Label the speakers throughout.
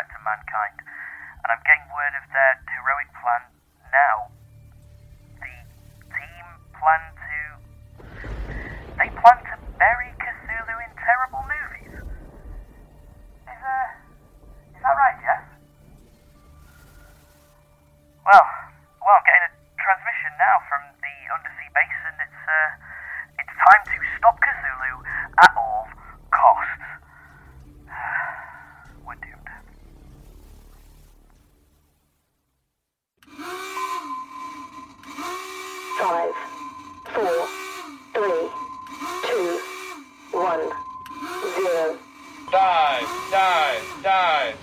Speaker 1: kind, and I'm getting word of their heroic plan now. The team plan to. They plan to bury Cthulhu in terrible movies. Is, uh, is that right, Jeff? Well, well, I'm getting a transmission now from the undersea base, and it's uh, it's time to stop Cthulhu at all costs. We're doomed.
Speaker 2: Five, four, three, two, one, zero.
Speaker 3: Dive, dive, dive.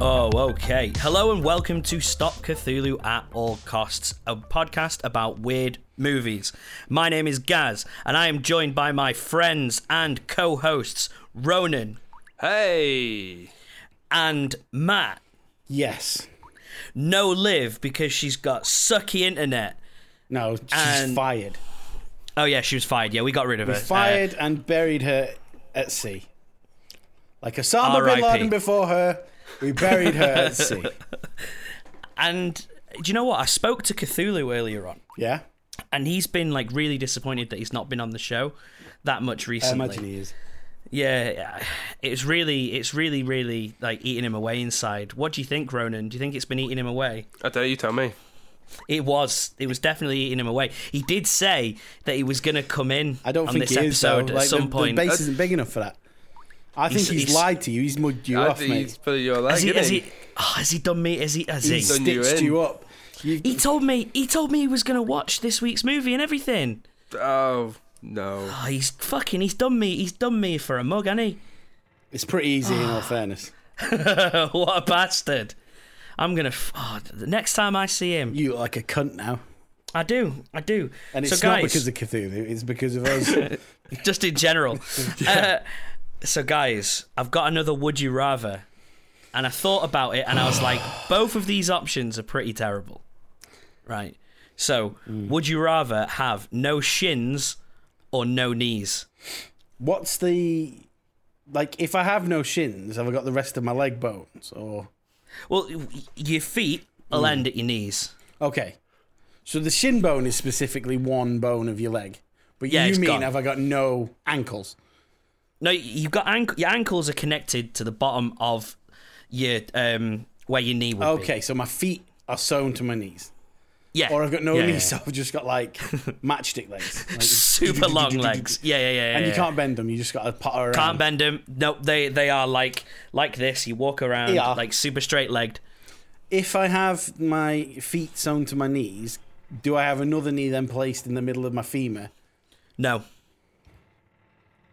Speaker 4: Oh, okay. Hello and welcome to Stop Cthulhu at All Costs, a podcast about weird movies. My name is Gaz, and I am joined by my friends and co hosts, Ronan
Speaker 5: Hey!
Speaker 4: and Matt.
Speaker 6: Yes.
Speaker 4: No Liv because she's got sucky internet.
Speaker 6: No, she's
Speaker 4: And-
Speaker 6: fired.
Speaker 4: Oh, yeah, she was fired. Yeah, we got rid of her. Uh,
Speaker 6: Fired and buried her at sea. Like Osama
Speaker 4: R.I.P..
Speaker 6: bin Laden before her, we buried her at sea.
Speaker 4: and do you know what? I spoke to Cthulhu earlier on,
Speaker 6: Yeah?
Speaker 4: and he's been like really disappointed that he's not been on the show that much
Speaker 6: I
Speaker 4: recently.
Speaker 6: imagine he is.
Speaker 4: Yeah, yeah, it's really, it's really, really like eating him away inside. What do you think, Ronan? Do you think it's been eating him away?
Speaker 5: I dare you tell me.
Speaker 4: It was. It was definitely eating him away. He did say that he was going to come in.
Speaker 6: I don't
Speaker 4: on
Speaker 6: think
Speaker 4: this
Speaker 6: he is, though.
Speaker 4: episode at
Speaker 6: Like,
Speaker 4: some
Speaker 6: the,
Speaker 4: point. uh,
Speaker 6: The base isn't big enough for that. I think
Speaker 4: He's-
Speaker 6: he's,
Speaker 4: he's-
Speaker 6: lied to you. He's mugged you
Speaker 5: I
Speaker 6: off,
Speaker 5: think he's
Speaker 6: mate.
Speaker 5: put your leg,
Speaker 4: has he?
Speaker 5: innit?
Speaker 4: Has he? Oh, has he done me? Has he? Has he?
Speaker 6: He
Speaker 5: done you
Speaker 6: stitched
Speaker 5: in.
Speaker 6: you up. You,
Speaker 4: He told me. He told me he was going to watch this week's movie and everything.
Speaker 5: Oh, no.
Speaker 4: Oh, he's fucking. He's done me. He's done me for a mug, hasn't he?
Speaker 6: it's pretty easy, in all fairness.
Speaker 4: what a bastard! I'm gonna. F- oh, the next time I see him,
Speaker 6: You look like a cunt now.
Speaker 4: I do. I do.
Speaker 6: And
Speaker 4: so
Speaker 6: it's
Speaker 4: guys,
Speaker 6: not because of Cthulhu, it's because of us.
Speaker 4: just in general. uh, so, guys, I've got another would you rather, and I thought about it, and I was like, both of these options are pretty terrible, right? So,
Speaker 6: Mm.
Speaker 4: would you rather have no shins or no knees?
Speaker 6: What's the. Like, if I have no shins, have I got the rest of my leg bones? Or.
Speaker 4: Well, y- your feet will
Speaker 6: Mm.
Speaker 4: end at your knees.
Speaker 6: Okay. So the shin bone is specifically one bone of your leg. But
Speaker 4: Yeah,
Speaker 6: you
Speaker 4: it's
Speaker 6: mean
Speaker 4: gone.
Speaker 6: have I got no ankles?
Speaker 4: No, you've got ankle. Your ankles are connected to the bottom of your um where your knee would be.
Speaker 6: Okay, so my feet are sewn to my knees.
Speaker 4: Yeah.
Speaker 6: Or I've got no
Speaker 4: Yeah,
Speaker 6: knees,
Speaker 4: yeah.
Speaker 6: so I've just got like matchstick legs. Like-
Speaker 4: Super long legs. Yeah, yeah, yeah.
Speaker 6: And
Speaker 4: yeah,
Speaker 6: you
Speaker 4: yeah.
Speaker 6: can't bend them, you just got to potter around.
Speaker 4: Can't bend them. Nope. They they are like like this. You walk around
Speaker 6: Yeah.
Speaker 4: like super straight legged.
Speaker 6: If I have my feet sewn to my knees, do I have another knee then placed in the middle of my femur?
Speaker 4: No.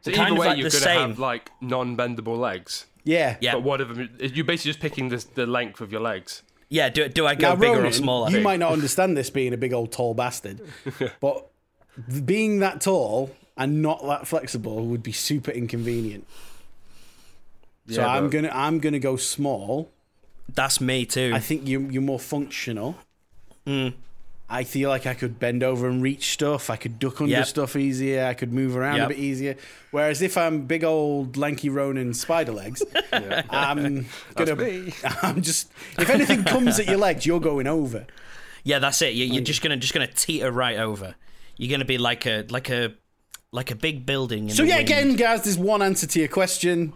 Speaker 5: So
Speaker 4: kind
Speaker 5: either
Speaker 4: of
Speaker 5: way,
Speaker 4: like
Speaker 5: you're
Speaker 4: the
Speaker 5: going to
Speaker 4: same.
Speaker 5: have, like, non-bendable legs.
Speaker 6: Yeah.
Speaker 4: Yeah.
Speaker 5: But one of them, you're basically just picking this, the length of your legs.
Speaker 4: Yeah. Do do I go
Speaker 6: Now,
Speaker 4: bigger or
Speaker 6: Ronan,
Speaker 4: smaller?
Speaker 6: You might not understand this being a big old tall bastard, but being that tall and not that flexible would be super inconvenient. So
Speaker 5: Yeah,
Speaker 6: I'm
Speaker 5: but-
Speaker 6: gonna I'm gonna go small.
Speaker 4: That's me too.
Speaker 6: I think you you're more functional.
Speaker 4: Mm.
Speaker 6: I feel like I could bend over and reach stuff. I could duck under
Speaker 4: Yep.
Speaker 6: stuff easier. I could move around
Speaker 4: Yep.
Speaker 6: a bit easier. Whereas if I'm big old lanky Ronin spider legs, I'm gonna.
Speaker 5: me.
Speaker 6: I'm just. If anything comes at your legs, you're going over.
Speaker 4: yeah. That's it. You, you're just gonna just gonna teeter right over. You're gonna be like a like a like a big building. In
Speaker 6: So
Speaker 4: the
Speaker 6: yeah,
Speaker 4: wind.
Speaker 6: again, guys, there's one answer to your question.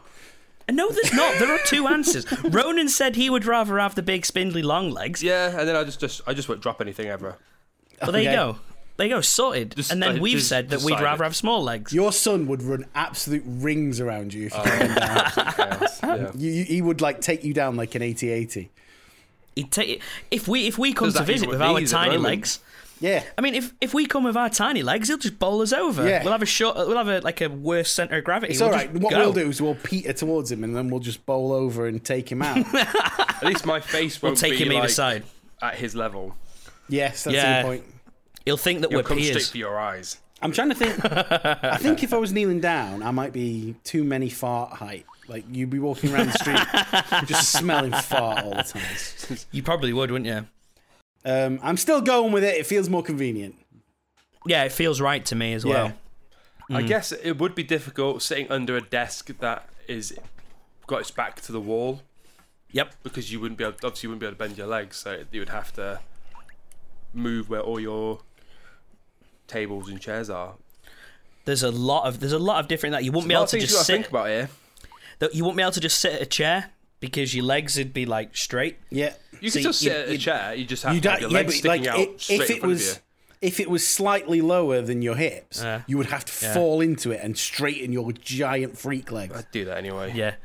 Speaker 4: No, there's not. There are two answers. Ronan said he would rather have the big spindly long legs.
Speaker 5: Yeah, and then I just, just I just won't drop anything ever.
Speaker 4: But there you
Speaker 6: Okay.
Speaker 4: go. There you go, sorted.
Speaker 5: Just-
Speaker 4: and then
Speaker 5: uh,
Speaker 4: we've
Speaker 5: just
Speaker 4: said that we'd
Speaker 5: decide
Speaker 4: rather
Speaker 5: it.
Speaker 4: have small legs.
Speaker 6: Your son would run absolute rings around you. If you,
Speaker 5: Chaos, yeah.
Speaker 6: you, you he would like take you down like an 80-80.
Speaker 4: He'd take- if we if we come
Speaker 5: Does
Speaker 4: to
Speaker 5: that even
Speaker 4: visit
Speaker 5: with
Speaker 4: with our
Speaker 5: knees at the
Speaker 4: tiny
Speaker 5: moment?
Speaker 4: legs,
Speaker 6: Yeah,
Speaker 4: I mean, if if we come with our tiny legs, he'll just bowl us over.
Speaker 6: Yeah.
Speaker 4: We'll have a short. We'll have a like a worse center of gravity.
Speaker 6: it's
Speaker 4: We'll
Speaker 6: all
Speaker 4: just
Speaker 6: right. What
Speaker 4: go.
Speaker 6: we'll do is we'll peter towards him and then we'll just bowl over and take him out.
Speaker 5: At least my face won't
Speaker 4: take
Speaker 5: be,
Speaker 4: him either
Speaker 5: like,
Speaker 4: side.
Speaker 5: at his level.
Speaker 6: yes, that's
Speaker 4: Yeah.
Speaker 6: the point.
Speaker 4: He'll think that
Speaker 5: It'll
Speaker 4: we're
Speaker 5: come straight
Speaker 4: peers.
Speaker 5: for your eyes.
Speaker 6: I'm trying to think. I think if I was kneeling down, I might be too many fart height. Like you'd be walking around the street just smelling fart all the time.
Speaker 4: You probably would, wouldn't you?
Speaker 6: Um, I'm still going with it. It feels more convenient.
Speaker 4: Yeah, it feels right to me as well.
Speaker 5: I guess it would be difficult sitting under a desk that is got its back to the wall
Speaker 4: Yep.
Speaker 5: because you wouldn't be able, obviously you wouldn't be able to bend your legs, so you would have to move where all your tables and chairs are.
Speaker 4: There's a lot of there's a lot of different that you wouldn't be
Speaker 5: Well,
Speaker 4: able
Speaker 5: things
Speaker 4: to
Speaker 5: you gotta
Speaker 4: just sit.
Speaker 5: think about here.
Speaker 4: that you wouldn't be able to just sit at a chair because your legs would be like straight.
Speaker 6: Yeah.
Speaker 5: You
Speaker 4: So
Speaker 5: can still sit
Speaker 4: you-
Speaker 5: at a
Speaker 4: you-
Speaker 5: chair. You just have
Speaker 6: You
Speaker 5: to
Speaker 6: don't,
Speaker 5: have your
Speaker 6: yeah,
Speaker 5: legs
Speaker 6: but
Speaker 5: sticking
Speaker 6: like
Speaker 5: out
Speaker 6: it,
Speaker 5: straight
Speaker 6: if
Speaker 5: in
Speaker 6: it
Speaker 5: front
Speaker 6: was
Speaker 5: of
Speaker 6: if it was slightly lower than your hips,
Speaker 4: Yeah.
Speaker 6: you would have to fall into it and straighten your giant freak legs.
Speaker 5: you. Do that anyway.
Speaker 4: Yeah.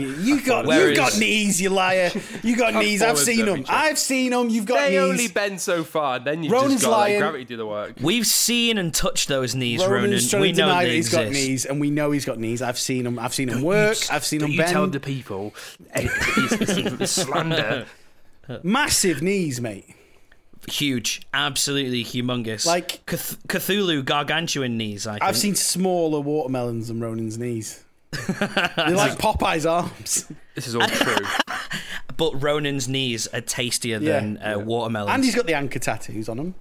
Speaker 6: You- You got you
Speaker 4: Whereas-
Speaker 6: got knees, you liar. You got knees. I've
Speaker 5: fallen
Speaker 6: seen
Speaker 5: to
Speaker 6: them.
Speaker 5: each other.
Speaker 6: I've seen them. You've got
Speaker 5: They
Speaker 6: knees.
Speaker 5: only bend so far. Then you
Speaker 6: Ronan's
Speaker 5: just got
Speaker 6: lying.
Speaker 5: like gravity do the work.
Speaker 4: We've seen and touched those knees,
Speaker 6: Ronan's
Speaker 4: Ronan.
Speaker 6: trying
Speaker 4: We
Speaker 6: to
Speaker 4: know
Speaker 6: deny
Speaker 4: they
Speaker 6: that he's
Speaker 4: exist.
Speaker 6: got knees, and we know he's got knees. I've seen him. I've seen him work. I've seen him bend.
Speaker 5: people slander.
Speaker 6: Massive knees, mate.
Speaker 4: Huge, absolutely humongous.
Speaker 6: Like-
Speaker 4: Cth- Cthulhu gargantuan knees. I think.
Speaker 5: Mm.
Speaker 6: I've seen smaller watermelons than Ronan's knees. They're like Popeye's arms.
Speaker 5: This is all true.
Speaker 4: but Ronan's knees are tastier
Speaker 6: Yeah.
Speaker 4: than uh, watermelons.
Speaker 6: And he's got the anchor tattoos on him.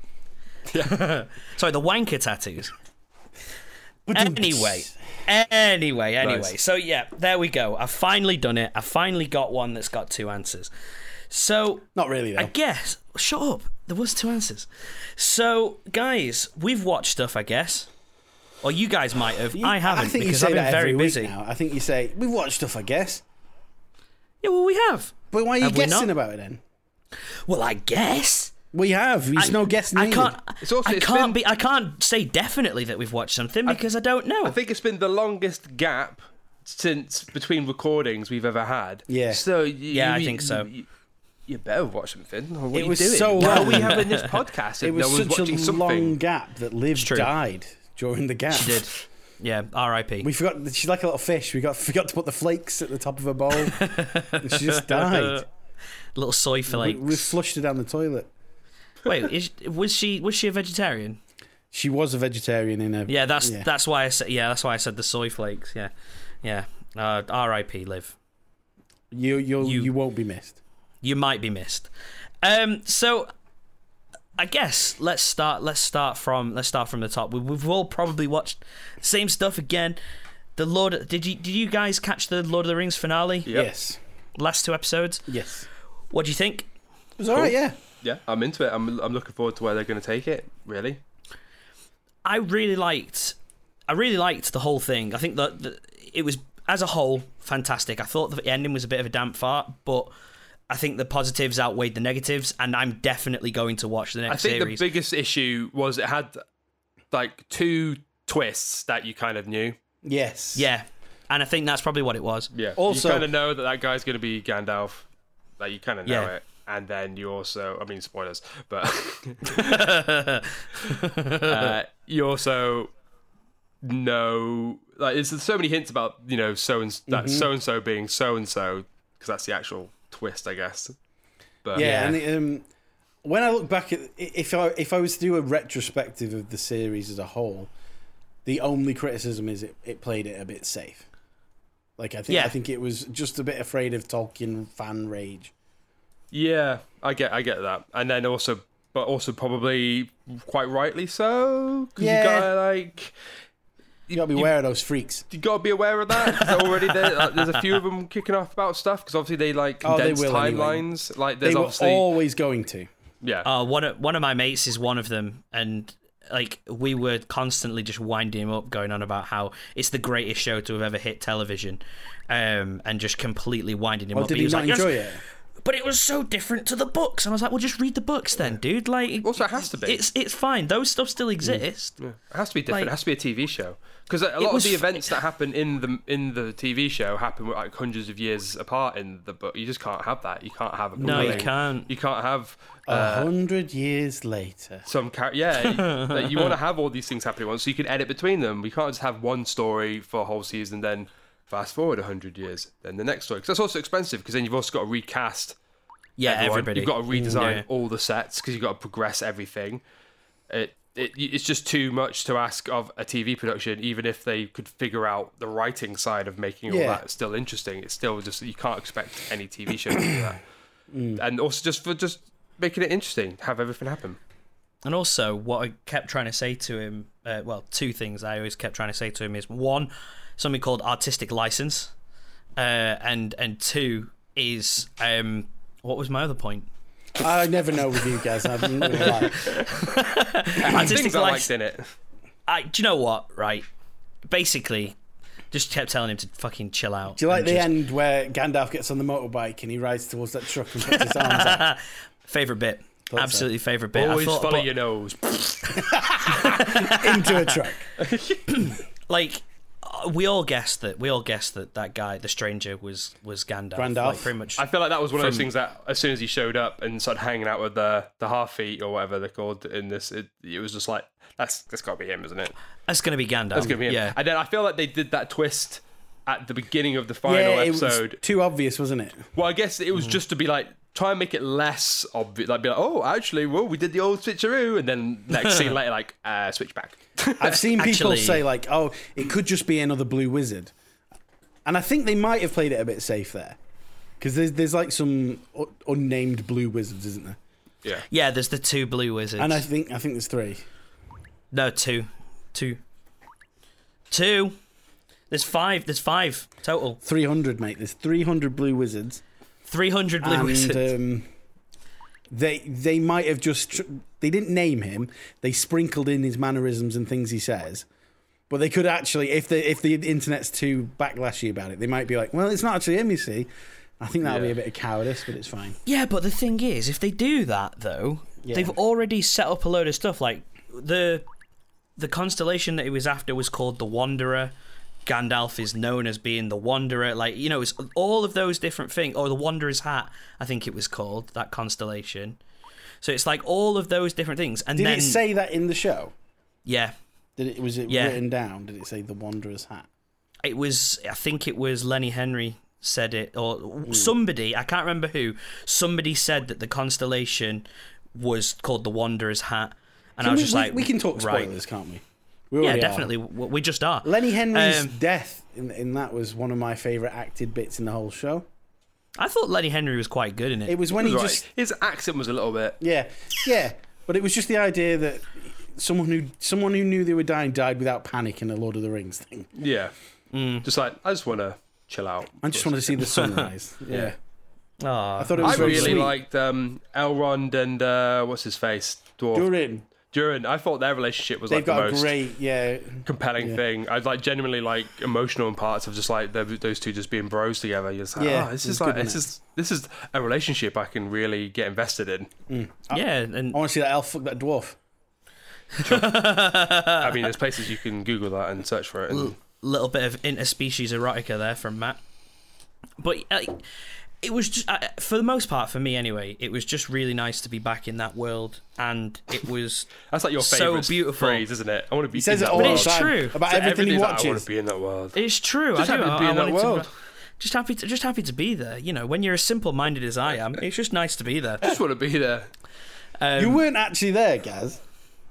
Speaker 4: Sorry, the wanker tattoos. Anyway, anyway, anyway.
Speaker 5: Nice.
Speaker 4: So yeah, there we go. I've finally done it. I finally got one that's got two answers. So
Speaker 6: Not really, though.
Speaker 4: I guess. Shut up. There was two answers. So, guys, we've watched stuff, I guess. Or you guys might have. I haven't
Speaker 6: think
Speaker 4: because
Speaker 6: you say
Speaker 4: I've been
Speaker 6: that
Speaker 4: very
Speaker 6: every week
Speaker 4: busy.
Speaker 6: now. I think you say, we've watched stuff, I guess.
Speaker 4: Yeah, well, we have.
Speaker 6: But why are you
Speaker 4: Have we not?
Speaker 6: guessing about it then?
Speaker 4: Well, I guess.
Speaker 6: We have. There's no guessing.
Speaker 4: I
Speaker 6: needed.
Speaker 4: can't.
Speaker 5: It's also-
Speaker 4: I
Speaker 5: it's
Speaker 4: can't
Speaker 5: been-
Speaker 4: be. I can't say definitely that we've watched something because I, don't know.
Speaker 5: I think it's been the longest gap since between recordings we've ever had.
Speaker 6: Yeah.
Speaker 5: So you,
Speaker 4: Yeah, I
Speaker 5: you-
Speaker 4: think so.
Speaker 5: You, you better watch something. Or what
Speaker 6: It
Speaker 5: are you
Speaker 6: was
Speaker 5: doing?
Speaker 6: so
Speaker 5: Why
Speaker 6: long.
Speaker 5: are we having this podcast?
Speaker 6: It
Speaker 5: and
Speaker 6: was
Speaker 5: no one's
Speaker 6: such
Speaker 5: watching
Speaker 6: a long
Speaker 5: something.
Speaker 6: gap that Liv
Speaker 4: true.
Speaker 6: died during the gap. She
Speaker 4: did. Yeah. R.I.P.
Speaker 6: We forgot. that She's like a little fish. We got forgot to put the flakes at the top of her bowl, and she just died.
Speaker 4: Little soy
Speaker 6: We,
Speaker 4: fillet.
Speaker 6: we flushed her down the toilet.
Speaker 4: Wait, is, was she was she a vegetarian?
Speaker 6: She was a vegetarian in a
Speaker 4: Yeah, that's
Speaker 6: Yeah.
Speaker 4: that's why I said yeah, that's why I said the soy flakes. Yeah, yeah. Uh, R.I.P. Liv.
Speaker 6: You you
Speaker 4: You-
Speaker 6: you, won't be missed.
Speaker 4: You might be missed. Um, so I guess let's start. Let's start from let's start from the top. We, we've all probably watched the same stuff again. The Lord. Did you did you guys catch the Lord of the Rings finale?
Speaker 6: Yes,
Speaker 4: Last two episodes.
Speaker 6: yes.
Speaker 4: What do you think?
Speaker 6: It was all right. Yeah,
Speaker 5: Yeah, I'm into it. I'm, I'm looking forward to where they're going to take it. Really.
Speaker 4: I really liked. I really liked the whole thing. I think that that it was as a whole fantastic. I thought the ending was a bit of a damp fart, but I think the positives outweighed the negatives, and I'm definitely going to watch the next
Speaker 5: I think
Speaker 4: series.
Speaker 5: the biggest issue was it had like two twists that you kind of knew.
Speaker 6: yes.
Speaker 4: yeah, and I think that's probably what it was.
Speaker 5: Yeah.
Speaker 6: Also-
Speaker 5: you kind of know that that guy's going to be Gandalf. Like you kind of know
Speaker 4: Yeah.
Speaker 5: it, and then you also, I mean, spoilers, but uh, you also know like there's so many hints about you know so and
Speaker 6: Mm-hmm.
Speaker 5: that so and so being so and so because that's the actual twist, I guess. But
Speaker 6: Yeah,
Speaker 4: Yeah.
Speaker 6: and um, when I look back at i- if I if I was to do a retrospective of the series as a whole, the only criticism is it, it played it a bit safe. Like I think
Speaker 4: Yeah.
Speaker 6: I think it was just a bit afraid of Tolkien fan rage.
Speaker 5: Yeah, I get, I get that, and then also, but also probably quite rightly so. 'cause
Speaker 6: Yeah.
Speaker 5: you gotta like,
Speaker 6: You gotta be aware of those freaks.
Speaker 5: you gotta be aware of that. 'cause already there, like, there's a few of them kicking off about stuff because obviously they like
Speaker 6: Oh, they
Speaker 5: condense
Speaker 6: will anyway.
Speaker 5: timelines. Like,
Speaker 6: They
Speaker 5: there's
Speaker 6: were um,
Speaker 5: obviously
Speaker 6: always going to.
Speaker 5: yeah,
Speaker 4: Uh, one of one of my mates is one of them, and like we were constantly just winding him up, going on about how it's the greatest show to have ever hit television, um, and just completely winding him
Speaker 6: Or
Speaker 4: up.
Speaker 6: Oh, did
Speaker 4: he
Speaker 6: he
Speaker 4: was
Speaker 6: not
Speaker 4: like, "Yes,
Speaker 6: enjoy it?
Speaker 4: but it was so different to the books and i was like well just read the books then dude like it-
Speaker 5: Also, it has to be. Mm.
Speaker 4: it's it's fine those stuff still exist
Speaker 5: it has to be different.
Speaker 4: like-
Speaker 5: it has to be a TV show because a lot of
Speaker 4: was
Speaker 5: the
Speaker 4: f-
Speaker 5: events that happen in the in the TV show happen like hundreds of years apart in the book. You just can't have that. You can't have a
Speaker 4: no you
Speaker 5: thing.
Speaker 4: can't
Speaker 5: You can't have uh,
Speaker 6: A hundred years later.
Speaker 5: some car- yeah you- like, you want to have all these things happening at once so you can edit between them we can't just have one story for a whole season then fast forward 100 years then the next story because that's also expensive because then you've also got to recast
Speaker 4: yeah
Speaker 5: everyone.
Speaker 4: everybody
Speaker 5: you've got to redesign
Speaker 4: Yeah.
Speaker 5: all the sets because you've got to progress everything it, it it's just too much to ask of a tv production even if they could figure out the writing side of making all
Speaker 6: Yeah.
Speaker 5: that still interesting it's still just you can't expect any tv show to do that and Mm. also just for just making it interesting. Have everything happen.
Speaker 4: And also, what I kept trying to say to him, uh, well, two things I always kept trying to say to him is one, something called artistic license, uh, and and two is um, what was my other point?
Speaker 6: I never know with you guys. I'm not gonna lie.
Speaker 4: Artistic
Speaker 5: Things I liked
Speaker 4: license.
Speaker 5: in it.
Speaker 4: I, do you know what? Right, basically, just kept telling him to fucking chill out.
Speaker 6: Do you like
Speaker 4: and
Speaker 6: the
Speaker 4: just-
Speaker 6: end where Gandalf gets on the motorbike and he rides towards that truck and puts his arms out?
Speaker 4: Favorite bit. Absolutely favorite bit. I
Speaker 5: Always
Speaker 4: thought-
Speaker 5: follow
Speaker 4: but-
Speaker 5: your nose.
Speaker 6: into a truck?
Speaker 4: like uh, we all guessed that we all guessed that that guy the stranger was was Gandalf.
Speaker 6: Gandalf.
Speaker 4: Like, pretty much.
Speaker 5: I feel like that was one of those things that as soon as he showed up and started hanging out with the the half feet or whatever they're called in this, it, it was just like that's that's got to be him, isn't it?
Speaker 4: that's gonna be Gandalf.
Speaker 5: That's gonna be him.
Speaker 4: Yeah.
Speaker 5: And then I feel like they did that twist at the beginning of the final
Speaker 6: it
Speaker 5: episode.
Speaker 6: was Mm. too obvious, wasn't it?
Speaker 5: Well, I guess it was just to be like try and make it less obvious, like be like, oh, actually, well, we did the old switcheroo, and then next scene later, like uh, switch back.
Speaker 6: I've seen people
Speaker 4: Actually-
Speaker 6: say like, "Oh, it could just be another blue wizard," and I think they might have played it a bit safe there because there's there's like some u- unnamed blue wizards, isn't there?
Speaker 5: yeah.
Speaker 4: yeah. There's the two blue wizards.
Speaker 6: And I think I think there's three.
Speaker 4: no two, two, two. There's five. There's five total.
Speaker 6: 300, mate. There's 300 blue wizards.
Speaker 4: Three hundred blue
Speaker 6: and
Speaker 4: wizards.
Speaker 6: Um, they they might have just tr- they didn't name him. They sprinkled in his mannerisms and things he says. But they could actually, if the if the internet's too backlashy about it, they might be like, "Well, it's not actually him." You see, I think that'll be
Speaker 5: Yeah.
Speaker 6: a bit of cowardice, but it's fine.
Speaker 4: Yeah, but the thing is, if they do that though, they've already set up a load of stuff. Like the the constellation that he was after was called the Wanderer. Gandalf is known as being the Wanderer. Like you know, it's all of those different things. Or the Wanderer's Hat, I think it was called that constellation. So it's like all of those different things. And
Speaker 6: Did
Speaker 4: then
Speaker 6: it say that in the show?
Speaker 4: yeah,
Speaker 6: Did it was it
Speaker 4: Yeah.
Speaker 6: written down? Did it say the Wanderer's hat?
Speaker 4: it was i think it was lenny henry said it or
Speaker 6: Hmm.
Speaker 4: somebody i can't remember who somebody said that the constellation was called the wanderer's hat and i was
Speaker 6: we,
Speaker 4: just
Speaker 6: we-
Speaker 4: like
Speaker 6: we can talk
Speaker 4: right.
Speaker 6: spoilers, can't we? we
Speaker 4: yeah
Speaker 6: already are.
Speaker 4: definitely w we just are
Speaker 6: Lenny Henry's
Speaker 4: Um,
Speaker 6: death in, in that was one of my favorite acted bits in the whole show.
Speaker 4: i thought lenny henry was quite good in it,
Speaker 6: It was when he
Speaker 5: Right.
Speaker 6: just
Speaker 5: His accent was a little bit.
Speaker 6: Yeah, yeah. But it was just the idea that someone who someone who knew they were dying died without panic in a Lord of the Rings thing.
Speaker 5: Yeah. Just like I just want to chill out.
Speaker 6: Mm. I just wanted to see the sunrise. Yeah,
Speaker 4: Aw.
Speaker 6: I thought it
Speaker 5: I
Speaker 6: was very
Speaker 5: really
Speaker 6: sweet.
Speaker 5: liked um, Elrond and uh, what's his face dwarf
Speaker 6: Durin.
Speaker 5: Durin. I thought their relationship was
Speaker 6: They've
Speaker 5: like
Speaker 6: got
Speaker 5: the
Speaker 6: a
Speaker 5: most
Speaker 6: great yeah.
Speaker 5: compelling thing. I was like genuinely like emotional in parts of just like th- those two just being bros together. You're just like,
Speaker 6: Yeah,
Speaker 5: oh,
Speaker 6: it
Speaker 5: this
Speaker 6: was
Speaker 5: is
Speaker 6: good,
Speaker 5: like
Speaker 6: wasn't
Speaker 5: this
Speaker 6: it?
Speaker 5: is this is a relationship I can really get invested in.
Speaker 6: uh,
Speaker 4: yeah and
Speaker 6: I want to see that elf fuck that dwarf.
Speaker 5: I mean, there's places you can Google that and search for it.
Speaker 6: Mm.
Speaker 5: And
Speaker 4: little bit of interspecies erotica there from Matt. But uh, it was just, uh, for the most part, for me anyway, it was just really nice to be back in that world, and it was
Speaker 5: that's like your
Speaker 4: So
Speaker 5: favorite
Speaker 4: beautiful.
Speaker 5: phrase, isn't it? I want to be.
Speaker 6: He says
Speaker 5: in
Speaker 6: it
Speaker 5: that
Speaker 6: all
Speaker 5: world.
Speaker 6: the
Speaker 4: it's
Speaker 6: time
Speaker 4: true.
Speaker 6: about
Speaker 5: So
Speaker 6: everything he
Speaker 5: everything's like, I want
Speaker 6: watches.
Speaker 5: to be in that world.
Speaker 4: It's true.
Speaker 5: Just
Speaker 4: I do.
Speaker 5: happy to
Speaker 4: I,
Speaker 5: be
Speaker 4: I
Speaker 5: in that
Speaker 4: wanted to-
Speaker 5: world.
Speaker 4: just happy, to, just happy to be there. You know, when you're as simple-minded as I am, it's just nice to be there.
Speaker 5: I just want to be there.
Speaker 6: You weren't actually there, Gaz.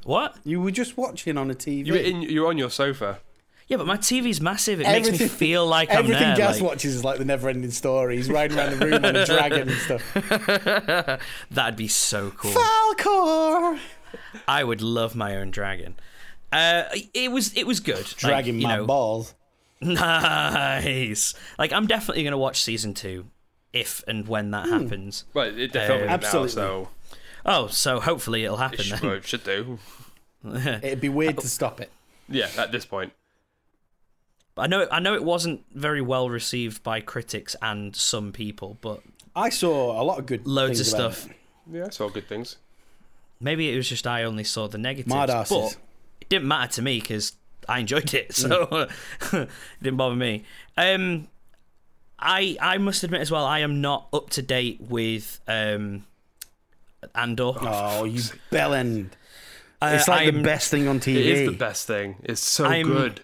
Speaker 4: What?
Speaker 6: You were just watching on a TV.
Speaker 5: You're in. You're on your sofa.
Speaker 4: Yeah, but my TV's massive. It makes me feel like I'm
Speaker 6: everything
Speaker 4: there.
Speaker 6: Gaz
Speaker 4: like,
Speaker 6: watches is like the never-ending story. He's riding around the room on a dragon and stuff.
Speaker 4: that'd be so cool.
Speaker 6: Falcor.
Speaker 4: I would love my own dragon. Uh, it was it was good. Like,
Speaker 6: Dragging
Speaker 4: you
Speaker 6: my
Speaker 4: know,
Speaker 6: balls.
Speaker 4: Nice. Like I'm definitely gonna watch season two, if and when that happens.
Speaker 5: Well, it they're filming it
Speaker 6: Absolutely.
Speaker 5: now, so
Speaker 4: Oh, so hopefully it'll happen
Speaker 5: it should,
Speaker 4: then.
Speaker 5: well, it should do.
Speaker 6: It'd be weird
Speaker 4: Oh.
Speaker 6: to stop it.
Speaker 5: Yeah, at this point,
Speaker 4: I know I know it wasn't very well received by critics and some people, but
Speaker 6: I saw a lot of good
Speaker 4: loads of
Speaker 6: things about
Speaker 4: stuff.
Speaker 6: it.
Speaker 5: yeah, it's all good things.
Speaker 4: Maybe it was just I only saw the negatives,
Speaker 6: Mad
Speaker 4: but
Speaker 6: asses.
Speaker 4: it didn't matter to me because I enjoyed it, so
Speaker 6: Mm.
Speaker 4: it didn't bother me. Um, I I must admit as well, I am not up to date with um, Andor.
Speaker 6: Oh, you bellend!
Speaker 4: Uh,
Speaker 6: It's like the
Speaker 4: I'm-
Speaker 6: best thing on TV.
Speaker 5: It is the best thing. It's so
Speaker 4: I'm-
Speaker 5: good.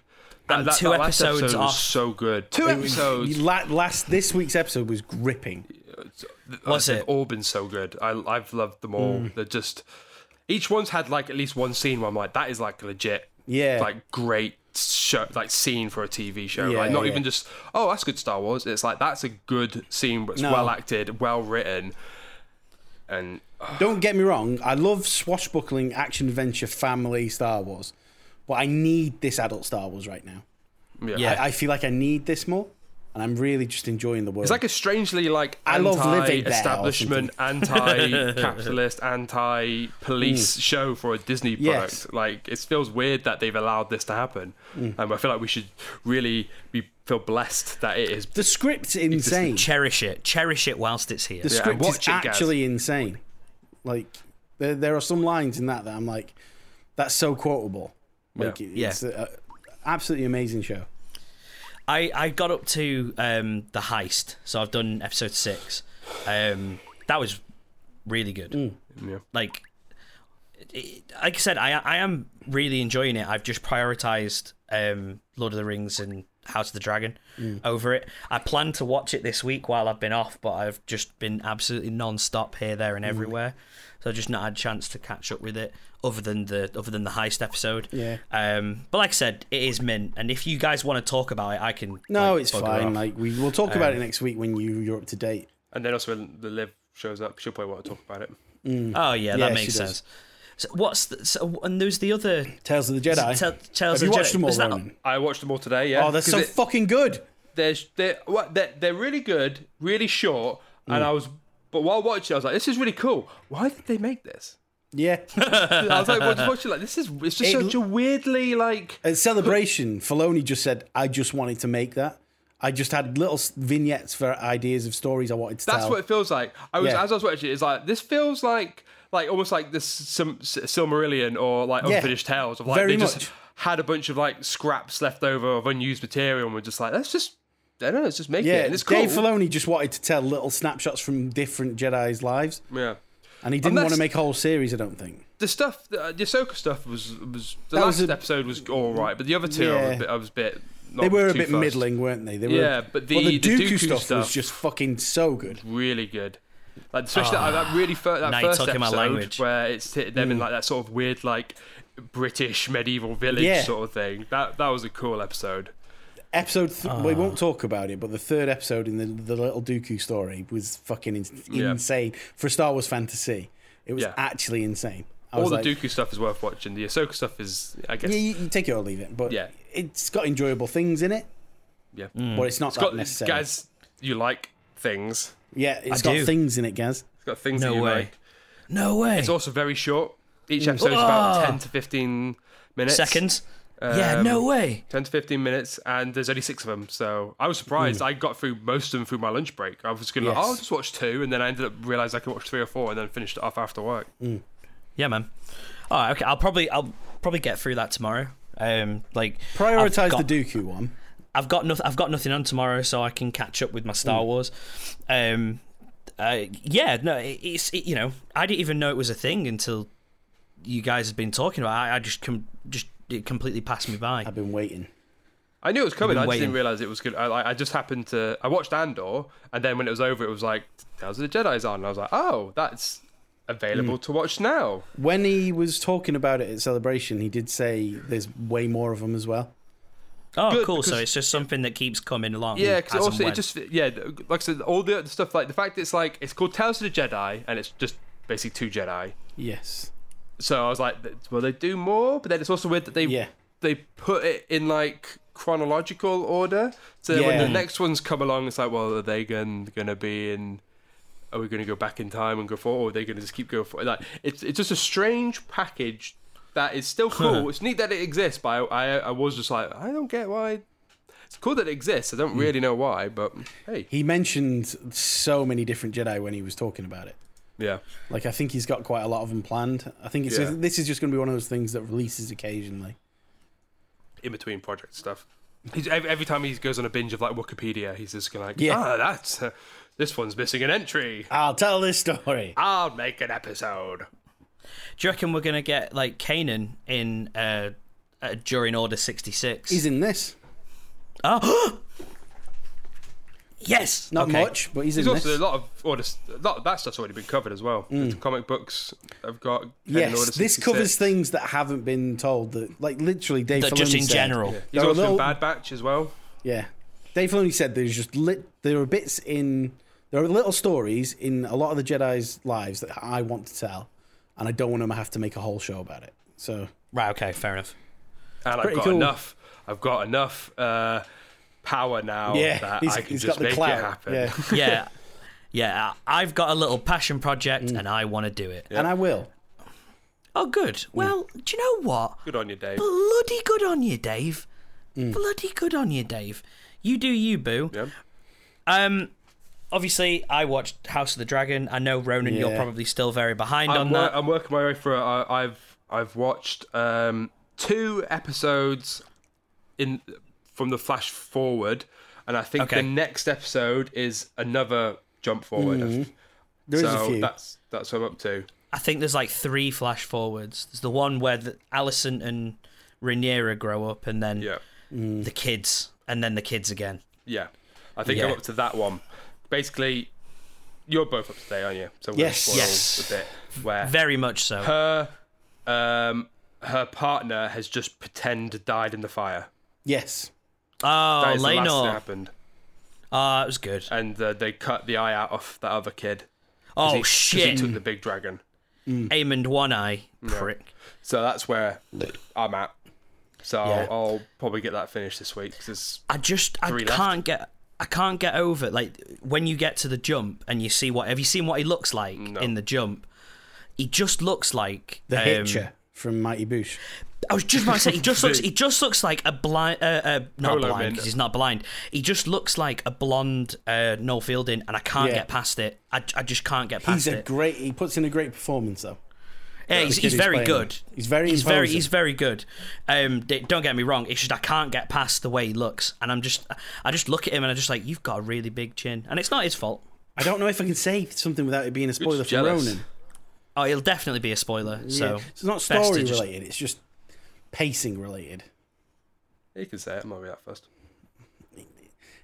Speaker 4: I'm two
Speaker 5: last
Speaker 4: episodes
Speaker 5: episode
Speaker 4: off.
Speaker 5: was so good. Two
Speaker 6: You
Speaker 5: episodes.
Speaker 6: la- last this week's episode was gripping.
Speaker 4: Was
Speaker 5: They've
Speaker 4: it?
Speaker 5: all been so good. I, I've loved them all.
Speaker 6: Mm.
Speaker 5: They're just each one's had like at least one scene where I'm like, that is like legit.
Speaker 6: Yeah.
Speaker 5: Like great show, like scene for a TV show.
Speaker 6: Yeah,
Speaker 5: like not
Speaker 6: yeah.
Speaker 5: even just oh that's good Star Wars. It's like that's a good scene. It's
Speaker 6: No.
Speaker 5: well acted, well written. And
Speaker 6: Don't get me wrong, I love swashbuckling action adventure family Star Wars, but I need this adult Star Wars right now.
Speaker 5: yeah,
Speaker 4: Yeah.
Speaker 6: I feel like I need this more, and I'm really just enjoying the world.
Speaker 5: it's like a strangely like
Speaker 6: I love living there or
Speaker 5: anti-establishment, anti-capitalist, anti-police show for a Disney product.
Speaker 6: Mm. Yes. Mm.
Speaker 5: Like it feels weird that they've allowed this to happen, and I feel like we should really be feel blessed that it is.
Speaker 6: the script's insane.
Speaker 4: Cherish it. Cherish it whilst it's here.
Speaker 6: the
Speaker 5: Yeah,
Speaker 6: script
Speaker 5: watch
Speaker 6: is
Speaker 5: it, guys.
Speaker 6: actually insane. Like there, there are some lines in that that I'm like, that's so quotable. Like
Speaker 4: Yeah.
Speaker 6: it's a, a- absolutely amazing show.
Speaker 4: I, I got up to um, the heist, so I've done episode six. Um, that was really good.
Speaker 6: Mm.
Speaker 5: Yeah.
Speaker 4: Like, it, like I said, I I am really enjoying it. I've just prioritized um, Lord of the Rings and House of the Dragon
Speaker 6: Mm.
Speaker 4: over it. I planned to watch it this week while I've been off, but I've just been absolutely non-stop here, there,
Speaker 6: Mm.
Speaker 4: and everywhere. So I've just not had a chance to catch up with it, other than the other than the heist episode.
Speaker 6: Yeah.
Speaker 4: Um, but like I said, it is mint, and if you guys want to talk about it, I can.
Speaker 6: No,
Speaker 4: like,
Speaker 6: it's
Speaker 4: bugger
Speaker 6: fine.
Speaker 4: off.
Speaker 6: Like we will talk about it next week when you you're up to date.
Speaker 5: And then also when the live shows up, she'll probably want to talk about it.
Speaker 4: oh yeah,
Speaker 6: Yeah,
Speaker 4: that
Speaker 6: she
Speaker 4: makes
Speaker 6: does.
Speaker 4: sense. So what's the, so, and there's the other
Speaker 6: Tales of the Jedi.
Speaker 4: Tell- Tales
Speaker 6: Have you
Speaker 4: of the
Speaker 6: watched
Speaker 4: Jedi.
Speaker 6: them all,
Speaker 4: Is that-
Speaker 6: Ronan?
Speaker 5: I watched them all today. Yeah.
Speaker 6: Oh, they're
Speaker 5: 'Cause
Speaker 6: so
Speaker 5: it-
Speaker 6: fucking good.
Speaker 5: they're they're what they're, they're really good, really short,
Speaker 6: Mm.
Speaker 5: and I was but while watching, I was like, this is really cool. Why did they make this?
Speaker 6: Yeah,
Speaker 5: I was like, watch- watching like this is it's just
Speaker 6: It-
Speaker 5: such a weirdly like
Speaker 6: at celebration, Filoni just said, "I just wanted to make that. I just had little s- vignettes for ideas of stories I wanted to
Speaker 5: that's
Speaker 6: tell."
Speaker 5: what it feels like. I was
Speaker 6: Yeah.
Speaker 5: as I was watching, it, it's like this feels like like almost like this some S- Silmarillion or like
Speaker 6: Yeah.
Speaker 5: unfinished tales of like
Speaker 6: Very
Speaker 5: they just
Speaker 6: much.
Speaker 5: had a bunch of like scraps left over of unused material and we're just like let's just I don't know, let's just make
Speaker 6: yeah,
Speaker 5: it and it's cool.
Speaker 6: Dave Filoni just wanted to tell little snapshots from different Jedi's lives,
Speaker 5: yeah.
Speaker 6: and he didn't
Speaker 5: that's-
Speaker 6: want to make a whole series. I don't think.
Speaker 5: the stuff, the, uh, the Ahsoka stuff was was the
Speaker 6: That
Speaker 5: last
Speaker 6: was a-
Speaker 5: episode was all right, but the other two I was
Speaker 6: Yeah.
Speaker 5: a bit. I was a bit not
Speaker 6: They were a
Speaker 5: too
Speaker 6: bit
Speaker 5: fussed.
Speaker 6: middling, weren't they? They were,
Speaker 5: Yeah, but the- the
Speaker 6: the, Dooku,
Speaker 5: Dooku
Speaker 6: stuff, was
Speaker 5: stuff-
Speaker 6: just fucking so good.
Speaker 5: Really good. Like especially that, that really first that
Speaker 4: Ah. now you're
Speaker 5: first
Speaker 4: talking
Speaker 5: episode
Speaker 4: my language. Mm.
Speaker 5: where it's hit them in like that sort of weird like British medieval village
Speaker 6: Yeah.
Speaker 5: sort of thing. That that was a cool episode.
Speaker 6: Episode, th-
Speaker 5: Ah.
Speaker 6: we won't talk about it, but the third episode in the the little Dooku story was fucking in-
Speaker 5: Yeah.
Speaker 6: insane for a Star Wars fantasy. It was
Speaker 5: Yeah.
Speaker 6: actually insane. I
Speaker 5: All
Speaker 6: was
Speaker 5: the
Speaker 6: like,
Speaker 5: Dooku stuff is worth watching. The Ahsoka stuff is, I guess,
Speaker 6: Yeah,
Speaker 5: yeah.
Speaker 6: you, you take it or leave it, but
Speaker 5: Yeah. Hmm.
Speaker 6: it's got enjoyable things in it,
Speaker 4: Mm.
Speaker 6: but it's not
Speaker 5: It's
Speaker 6: that
Speaker 5: got
Speaker 6: necessary.
Speaker 5: guys. You like things.
Speaker 6: yeah, it's
Speaker 4: I
Speaker 6: got
Speaker 4: do.
Speaker 6: things in it, Gaz.
Speaker 5: It's got things
Speaker 4: No
Speaker 5: that you
Speaker 4: way.
Speaker 5: like.
Speaker 4: No way.
Speaker 5: It's also very short. Each episode is about ten to fifteen minutes.
Speaker 4: Ah. seconds. yeah,
Speaker 5: Um,
Speaker 4: no way.
Speaker 5: 10 to 15 minutes and there's only six of them so i was
Speaker 4: Hmm.
Speaker 5: surprised i got through most of them through my lunch break i was gonna
Speaker 6: Yes.
Speaker 5: oh, i'll just watch two and then i ended up realizing i could watch three or four and then finished it off after work
Speaker 4: Hmm. Yeah, man. All right, okay. I'll probably I'll probably get through that tomorrow. Um, like
Speaker 6: Prioritize
Speaker 4: I've got,
Speaker 6: the Dooku one.
Speaker 4: I've got nothing. I've got nothing on tomorrow, so I can catch up with my Star Wars. Um, uh, yeah, no, it, it's it, you know I didn't even know it was a thing until you guys had been talking about. it. I, I just com- just it completely passed me by.
Speaker 6: I've been waiting.
Speaker 5: i knew it was coming
Speaker 4: been
Speaker 5: i just
Speaker 4: waiting.
Speaker 5: didn't realize it was good I, I- I just happened to i watched andor and then when it was over it was like Tales of the jedi's on and i was like oh that's available
Speaker 4: Hmm.
Speaker 5: to watch now
Speaker 6: When he was talking about it at Celebration, he did say there's way more of them as well.
Speaker 4: oh,
Speaker 5: good,
Speaker 4: cool. So
Speaker 5: because-
Speaker 4: it's just something that keeps coming along.
Speaker 5: Yeah,
Speaker 4: as
Speaker 5: because
Speaker 4: and
Speaker 5: also
Speaker 4: when.
Speaker 5: it just yeah, th- like I said, all the other stuff like the fact it's like it's called Tales of the Jedi and it's just basically two Jedi.
Speaker 6: Yes.
Speaker 5: So I was like, th- will they do more? But then it's also weird that they
Speaker 6: Yeah.
Speaker 5: they put it in like chronological order. So when
Speaker 6: Yeah.
Speaker 5: the next ones come along, it's like, well, are they going to be in? Are we going to go back in time and go forward? Or are they going to just keep going forward? Like it's it's just a strange package that is still cool. It's neat that it exists, but I, I I was just like, I don't get why. It's cool that it exists. I don't
Speaker 6: Hmm.
Speaker 5: really know why, but hey,
Speaker 6: He mentioned so many different Jedi when he was talking about it.
Speaker 5: yeah,
Speaker 6: Like I think he's got quite a lot of them planned. I think it's
Speaker 5: Yeah.
Speaker 6: this is just going to be one of those things that releases occasionally.
Speaker 5: in between project stuff. He's, ev- every time he goes on a binge of like Wikipedia, he's just gonna like,
Speaker 6: Yeah.
Speaker 5: ah, that's uh, this one's missing an entry.
Speaker 6: I'll tell this story.
Speaker 5: I'll make an episode.
Speaker 4: Do you reckon we're gonna get like Kanan in uh, uh during Order sixty six?
Speaker 6: He's in this.
Speaker 4: Oh. yes.
Speaker 6: Not
Speaker 4: Okay.
Speaker 6: much, but he's in
Speaker 5: There's also a
Speaker 6: this.
Speaker 5: lot of order. A lot of that stuff's already been covered as well. The comic books I've got. Pen and
Speaker 6: Mm. Yes,
Speaker 5: Order
Speaker 6: this
Speaker 5: 66.
Speaker 6: covers things that haven't been told. That like literally Dave.
Speaker 4: That just
Speaker 6: Filoni
Speaker 4: in
Speaker 6: said-
Speaker 4: general.
Speaker 5: He's
Speaker 6: There are
Speaker 5: also
Speaker 6: little-
Speaker 5: in Bad Batch as well.
Speaker 6: Yeah, Dave Filoni said there's just lit. There are bits in There are little stories in a lot of the Jedi's lives that I want to tell, and I don't want to have to make a whole show about it. So
Speaker 4: Right. Okay. Fair enough.
Speaker 5: and I've
Speaker 6: pretty
Speaker 5: got
Speaker 6: cool.
Speaker 5: enough. I've got enough uh, power now
Speaker 6: yeah,
Speaker 5: Oh, that
Speaker 6: he's-
Speaker 5: I can
Speaker 6: he's
Speaker 5: just
Speaker 6: got the
Speaker 5: make
Speaker 6: clout.
Speaker 5: it happen.
Speaker 6: Yeah.
Speaker 4: Yeah. Yeah, I- I've got a little passion project
Speaker 6: Mm.
Speaker 4: and I want to do it.
Speaker 6: and I will.
Speaker 4: Oh,
Speaker 6: Mm.
Speaker 4: good. Well, do you know what?
Speaker 5: Good on you, Dave.
Speaker 4: Bloody good on you, Dave.
Speaker 6: Mm.
Speaker 4: Bloody good on you, Dave. You do you, boo.
Speaker 5: Yeah.
Speaker 4: Um, obviously, I watched House of the Dragon. I know Ronan, you're
Speaker 6: Yeah.
Speaker 4: probably still very behind
Speaker 5: I'm,
Speaker 4: on
Speaker 5: wor-
Speaker 4: that.
Speaker 5: I'm working my way through. it. I, I've I've watched um, two episodes in from the flash forward, and I think
Speaker 4: Okay.
Speaker 5: the next episode is another jump forward.
Speaker 6: Mm. There
Speaker 5: so
Speaker 6: is a few.
Speaker 5: that's that's what I'm up to.
Speaker 4: I think there's like three flash forwards. There's the one where the, Alicent and Rhaenyra grow up, and then
Speaker 5: Yeah,
Speaker 4: the kids, and then the kids again.
Speaker 5: yeah. I think
Speaker 4: Yeah.
Speaker 5: I'm up to that one. Basically, you're both up to date, aren't you? So we're
Speaker 6: Yes.
Speaker 5: spoiled
Speaker 4: Yes.
Speaker 5: a bit where
Speaker 4: Very much so.
Speaker 5: her um her partner has just pretend died in the fire.
Speaker 6: Yes.
Speaker 4: oh,
Speaker 5: That is the last thing that
Speaker 4: Lainor.
Speaker 5: happened,
Speaker 4: Oh, it was good.
Speaker 5: and uh, they cut the eye out of that other kid. 'Cause
Speaker 4: Oh,
Speaker 5: he- 'cause He
Speaker 4: shit.
Speaker 5: took the big dragon.
Speaker 4: Aemond One Eye. Prick.
Speaker 5: So that's where I'm at. So
Speaker 4: Yeah.
Speaker 5: I'll, I'll probably get that finished this week. 'cause it's-
Speaker 4: I just I
Speaker 5: Three left.
Speaker 4: can't get I can't get over like when you get to the jump and you see what have you seen what he looks like in the jump? He just looks like
Speaker 6: The
Speaker 4: um,
Speaker 6: Hitcher from Mighty Boosh.
Speaker 4: I was just about to say he just looks he just looks like a blind uh, uh, not
Speaker 5: Polo
Speaker 4: blind
Speaker 5: man.
Speaker 4: because he's not blind. He just looks like a blonde uh, Noel Fielding, and I can't
Speaker 6: Yeah.
Speaker 4: get past it. I, I just can't get past
Speaker 6: He's a
Speaker 4: it.
Speaker 6: great. He puts in a great performance though.
Speaker 4: Yeah, he's,
Speaker 6: The kid
Speaker 4: he's
Speaker 6: who's
Speaker 4: very
Speaker 6: playing
Speaker 4: good.
Speaker 6: him. He's very
Speaker 4: He's very.
Speaker 6: imposing.
Speaker 4: He's very good. Um, d- don't get me wrong. It's just I can't get past the way he looks, and I'm just. I just look at him and I'm just like, you've got a really big chin, and it's not his fault.
Speaker 6: I don't know if I can say something without it being a spoiler for
Speaker 5: jealous.
Speaker 6: Ronan.
Speaker 4: Oh, it'll definitely be a spoiler. So
Speaker 6: Yeah. it's not
Speaker 4: best to
Speaker 6: story
Speaker 4: just-
Speaker 6: related. It's just pacing related.
Speaker 5: you can say it. I'm not really that first.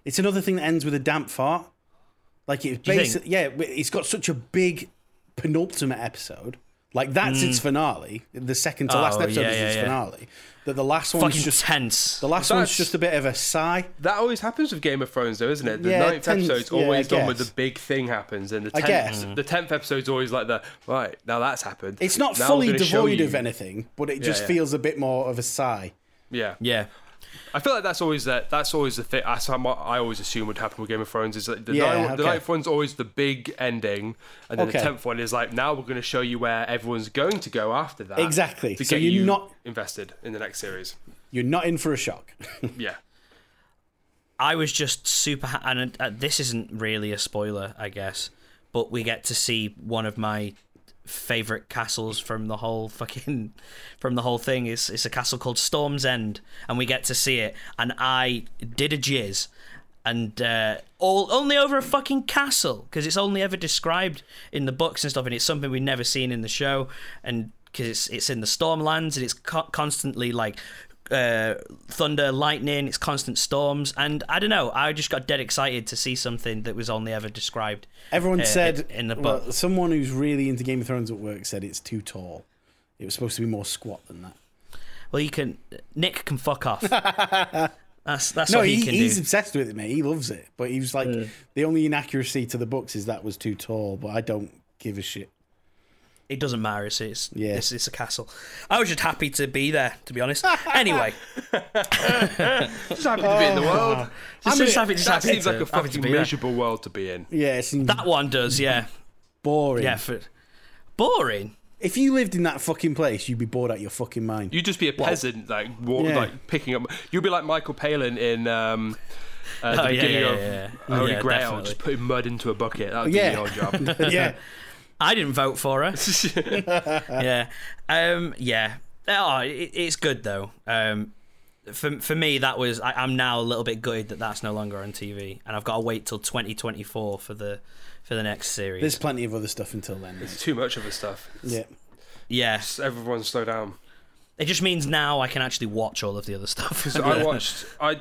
Speaker 6: It's another thing that ends with a damp fart. Like it
Speaker 4: you
Speaker 6: basically, yeah, but it's got such a big penultimate episode. Like that's its finale. The second to last
Speaker 4: Mm. Oh,
Speaker 6: episode
Speaker 4: yeah,
Speaker 6: is
Speaker 4: yeah,
Speaker 6: its
Speaker 4: yeah.
Speaker 6: finale. That the last one's
Speaker 4: fucking
Speaker 6: just
Speaker 4: tense.
Speaker 6: the last one's
Speaker 5: That's-
Speaker 6: just a bit of a sigh.
Speaker 5: That always happens with Game of Thrones, though, isn't it? The
Speaker 6: Yeah,
Speaker 5: ninth
Speaker 6: tenth-
Speaker 5: episode's
Speaker 6: yeah, I
Speaker 5: always done with
Speaker 6: guess.
Speaker 5: the big thing happens, and the
Speaker 6: I
Speaker 5: tenth,
Speaker 6: guess.
Speaker 5: the tenth episode's always like the right now that's happened.
Speaker 6: It's not
Speaker 5: Now we're
Speaker 6: fully
Speaker 5: gonna show
Speaker 6: devoid
Speaker 5: you."
Speaker 6: of anything, but it just
Speaker 5: yeah.
Speaker 6: feels a bit more of a sigh.
Speaker 5: Yeah,
Speaker 4: yeah.
Speaker 5: I feel like that's always that. That's always the thing. That's how mu- I always assume would happen with Game of Thrones is like the,
Speaker 6: Yeah,
Speaker 5: ninth, the
Speaker 6: okay.
Speaker 5: ninth one's always the big ending, and then
Speaker 6: Okay.
Speaker 5: the tenth one is like now we're going to show you where everyone's going to go after that.
Speaker 6: Exactly.
Speaker 5: To
Speaker 6: So
Speaker 5: get
Speaker 6: you're
Speaker 5: you
Speaker 6: not-
Speaker 5: invested in the next series.
Speaker 6: You're not in for a shock.
Speaker 5: Yeah.
Speaker 4: I was just super, ha- and uh, this isn't really a spoiler, I guess, but we get to see one of my favorite castles from the whole fucking from the whole thing. It's it's a castle called Storm's End, and we get to see it. And I did a jizz, and uh, all only over a fucking castle because it's only ever described in the books and stuff, and it's something we've never seen in the show, and because it's it's in the Stormlands and it's co- constantly like uh, thunder, lightning, it's constant storms, and I don't know. I just got dead excited to see something that was only ever described.
Speaker 6: Everyone
Speaker 4: uh,
Speaker 6: said
Speaker 4: in the
Speaker 6: well,
Speaker 4: book.
Speaker 6: someone who's really into Game of Thrones at work said it's too tall. It was supposed to be more squat than that.
Speaker 4: Well, you can. Nick can fuck off. that's that's
Speaker 6: No,
Speaker 4: what he,
Speaker 6: he,
Speaker 4: can
Speaker 6: he's
Speaker 4: do.
Speaker 6: obsessed with it, mate. He loves it. But he was like, the only inaccuracy to the books is that was too tall. But I don't give a shit.
Speaker 4: It doesn't matter. It's it's,
Speaker 6: Yeah.
Speaker 4: it's it's a castle. I was just happy to be there, to be honest. Anyway,
Speaker 5: Just happy to be in
Speaker 6: Oh.
Speaker 5: the world.
Speaker 4: just, just happy, just
Speaker 5: That
Speaker 4: happy
Speaker 5: seems
Speaker 4: to,
Speaker 5: like a
Speaker 4: happy to
Speaker 5: fucking
Speaker 4: be there.
Speaker 5: miserable world to be in.
Speaker 6: Yeah, it's
Speaker 4: That one does, yeah,
Speaker 6: boring.
Speaker 4: yeah. For, boring.
Speaker 6: If you lived in that fucking place, you'd be bored out your fucking mind.
Speaker 5: You'd just be a peasant, like walk,
Speaker 6: Yeah.
Speaker 5: like picking up. You'd be like Michael Palin in um, uh, the
Speaker 4: Oh, yeah,
Speaker 5: beginning
Speaker 4: yeah,
Speaker 5: of
Speaker 4: yeah, yeah.
Speaker 5: Holy
Speaker 4: Yeah,
Speaker 5: Grail,
Speaker 4: definitely.
Speaker 5: just putting mud into a bucket. That would
Speaker 6: Yeah.
Speaker 5: be your job.
Speaker 6: yeah,
Speaker 4: I didn't vote for her. yeah, um, yeah. Oh, it, it's good though. Um, for for me, that was. I, I'm now a little bit gutted that that's no longer on TV, and I've got to wait till 2024 for the for the next series.
Speaker 6: there's plenty of other stuff until then. mate.
Speaker 5: Too much of the stuff.
Speaker 6: Yeah,
Speaker 4: yeah,
Speaker 5: Everyone, slow down.
Speaker 4: it just means now I can actually watch all of the other stuff.
Speaker 5: So I watched. I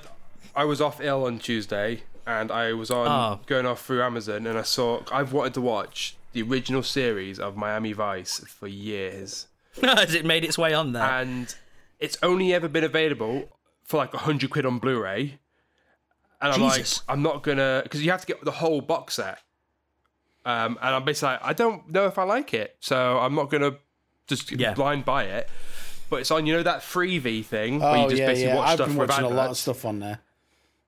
Speaker 5: I was off ill on Tuesday, and I was on
Speaker 4: Oh.
Speaker 5: going off through Amazon, and I saw. I've wanted to watch the original series of Miami Vice for years,
Speaker 4: Has it made its way on there?
Speaker 5: and it's only ever been available for like hundred quid on Blu-ray. And I'm
Speaker 4: Jesus.
Speaker 5: like, I'm not gonna because you have to get the whole box set. Um, and I'm basically like, I don't know if I like it, so I'm not gonna just
Speaker 4: Yeah.
Speaker 5: blind buy it. But it's on, you know, that freebie thing where you
Speaker 6: Oh
Speaker 5: just
Speaker 6: yeah,
Speaker 5: basically
Speaker 6: yeah.
Speaker 5: watch
Speaker 6: I've
Speaker 5: stuff
Speaker 6: been
Speaker 5: with
Speaker 6: watching a lot of
Speaker 5: adverts.
Speaker 6: stuff on there.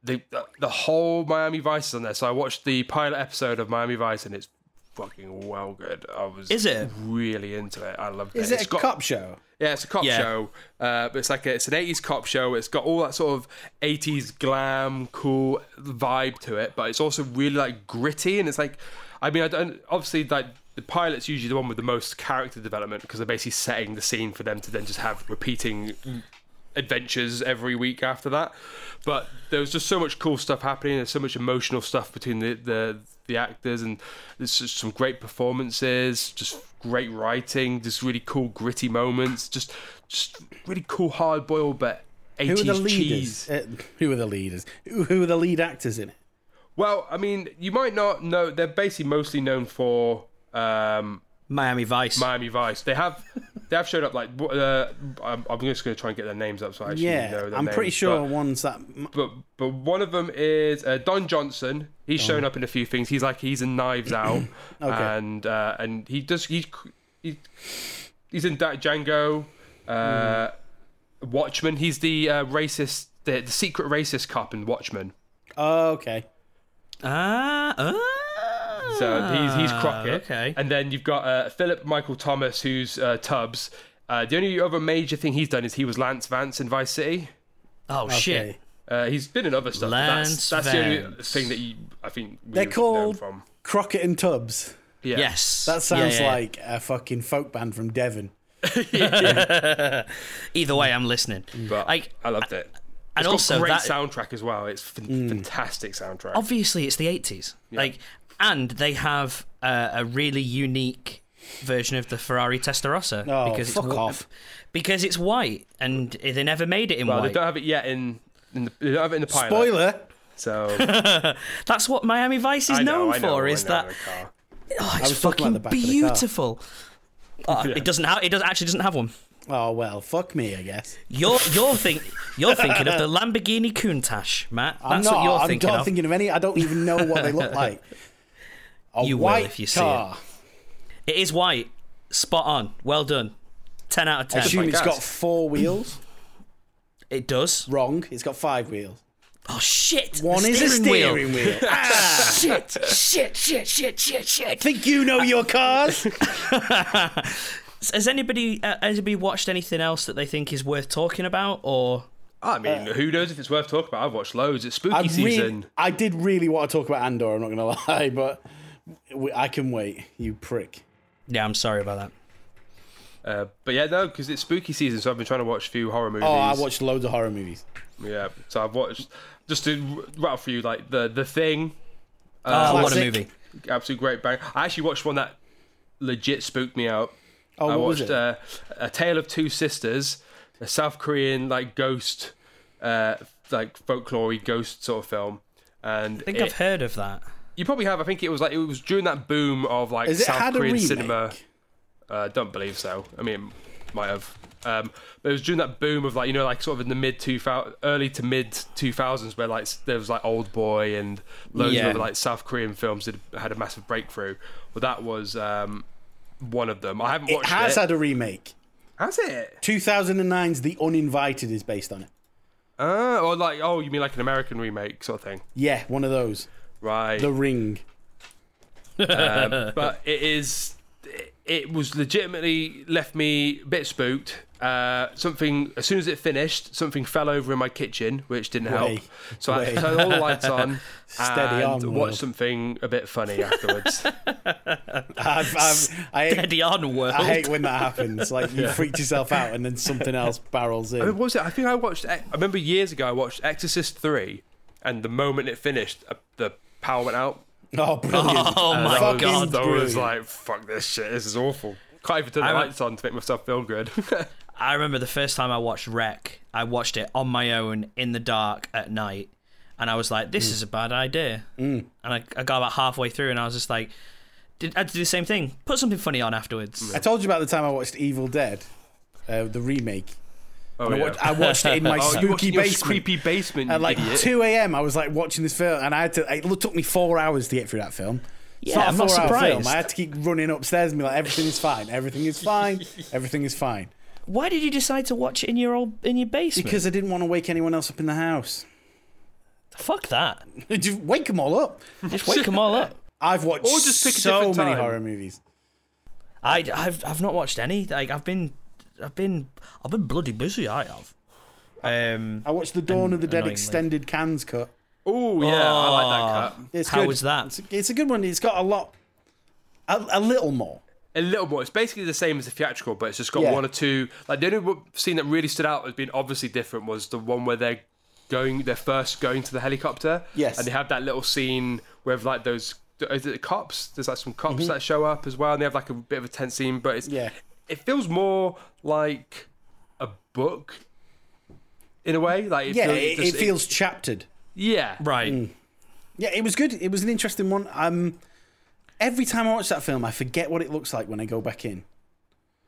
Speaker 5: The, the the whole Miami Vice is on there, so I watched the pilot episode of Miami Vice, and it's fucking well good. I was
Speaker 4: Is it?
Speaker 5: really into it? I loved it.
Speaker 6: Is it
Speaker 5: It's
Speaker 6: a
Speaker 5: got-
Speaker 6: cop show?
Speaker 5: yeah, it's a cop
Speaker 4: Yeah.
Speaker 5: show. Uh, but it's like a, it's an eighties cop show. It's got all that sort of eighties glam, cool vibe to it, but it's also really like gritty and it's like, I mean, I don't obviously like the pilot's usually the one with the most character development because they're basically setting the scene for them to then just have repeating adventures every week after that. But there was just so much cool stuff happening. There's so much emotional stuff between the the, the actors, and there's just some great performances, just great writing, just really cool gritty moments, just just really cool hard boiled but
Speaker 6: Who are the
Speaker 5: 80s
Speaker 6: leaders?
Speaker 5: cheese.
Speaker 6: Uh, who are the leaders? Who, who are the lead actors in it?
Speaker 5: Well, I mean, you might not know. They're basically mostly known for. Um,
Speaker 4: Miami Vice.
Speaker 5: Miami Vice. They have, they have showed up like. w- Uh, I'm, I'm just going to try and get their names up so I actually know
Speaker 6: Yeah,
Speaker 5: their
Speaker 6: I'm pretty
Speaker 5: names,
Speaker 6: sure
Speaker 5: but-
Speaker 6: one's that.
Speaker 5: but but one of them is uh, Don Johnson. He's shown up in a few things. He's like he's in Knives Out, and uh, and he does he, he he's in Da- Django, uh,
Speaker 4: Hmm.
Speaker 5: Watchmen. He's the uh, racist, the, the secret racist cop in Watchmen.
Speaker 6: Oh, okay.
Speaker 4: Ah, ah.
Speaker 5: So he's he's Crockett.
Speaker 4: okay.
Speaker 5: And then you've got uh, Philip Michael Thomas, who's uh, Tubbs. Uh, the only other major thing he's done is he was Lance Vance in Vice City.
Speaker 4: Oh shit.
Speaker 6: Okay.
Speaker 5: Uh, he's been in other stuff. but that's
Speaker 4: Lance
Speaker 5: that's the only
Speaker 4: Vance.
Speaker 5: thing that you, I think we
Speaker 6: They're
Speaker 5: would know
Speaker 6: called
Speaker 5: from.
Speaker 6: Crockett and Tubbs.
Speaker 5: Yeah.
Speaker 4: Yes.
Speaker 6: That sounds
Speaker 4: Yeah, yeah, yeah.
Speaker 6: like a fucking folk band from Devon.
Speaker 4: Either way, I'm listening.
Speaker 5: but
Speaker 4: Like,
Speaker 5: I loved it.
Speaker 4: and
Speaker 5: It's
Speaker 4: also
Speaker 5: got great
Speaker 4: that-
Speaker 5: soundtrack as well. It's f-
Speaker 6: Mm.
Speaker 5: fantastic soundtrack.
Speaker 4: obviously it's the 80s like and they have uh, a really unique version of the Ferrari Testarossa
Speaker 6: Oh, fuck
Speaker 4: it's wh-
Speaker 6: off.
Speaker 4: because it's white and they never made it in
Speaker 5: well, they
Speaker 4: white
Speaker 5: don't have it yet in, in the, they don't have it in the pilot.
Speaker 6: Spoiler.
Speaker 5: So
Speaker 4: that's what Miami Vice is
Speaker 5: I know,
Speaker 4: known
Speaker 5: I
Speaker 4: for
Speaker 5: know, I
Speaker 4: is
Speaker 5: know,
Speaker 4: that
Speaker 5: the car.
Speaker 4: oh, it's
Speaker 6: was talking
Speaker 4: fucking
Speaker 6: about the back of the car.
Speaker 4: beautiful Oh, it doesn't have it does actually doesn't have one
Speaker 6: Oh well, fuck me, I guess.
Speaker 4: you're you're think you're thinking of the Lamborghini Countach Matt that's
Speaker 6: I'm not.
Speaker 4: what you're
Speaker 6: I'm
Speaker 4: thinking
Speaker 6: not
Speaker 4: of
Speaker 6: thinking of any. I don't even know what they look like. A
Speaker 4: You will
Speaker 6: white
Speaker 4: if you see it.
Speaker 6: car.
Speaker 4: it is white spot on well done 10 out of 10
Speaker 6: Assume
Speaker 5: my
Speaker 6: it's
Speaker 5: God.
Speaker 6: got four wheels.
Speaker 4: it does
Speaker 6: Wrong. It's got five wheels.
Speaker 4: oh shit
Speaker 6: One
Speaker 4: the
Speaker 6: is a
Speaker 4: wheel.
Speaker 6: steering wheel. ah,
Speaker 4: shit, shit, shit, shit, shit, shit.
Speaker 6: think you know your cars?
Speaker 4: Has anybody uh, has anybody watched anything else that they think is worth talking about? Or
Speaker 5: I mean, who knows if it's worth talking about? I've watched loads. It's spooky
Speaker 6: Uh, I
Speaker 5: season.
Speaker 6: really, I did really want to talk about Andor. I'm not going to lie, but we, I can wait. You prick.
Speaker 4: yeah, I'm sorry about that.
Speaker 5: Uh, but yeah, no, because it's spooky season, so I've been trying to watch a few horror movies.
Speaker 6: Oh, I watched loads of horror movies.
Speaker 5: Yeah, so I've watched just to r- rattle for you like the the thing,
Speaker 4: oh, what a
Speaker 6: Uh, classic.
Speaker 4: movie!
Speaker 5: absolute great bang. I actually watched one that legit spooked me out.
Speaker 6: Oh,
Speaker 5: I
Speaker 6: what
Speaker 5: watched
Speaker 6: was it?
Speaker 5: Uh, a Tale of Two Sisters, a South Korean like ghost, uh, like folklory ghost sort of film. And
Speaker 4: I think
Speaker 5: it-
Speaker 4: I've heard of that.
Speaker 5: you probably have. I think it was like it was during that boom of like
Speaker 6: Has it
Speaker 5: South
Speaker 6: had a
Speaker 5: Korean
Speaker 6: remake?
Speaker 5: cinema. Uh, don't believe so. I mean, it might have. Um, but it was during that boom of like you know like sort of in the mid two thousand early to mid two thousands where like s- there was like Old Boy and loads
Speaker 4: Yeah.
Speaker 5: of other like South Korean films that had a massive breakthrough. Well, that was um, one of them. I haven't
Speaker 6: It
Speaker 5: watched
Speaker 6: has had a remake.
Speaker 5: has it?
Speaker 6: 2009's The Uninvited is based on it.
Speaker 5: Uh, or like oh you mean like an American remake sort of thing?
Speaker 6: Yeah, one of those.
Speaker 5: Right.
Speaker 6: The Ring.
Speaker 5: but it is it- it was legitimately left me a bit spooked uh, something as soon as it finished something fell over in my kitchen which didn't
Speaker 6: Way.
Speaker 5: help so
Speaker 6: Way.
Speaker 5: i turned all the lights on
Speaker 6: Steady
Speaker 5: and
Speaker 6: on, Will.
Speaker 5: watched something a bit funny afterwards
Speaker 6: I've, I've, I, hate,
Speaker 4: Eddie on world.
Speaker 6: I hate when that happens. Like you freaked yourself out and then something else barrels
Speaker 5: what
Speaker 6: in.
Speaker 5: was it i think i watched i remember years ago i watched exorcist 3 and the moment it finished uh, the power went out
Speaker 6: Oh, brilliant!
Speaker 4: Oh
Speaker 5: And
Speaker 4: my
Speaker 5: I was-
Speaker 4: God.
Speaker 5: i was
Speaker 6: Brilliant.
Speaker 5: like fuck this shit this is awful can't even turn the
Speaker 4: I-
Speaker 5: lights on to make myself feel good
Speaker 4: I remember the first time I watched Wreck. I watched it on my own in the dark at night, and I was like, "This is a bad idea." Mm. And I, I got about halfway through, and I was just like, did, "I had to do the same thing. Put something funny on afterwards."
Speaker 6: I told you about the time I watched Evil Dead, uh, the remake.
Speaker 5: oh,
Speaker 6: I
Speaker 5: yeah.
Speaker 6: watched, I watched it in my
Speaker 5: Oh, you watched
Speaker 6: spooky
Speaker 5: in your
Speaker 6: basement.
Speaker 5: creepy basement you
Speaker 6: At like
Speaker 5: idiot.
Speaker 6: 2 a.m., I was like watching this film, and I had to. It took me four hours to get through that film. It's
Speaker 4: Yeah,
Speaker 6: not a
Speaker 4: I'm not
Speaker 6: four-hour
Speaker 4: surprised.
Speaker 6: Film. I had to keep running upstairs and be like, everything is fine, everything is fine, everything is fine.
Speaker 4: Why did you decide to watch it in your old in your basement?
Speaker 6: Because I didn't want to wake anyone else up in the house.
Speaker 4: fuck that.
Speaker 6: Just wake them all up.
Speaker 4: Just wake them all up.
Speaker 6: I've watched
Speaker 5: Or just pick a
Speaker 6: so
Speaker 5: different
Speaker 6: many
Speaker 5: time.
Speaker 6: horror movies.
Speaker 4: I have I've not watched any. Like I've been I've been I've been bloody busy. I have. Um,
Speaker 6: I watched The Dawn of the Dead
Speaker 4: annoyingly.
Speaker 6: extended cans cut.
Speaker 5: Oh yeah, I
Speaker 6: Ah.
Speaker 5: like that cut.
Speaker 6: It's
Speaker 4: How
Speaker 6: good.
Speaker 4: was that?
Speaker 6: It's a, it's a good one. It's got a lot, a, a little more.
Speaker 5: A little more. It's basically the same as the theatrical, but it's just got
Speaker 6: Yeah.
Speaker 5: one or two. Like the only one- scene that really stood out as being obviously different was the one where they're going, they're first going to the helicopter.
Speaker 6: Yes.
Speaker 5: And they have that little scene with like those. Is it the cops? There's like some cops that show up as well, and they have like a bit of a tense scene, but it's
Speaker 6: Mm-hmm. Yeah.
Speaker 5: It feels more like a book, in a way. Like it
Speaker 6: Yeah,
Speaker 5: feels,
Speaker 6: it,
Speaker 5: just-
Speaker 6: it feels chaptered.
Speaker 5: yeah.
Speaker 4: right.
Speaker 6: Yeah, it was good. It was an interesting one. Um, every time I watch that film, I forget what it looks like when I go back in.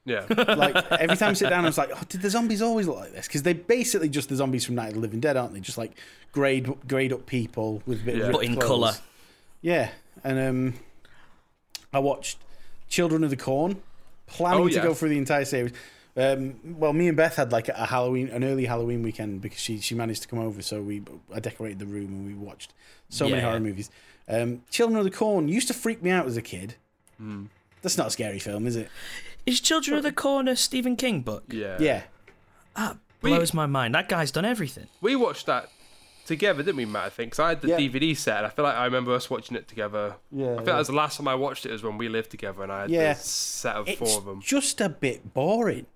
Speaker 5: Yeah.
Speaker 6: Like every time I sit down, I was like, "Oh, did the zombies always look like this?" Because they're basically just the zombies from Night of the Living Dead, aren't they? Just like grade grade up people with a bit
Speaker 5: Yeah.
Speaker 6: of ripped
Speaker 4: But in
Speaker 6: clothes.
Speaker 4: colour.
Speaker 6: Yeah, and um, I watched Children of the Corn, planning
Speaker 5: Oh,
Speaker 6: to
Speaker 5: yeah.
Speaker 6: go through the entire series. Um, well, me and Beth had like a Halloween, an early Halloween weekend because she she managed to come over, so we I decorated the room and we watched so many
Speaker 4: Yeah.
Speaker 6: horror movies. Um, Children of the Corn used to freak me out as a kid.
Speaker 5: Hmm.
Speaker 6: That's not a scary film, is it?
Speaker 4: Is Children of the Corn a Stephen King book?
Speaker 5: Yeah.
Speaker 6: Yeah.
Speaker 4: Blows my mind. That guy's done everything.
Speaker 5: We watched that together, didn't we, Matt? I think because I had the
Speaker 6: Yeah.
Speaker 5: DVD set, and I feel like I remember us watching it together. I
Speaker 6: Yeah,
Speaker 5: think
Speaker 6: yeah.
Speaker 5: that was the last time I watched it was when we lived together, and I had
Speaker 6: Yeah.
Speaker 5: the set of
Speaker 6: It's
Speaker 5: four of them.
Speaker 6: just a bit boring.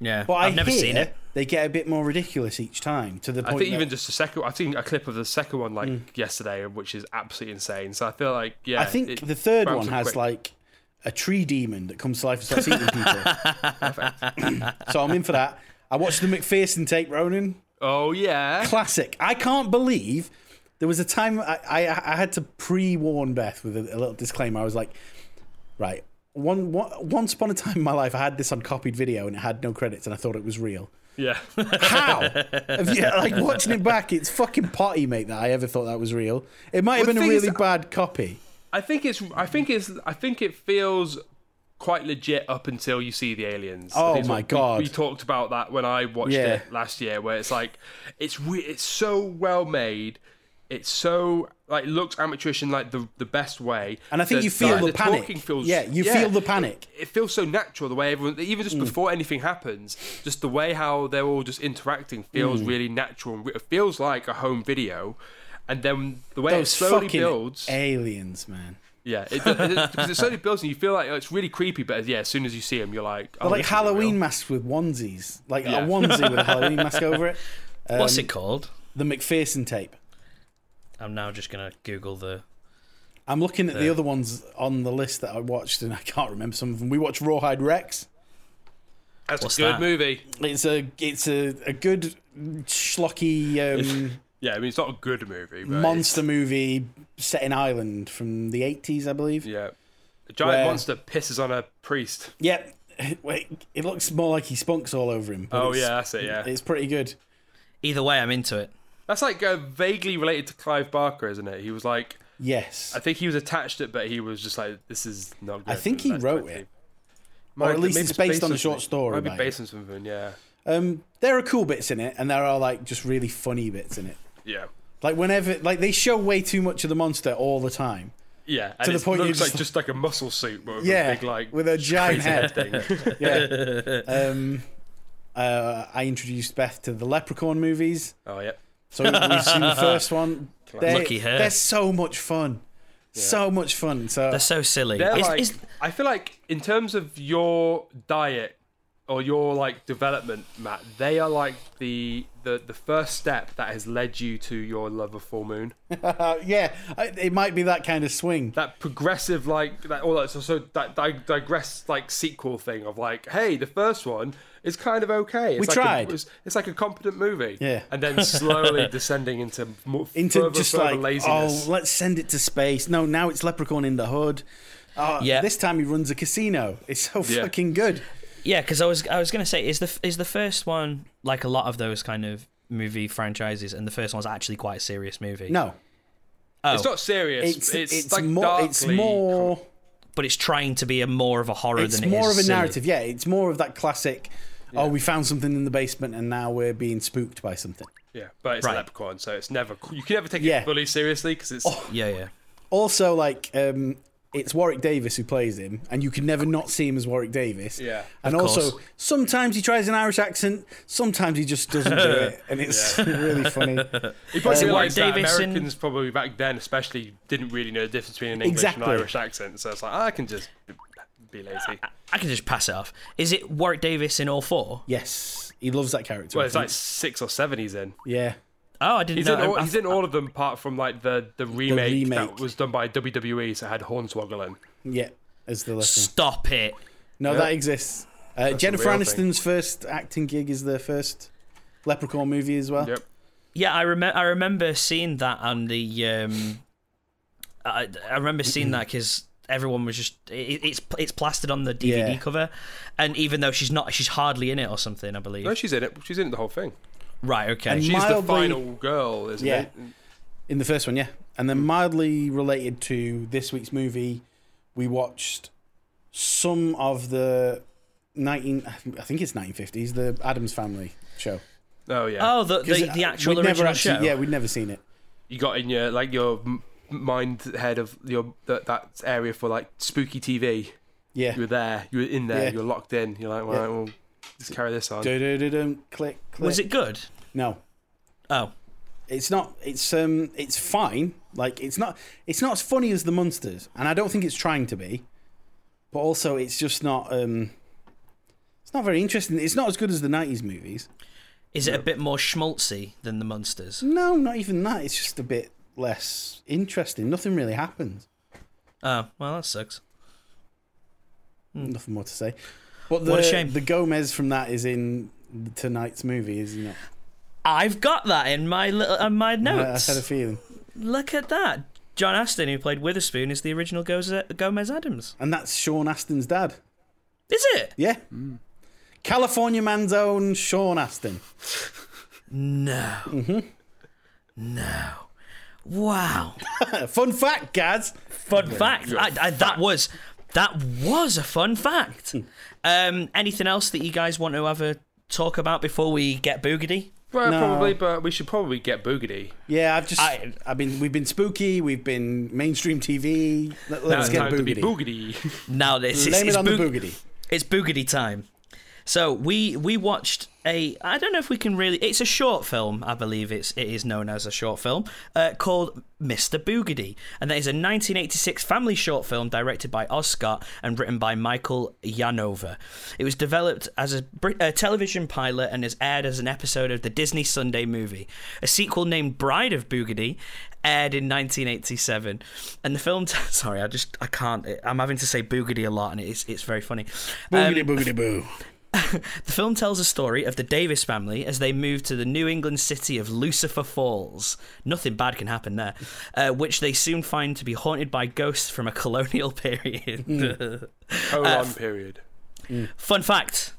Speaker 4: Yeah,
Speaker 6: But
Speaker 4: I've
Speaker 6: I
Speaker 4: never
Speaker 6: hear
Speaker 4: seen it.
Speaker 6: They get a bit more ridiculous each time to the
Speaker 5: I
Speaker 6: point.
Speaker 5: think even
Speaker 6: that-
Speaker 5: just the second, I've seen a clip of the second one like yesterday, which is absolutely insane. So I feel like yeah,
Speaker 6: I think
Speaker 5: it
Speaker 6: the third
Speaker 5: ramps
Speaker 6: one
Speaker 5: up
Speaker 6: has
Speaker 5: quick.
Speaker 6: like a tree demon that comes to life and starts eating people. so I'm in for that. I watched the McPherson tape, Ronan.
Speaker 5: oh yeah,
Speaker 6: Classic. I can't believe there was a time I, I, I had to pre warn Beth with a, a little disclaimer. I was like, right, one, one, once upon a time in my life, I had this on copied video and it had no credits and I thought it was real.
Speaker 5: yeah,
Speaker 6: How? Have you, like watching it back, it's fucking potty, mate, that I ever thought that was real. It might have
Speaker 5: Well, the
Speaker 6: been a
Speaker 5: thing is- uh,
Speaker 6: really bad copy.
Speaker 5: I think it's, I think it's, I think it feels quite legit up until you see the aliens. I
Speaker 6: Oh
Speaker 5: think it's
Speaker 6: my
Speaker 5: what- we-
Speaker 6: God.
Speaker 5: We, talked about that when I watched
Speaker 6: Yeah.
Speaker 5: it last year, where it's like it's re- it's so well made, it's so like looks amateurish in like the the best way,
Speaker 6: And I think you feel
Speaker 5: like,
Speaker 6: the, panic.
Speaker 5: talking feels-
Speaker 6: yeah, you feel the panic. Mm.
Speaker 5: It feels so natural the way everyone, even just before anything happens, just the way how they're all just interacting
Speaker 6: Mm.
Speaker 5: feels really natural. and re- It feels like a home video, and then the way it
Speaker 6: Those
Speaker 5: slowly
Speaker 6: fucking
Speaker 5: builds.
Speaker 6: aliens, man.
Speaker 5: Yeah, it, it, it, 'cause it slowly builds and you feel like oh, it's really creepy, but yeah, as soon as you see him, you're like, oh,
Speaker 6: But like
Speaker 5: this isn't
Speaker 6: Halloween
Speaker 5: real.
Speaker 6: masks with onesies, like
Speaker 5: Yeah.
Speaker 6: a onesie with a Halloween mask over it.
Speaker 4: What's
Speaker 6: Um,
Speaker 4: it called?
Speaker 6: The McPherson tape.
Speaker 4: I'm now just gonna Google the.
Speaker 6: I'm looking at the other ones on the list that I watched, and I can't remember some of them. We watched Rawhide Rex.
Speaker 5: That's
Speaker 4: What's
Speaker 5: a good
Speaker 4: that?
Speaker 5: movie.
Speaker 6: It's a it's a, a good schlocky um,
Speaker 5: Yeah, I mean, it's not a good movie, but
Speaker 6: monster movie set in Ireland from the 80s, I believe.
Speaker 5: it's- yeah, a giant
Speaker 6: Where-
Speaker 5: monster pisses on a priest.
Speaker 6: Yep. Wait, it looks more like he spunks all over him. but
Speaker 5: Oh
Speaker 6: it's-
Speaker 5: yeah, that's it. Yeah,
Speaker 6: It's pretty good.
Speaker 4: Either way, I'm into it.
Speaker 5: that's like uh, vaguely related to Clive Barker, isn't it? He was like,
Speaker 6: Yes.
Speaker 5: I think he was attached to it, but he was just like, this is not. Good.
Speaker 6: I think he
Speaker 5: That's
Speaker 6: wrote
Speaker 5: my
Speaker 6: it.
Speaker 5: thing.
Speaker 6: Or at
Speaker 5: Might-
Speaker 6: least
Speaker 5: maybe
Speaker 6: it's based on a short
Speaker 5: something.
Speaker 6: story
Speaker 5: Might be
Speaker 6: by
Speaker 5: based on something. Yeah,
Speaker 6: Um, there are cool bits in it, and there are like just really funny bits in it.
Speaker 5: yeah,
Speaker 6: Like whenever, like they show way too much of the monster all the time.
Speaker 5: yeah. And
Speaker 6: the
Speaker 5: it
Speaker 6: point you
Speaker 5: looks like
Speaker 6: just-
Speaker 5: just like a muscle suit, but with
Speaker 6: Yeah,
Speaker 5: a big like
Speaker 6: with a giant
Speaker 5: crazy
Speaker 6: head.
Speaker 5: thing.
Speaker 6: Yeah. um, uh, I introduced Beth to the Leprechaun movies,
Speaker 5: oh yeah.
Speaker 6: so we've seen the first one. They're,
Speaker 4: Lucky her.
Speaker 6: They're so much fun, so much fun. So
Speaker 4: They're so silly.
Speaker 5: They're
Speaker 4: Is-
Speaker 5: like,
Speaker 4: is-
Speaker 5: I feel like in terms of your diet or your like development, Matt, they are like the the the first step that has led you to your love of full moon.
Speaker 6: uh, yeah, I, it might be that kind of swing.
Speaker 5: That progressive like that all that so, so that dig- digress like sequel thing of like, hey, the first one is kind of okay. It's
Speaker 6: We
Speaker 5: like
Speaker 6: tried.
Speaker 5: A, it's, it's like a competent movie.
Speaker 6: Yeah.
Speaker 5: and then slowly descending into more
Speaker 6: Into
Speaker 5: further,
Speaker 6: just
Speaker 5: further
Speaker 6: like
Speaker 5: laziness.
Speaker 6: oh, let's send it to space. No, now it's Leprechaun in the hood. Uh,
Speaker 4: Yeah.
Speaker 6: This time he runs a casino. It's so
Speaker 5: Yeah.
Speaker 6: fucking good.
Speaker 4: yeah, because I was I was gonna say is the is the first one like a lot of those kind of movie Oh, franchises, and the first one's actually quite a serious movie.
Speaker 6: No,
Speaker 5: It's not serious.
Speaker 6: It's
Speaker 5: It's
Speaker 6: it's,
Speaker 5: like
Speaker 6: more it's
Speaker 5: darkly-
Speaker 6: more
Speaker 4: but it's trying to be a more of a horror
Speaker 6: it's
Speaker 4: than
Speaker 6: more
Speaker 4: it
Speaker 6: of
Speaker 4: is
Speaker 6: a
Speaker 4: silly.
Speaker 6: narrative. Yeah, it's more of that classic. Oh, we found something in the basement, and now we're being spooked by something.
Speaker 5: Yeah, but it's
Speaker 4: Right.
Speaker 5: a leprechaun, so it's never. You can never take
Speaker 6: Yeah. Oh,
Speaker 5: it fully seriously because it's.
Speaker 4: Yeah, yeah.
Speaker 6: also like um it's Warwick Davis who plays him, and you can never not see him as Warwick Davis.
Speaker 5: Yeah.
Speaker 6: And
Speaker 4: Of course.
Speaker 6: also, sometimes he tries an Irish accent, sometimes he just doesn't do it, and it's really funny.
Speaker 5: He probably
Speaker 4: Warwick
Speaker 5: realised that
Speaker 4: Davis in-
Speaker 5: Americans probably back then, especially, didn't really know the difference between an English
Speaker 6: Exactly. Uh,
Speaker 5: and Irish accent. So it's like "Ah, I can just be lazy.
Speaker 4: I can just pass it off. Is it Warwick Davis in all four?
Speaker 6: Yes, he loves that character. I
Speaker 5: Well, it's like
Speaker 6: think.
Speaker 5: six or seven he's in.
Speaker 6: yeah,
Speaker 4: Oh, I didn't
Speaker 5: He's,
Speaker 4: know.
Speaker 5: in, all,
Speaker 4: I-
Speaker 5: he's in all of them apart from like the, the, remake,
Speaker 6: uh, remake.
Speaker 5: that was done by WWE, so it had Hornswoggle in.
Speaker 6: yeah, as the lesson.
Speaker 4: Stop it.
Speaker 6: No, that exists. Uh, Jennifer
Speaker 5: real
Speaker 6: Aniston's first acting gig is their first Leprechaun movie as well.
Speaker 5: Yep.
Speaker 4: Yeah, I remember. I remember seeing that on the. Um, I, I remember seeing that because everyone was just it, it's it's plastered on the DVD
Speaker 6: Yeah.
Speaker 4: cover, and even though she's not, she's hardly in it or something. I believe.
Speaker 5: No, she's in it. She's in the whole thing.
Speaker 4: right. Okay.
Speaker 6: And
Speaker 5: She's
Speaker 6: Mildly-
Speaker 5: the final girl, isn't
Speaker 6: Yeah.
Speaker 5: it?
Speaker 6: In the first one, yeah.
Speaker 4: Hmm.
Speaker 6: And then mildly related to this week's movie, we watched some of the 19 I think it's 1950s, the Adams Family show.
Speaker 5: Oh yeah.
Speaker 4: oh, the
Speaker 6: 'Cause
Speaker 4: the,
Speaker 6: it-
Speaker 4: the actual
Speaker 6: we'd never
Speaker 4: original
Speaker 6: actually-
Speaker 4: show.
Speaker 6: Yeah, we'd never seen it.
Speaker 5: You got in your like your m- mind head of your that, that area for like spooky TV.
Speaker 6: Yeah.
Speaker 5: You were there. You were in there.
Speaker 6: Yeah.
Speaker 5: You're locked in. You're like, well,
Speaker 6: Yeah.
Speaker 5: right, well, just carry this on.
Speaker 6: Du-du-du-dum, click, click.
Speaker 4: Was it good?
Speaker 6: No.
Speaker 4: Oh,
Speaker 6: It's not it's um it's fine. Like it's not it's not as funny as the monsters, and I don't think it's trying to be. But also it's just not um it's not very interesting. It's not as good as the 90s movies.
Speaker 4: is it a bit more schmaltzy than the monsters?
Speaker 6: No, not even that. It's just a bit less interesting. Nothing really happens.
Speaker 4: Oh, well, that sucks.
Speaker 6: Nothing more to say. But
Speaker 4: Hmm.
Speaker 6: the,
Speaker 4: What a shame.
Speaker 6: The Gomez from that is in tonight's movie, is he not?
Speaker 4: I've got that in my little uh, my
Speaker 6: I, I
Speaker 4: notes.
Speaker 6: had a feeling.
Speaker 4: Look at that. John Aston, who played Witherspoon, is the original Goze- Gomez Adams.
Speaker 6: And that's Sean Aston's dad.
Speaker 4: Is it?
Speaker 6: Yeah.
Speaker 4: Hmm.
Speaker 6: California man's own Sean Aston.
Speaker 4: No. Mm-hmm. No. Wow.
Speaker 6: A fun fact, Gaz.
Speaker 4: Fun fact. I, I, that was that was a fun fact.
Speaker 6: Hmm.
Speaker 4: um, anything else that you guys want to ever talk about before we get boogedy?
Speaker 5: Well,
Speaker 6: No.
Speaker 5: probably, but we should probably get Boogedy.
Speaker 6: Yeah, I've just. I,
Speaker 4: I-
Speaker 6: have been. We've been spooky. We've been mainstream TV. Let, us
Speaker 5: It's
Speaker 6: get
Speaker 5: time to be
Speaker 6: boogedy.
Speaker 5: Boogedy.
Speaker 4: Now this is
Speaker 6: Blame it
Speaker 4: it's
Speaker 6: on the
Speaker 4: boog-
Speaker 6: boogedy.
Speaker 4: it's boogedy time. So we we watched a I don't know if we can really it's a short film I believe it's it is known as a short film uh, called Mr Boogedy and that is a 1986 family short film directed by Oz Scott and written by Michael Yanova. It was developed as a, Brit- a television pilot and is aired as an episode of the Disney Sunday Movie. A sequel named Bride of Boogedy aired in 1987 and the film sorry I just I can't I'm having to say boogedy a lot and it's it's very funny. Um,
Speaker 6: Boogedy boogedy boo.
Speaker 4: the film tells a story of the Davis family as they move to the New England city of Lucifer Falls. Nothing bad can happen there, uh, which they soon find to be haunted by ghosts from a colonial period.
Speaker 6: Hmm.
Speaker 5: Colon period.
Speaker 4: Fun fact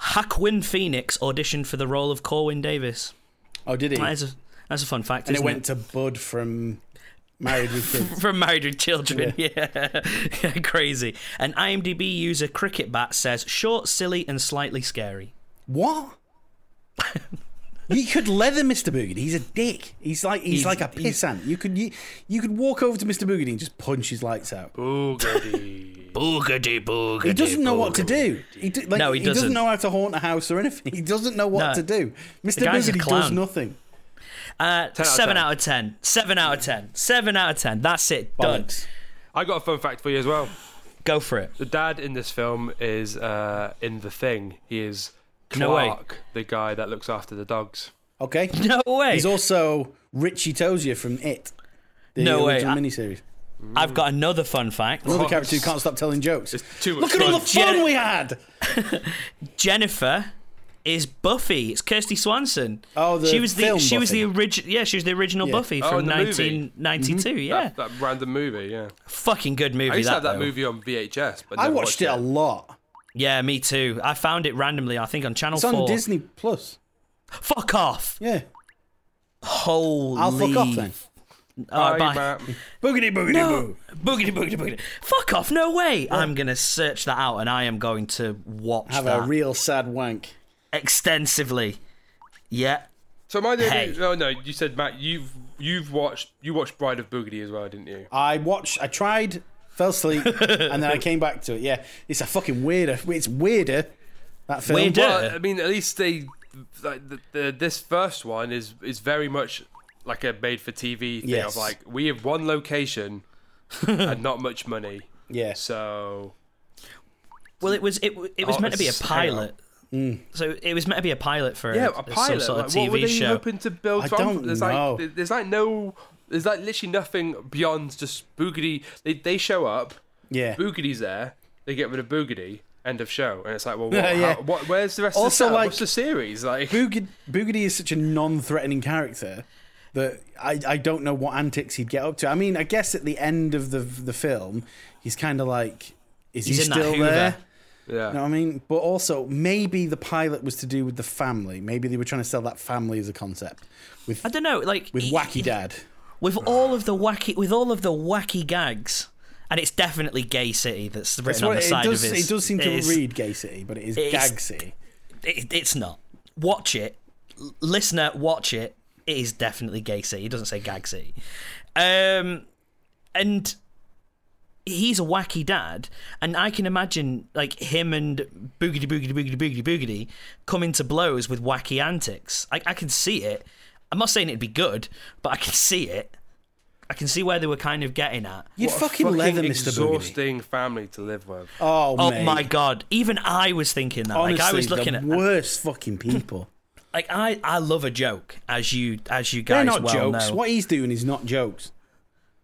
Speaker 4: Hackwin Phoenix auditioned for the role of Corwin Davis.
Speaker 6: Oh, did he?
Speaker 4: That
Speaker 6: And
Speaker 4: is a, that's a fun fact.
Speaker 6: it
Speaker 4: isn't
Speaker 6: went to Bud from Married with Kids.
Speaker 4: from Married with Children. Yeah. Yeah, crazy. An IMDb user, Cricket Bat, says short, silly, and slightly scary.
Speaker 6: What? you could leather Mr. Boogedy. He's a dick. He's like he's,
Speaker 4: He's-
Speaker 6: like a pissant. You could you, you could walk over to Mr. Boogedy and just punch his lights out.
Speaker 5: Boogedy.
Speaker 4: Boogedy boogedy.
Speaker 6: He doesn't know what to do. He do- like,
Speaker 4: No, he doesn't.
Speaker 6: know how to haunt a house or anything. He doesn't know what
Speaker 4: No.
Speaker 6: to do. Mr.
Speaker 4: guy's a
Speaker 6: Boogedy does
Speaker 4: clown.
Speaker 6: nothing.
Speaker 4: Uh,
Speaker 5: out of
Speaker 4: seven
Speaker 5: 10.
Speaker 4: out of ten. Seven out of ten. Seven out of ten. That's it. Done.
Speaker 6: Bollocks.
Speaker 5: I got a fun fact for you as well.
Speaker 4: Go for it.
Speaker 5: The dad in this film is uh, in the thing. He is Clark,
Speaker 4: No way.
Speaker 5: the guy that looks after the dogs.
Speaker 6: Okay.
Speaker 4: No way.
Speaker 6: He's also Richie Tozier from It. The
Speaker 4: No way.
Speaker 6: original
Speaker 4: I-
Speaker 6: miniseries.
Speaker 4: I've got another fun fact.
Speaker 6: Another character who can't stop telling jokes.
Speaker 5: too much
Speaker 6: Look at all the
Speaker 5: fun.
Speaker 6: fun we had.
Speaker 4: Jennifer is Buffy. It's Kirsty Swanson.
Speaker 6: Oh, the
Speaker 4: she was the
Speaker 6: film
Speaker 4: she was the
Speaker 6: Buffy.
Speaker 4: original. Yeah, she was the original
Speaker 6: Yeah.
Speaker 4: Buffy
Speaker 5: Oh,
Speaker 4: from
Speaker 5: in the movie. Mm-hmm.
Speaker 4: 1992. Yeah,
Speaker 5: That, that random movie, yeah.
Speaker 4: fucking good movie.
Speaker 5: I used to
Speaker 4: that,
Speaker 5: have that
Speaker 4: though.
Speaker 5: movie on VHS, but
Speaker 6: I
Speaker 5: never
Speaker 6: watched it a lot.
Speaker 4: Yeah, me too. I found it randomly. I think on Channel
Speaker 6: It's on
Speaker 4: Four.
Speaker 6: Disney Plus.
Speaker 4: Fuck off!
Speaker 6: Yeah.
Speaker 4: Holy.
Speaker 6: I'll fuck off then.
Speaker 4: All right,
Speaker 5: Bye,
Speaker 4: Oh, bye.
Speaker 5: Matt.
Speaker 6: Boogity boogity
Speaker 4: No.
Speaker 6: boo.
Speaker 4: Boogity, boogity, boogity. Fuck off. No way. I'm going to search that out and I am going to watch
Speaker 6: Have
Speaker 4: that
Speaker 6: a real sad wank.
Speaker 4: extensively. Yeah.
Speaker 5: So my idea.
Speaker 4: Hey.
Speaker 5: No, no. You said Matt. You've you've watched you watched Bride of Boogedy as well, didn't you?
Speaker 6: I watched. I tried, fell asleep, and then I came back to it. Yeah, it's a fucking weirder. It's weirder. That film.
Speaker 4: Weirder.
Speaker 5: Well,
Speaker 4: Yeah.
Speaker 5: I mean, at least they like the, the, this first one is is very much like a made for TV thing
Speaker 6: Yes.
Speaker 5: of like we have one location and not much money,
Speaker 6: Yeah.
Speaker 5: so
Speaker 4: Well, it was it, w- it was
Speaker 5: Oh,
Speaker 4: meant to be a
Speaker 5: it's-
Speaker 4: pilot.
Speaker 6: Mm.
Speaker 4: So it was meant to be a pilot for
Speaker 5: yeah,
Speaker 4: a,
Speaker 5: a pilot.
Speaker 4: some sort
Speaker 5: like,
Speaker 4: of
Speaker 5: what were
Speaker 4: TV
Speaker 5: they
Speaker 4: show.
Speaker 5: hoping to build?
Speaker 6: I
Speaker 5: from?
Speaker 6: don't
Speaker 5: there's
Speaker 6: know.
Speaker 5: like there's like no there's like literally nothing beyond just Boogedy. They they show up,
Speaker 6: Yeah.
Speaker 5: Boogedy's there. They get rid of Boogedy. End of show, and it's like, well, what,
Speaker 6: Yeah.
Speaker 5: how, what, where's the rest of the
Speaker 6: Also,
Speaker 5: setup?
Speaker 6: like-
Speaker 5: What's the series like?
Speaker 6: Boogid- Boogedy is such a non-threatening character that I, I don't know what antics he'd get up to. I mean, I guess at the end of the the film, he's kind of like, is
Speaker 4: He's
Speaker 6: he
Speaker 4: in that
Speaker 6: still
Speaker 4: Hoover.
Speaker 6: there?
Speaker 5: yeah,
Speaker 6: You know what I mean? But also, maybe the pilot was to do with the family. Maybe they were trying to sell that family as a concept with
Speaker 4: I don't know, like
Speaker 6: with
Speaker 4: y-
Speaker 6: wacky dad.
Speaker 4: with all of the wacky with all of the wacky gags, and it's definitely Gay City that's written
Speaker 6: That's
Speaker 4: on
Speaker 6: what
Speaker 4: the
Speaker 6: it,
Speaker 4: side
Speaker 6: does.
Speaker 4: of his.
Speaker 6: it does seem to
Speaker 4: is-
Speaker 6: read gay city, but it is
Speaker 4: is-
Speaker 6: gag city.
Speaker 4: It, it's not. Watch it, L- listener. Watch it. It is definitely Gay City. It doesn't say Gag City. Um, and he's a wacky dad, and I can imagine like him and boogity boogity boogity boogity boogity coming to blows with wacky antics. I, I can see it. I'm not saying it'd be good, but I can see it. I can see where they were kind of getting at.
Speaker 6: You'd
Speaker 5: What a
Speaker 6: fucking, leather Mr. Boogedy.
Speaker 5: Exhausting family to live with.
Speaker 6: Oh,
Speaker 4: Oh
Speaker 6: mate.
Speaker 4: my god! Even I was thinking that.
Speaker 6: Honestly,
Speaker 4: like I was looking
Speaker 6: the
Speaker 4: at.
Speaker 6: worst fucking people.
Speaker 4: Like I, I love a joke, as you, as you
Speaker 6: They're
Speaker 4: guys
Speaker 6: not
Speaker 4: well
Speaker 6: jokes.
Speaker 4: know.
Speaker 6: What he's doing is not jokes.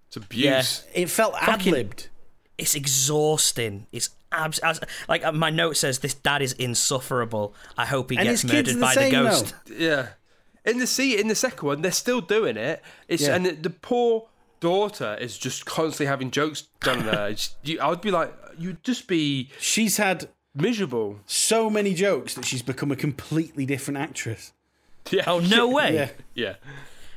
Speaker 5: It's abuse.
Speaker 6: It felt ad
Speaker 4: Fucking-
Speaker 6: libbed.
Speaker 4: It's exhausting. It's abs. As, like uh, my note says, this dad is insufferable. I hope he
Speaker 6: And
Speaker 4: gets
Speaker 6: his kids are
Speaker 4: murdered
Speaker 6: the
Speaker 4: by
Speaker 6: same,
Speaker 4: the ghost.
Speaker 5: Yeah. In the sea, in the second one, they're still doing it. It's
Speaker 6: Yeah.
Speaker 5: and the poor daughter is just constantly having jokes done on her. It's- you- I would be like, you'd just be
Speaker 6: She's had
Speaker 5: miserable.
Speaker 6: so many jokes that she's become a completely different actress.
Speaker 5: Yeah.
Speaker 4: Oh no way!
Speaker 6: Yeah.
Speaker 5: Yeah.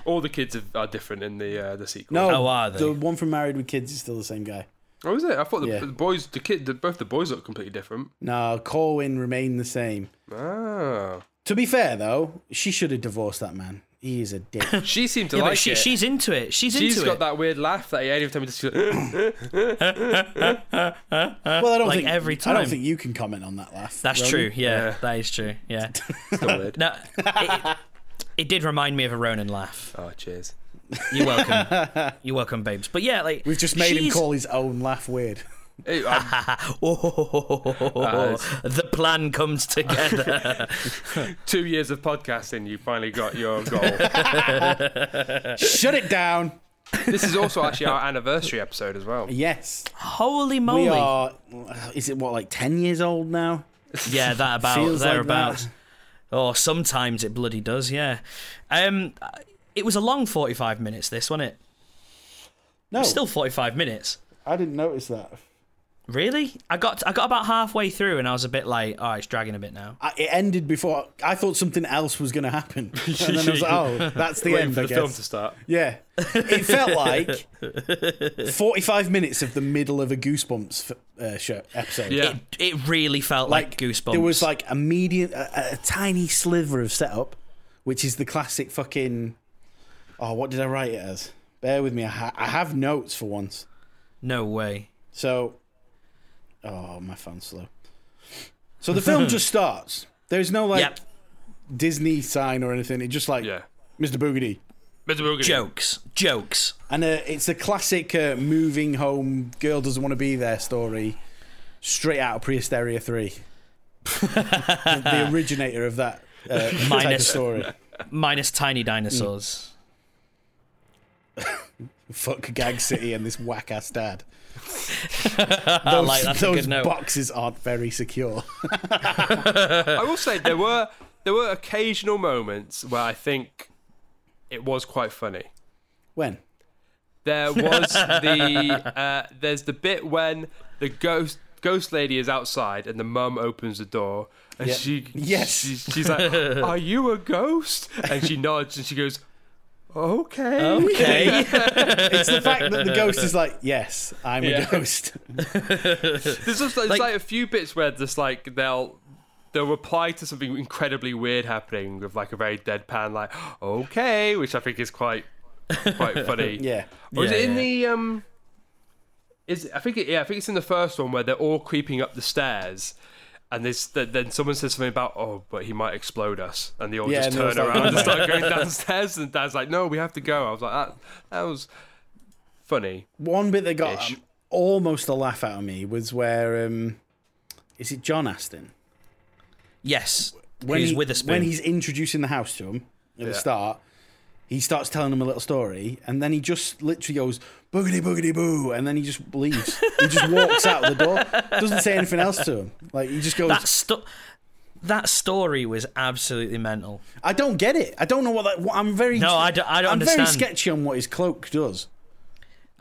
Speaker 5: All the kids are, are different in the uh, the sequel.
Speaker 6: No.
Speaker 4: Oh, are they?
Speaker 6: The one from Married with Kids is still the same guy.
Speaker 5: Oh, is it? I thought the,
Speaker 6: Yeah.
Speaker 5: the boys, the kid, the, both the boys look completely different.
Speaker 6: No, Corwin remained the same.
Speaker 5: Oh.
Speaker 6: To be fair, though, she should have divorced that man. He is a dick.
Speaker 5: She seemed to
Speaker 4: Yeah,
Speaker 5: like
Speaker 4: but she,
Speaker 5: it.
Speaker 4: she's into it. She's
Speaker 5: She's
Speaker 4: into
Speaker 5: got
Speaker 4: it.
Speaker 5: that weird laugh that every time he just
Speaker 6: well, I don't
Speaker 4: Like
Speaker 6: think
Speaker 4: every
Speaker 6: I
Speaker 4: time.
Speaker 6: don't think you can comment on that laugh.
Speaker 4: That's
Speaker 6: Ronan.
Speaker 4: true. Yeah,
Speaker 5: Yeah.
Speaker 4: that is true. Yeah.
Speaker 5: weird.
Speaker 4: no, it, it did remind me of a Ronan laugh.
Speaker 5: Oh, cheers.
Speaker 4: You're welcome. You're welcome, babes. But yeah, like
Speaker 6: We've just made him
Speaker 4: she's-
Speaker 6: call his own laugh weird.
Speaker 5: Hey, I'm-
Speaker 4: Oh, the plan comes together.
Speaker 5: two years of podcasting, you finally got your goal.
Speaker 6: Shut it down.
Speaker 5: this is also actually our anniversary episode as well.
Speaker 6: Yes,
Speaker 4: Holy moly!
Speaker 6: we are. Is it what like ten years old now?
Speaker 4: Yeah, that about
Speaker 6: Feels like
Speaker 4: thereabouts.
Speaker 6: that.
Speaker 4: Oh, sometimes it bloody does. Yeah. Um, it was a long forty-five minutes. This wasn't it?
Speaker 6: No,
Speaker 4: Still forty-five minutes.
Speaker 6: I didn't notice that.
Speaker 4: Really? I got I got about halfway through and I was a bit like, oh, it's dragging a bit now.
Speaker 6: I, it ended before I thought something else was going to happen, and then I was like, "Oh, that's the
Speaker 5: Waiting
Speaker 6: end."
Speaker 5: for
Speaker 6: I
Speaker 5: the
Speaker 6: guess.
Speaker 5: film to start.
Speaker 6: Yeah, it felt like forty-five minutes of the middle of a Goosebumps f- uh, show episode.
Speaker 5: Yeah.
Speaker 4: It it really felt like, goosebumps.
Speaker 6: There was like a medium, a, a tiny sliver of setup, which is the classic fucking. Oh, what did I write it as? Bear with me. I, ha- I have notes for once.
Speaker 4: no way.
Speaker 6: So, oh, my phone's slow. So the film just starts. There's no like
Speaker 4: yep.
Speaker 6: Disney sign or anything. It's just like
Speaker 5: Yeah.
Speaker 6: Mr. Boogedy.
Speaker 5: Mr. Boogedy.
Speaker 4: Jokes. Jokes.
Speaker 6: And uh, it's a classic uh, moving home, girl doesn't want to be there story, straight out of Prehysteria 3. the, the originator of that uh, type of
Speaker 4: Minus-
Speaker 6: story.
Speaker 4: Minus tiny
Speaker 6: Mm.
Speaker 4: dinosaurs.
Speaker 6: Fuck Gag City and this whack ass dad.
Speaker 4: I Ah, like that's a
Speaker 6: Those
Speaker 4: good note.
Speaker 6: boxes aren't very secure.
Speaker 5: I will say there were there were occasional moments where I think it was quite funny.
Speaker 6: when?
Speaker 5: There was the uh, there's the bit when the ghost ghost lady is outside and the mum opens the door and
Speaker 6: Yeah.
Speaker 5: she
Speaker 6: Yes.
Speaker 5: she- she's like, "Are you a ghost?" And she nods and she goes, Okay.
Speaker 4: Okay.
Speaker 6: It's the fact that the ghost is like, yes, I'm a
Speaker 5: Yeah.
Speaker 6: ghost.
Speaker 5: There's just like, there's like a few bits where there's like they'll they'll reply to something incredibly weird happening with like a very deadpan like okay, which I think is quite quite funny.
Speaker 6: Yeah.
Speaker 5: Or is
Speaker 4: Yeah,
Speaker 5: it in
Speaker 4: yeah.
Speaker 5: the um? Is I think it, yeah I think it's in the first one where they're all creeping up the stairs. And this, th- then someone says something about, oh, but he might explode us, and they all
Speaker 6: Yeah,
Speaker 5: just
Speaker 6: and they're
Speaker 5: turn
Speaker 6: just like-
Speaker 5: around and start going downstairs. And Dad's like, no, we have to go. I was like, that, that was funny.
Speaker 6: One bit that got
Speaker 5: Ish.
Speaker 6: um, almost a laugh out of me was where um, is it John Aston?
Speaker 4: yes. Who's
Speaker 6: he-
Speaker 4: with a spoon?
Speaker 6: when he's introducing the house to him at the
Speaker 5: Yeah.
Speaker 6: start, he starts telling him a little story, and then he just literally goes boogity boogity boo, and then he just leaves. he just walks out the door, doesn't say anything else to him. Like he just goes,
Speaker 4: that sto- that story was absolutely mental.
Speaker 6: "I don't get it. I don't know what that." What, I'm very
Speaker 4: No, I don't- I don't
Speaker 6: am
Speaker 4: understand.
Speaker 6: very sketchy on what his cloak does.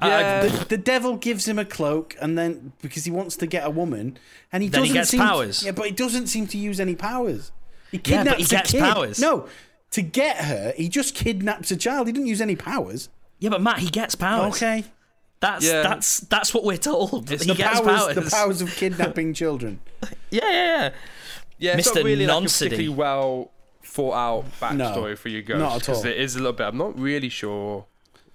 Speaker 4: Uh,
Speaker 5: Yeah.
Speaker 4: Um,
Speaker 6: The, the devil gives him a cloak, and then because he wants to get a woman, and he
Speaker 4: Then he
Speaker 6: doesn't
Speaker 4: gets
Speaker 6: seem to-
Speaker 4: powers.
Speaker 6: yeah, but he doesn't seem to use any powers. He
Speaker 4: Yeah,
Speaker 6: kidnaps
Speaker 4: but he
Speaker 6: a
Speaker 4: gets
Speaker 6: kid.
Speaker 4: powers.
Speaker 6: No, to get her, he just kidnaps a child. He didn't use any powers.
Speaker 4: Yeah, but Matt, he gets powers.
Speaker 6: Okay,
Speaker 4: That's
Speaker 5: Yeah.
Speaker 4: that's that's what we're told. he
Speaker 6: the
Speaker 4: gets
Speaker 6: powers,
Speaker 4: powers.
Speaker 6: the powers of kidnapping children.
Speaker 4: Yeah, yeah,
Speaker 5: Yeah, it's
Speaker 4: Mr.
Speaker 5: not really like a
Speaker 4: Nonsidy.
Speaker 5: particularly well thought out backstory for you guys.
Speaker 6: not at all.
Speaker 5: It is a little bit. I'm not really sure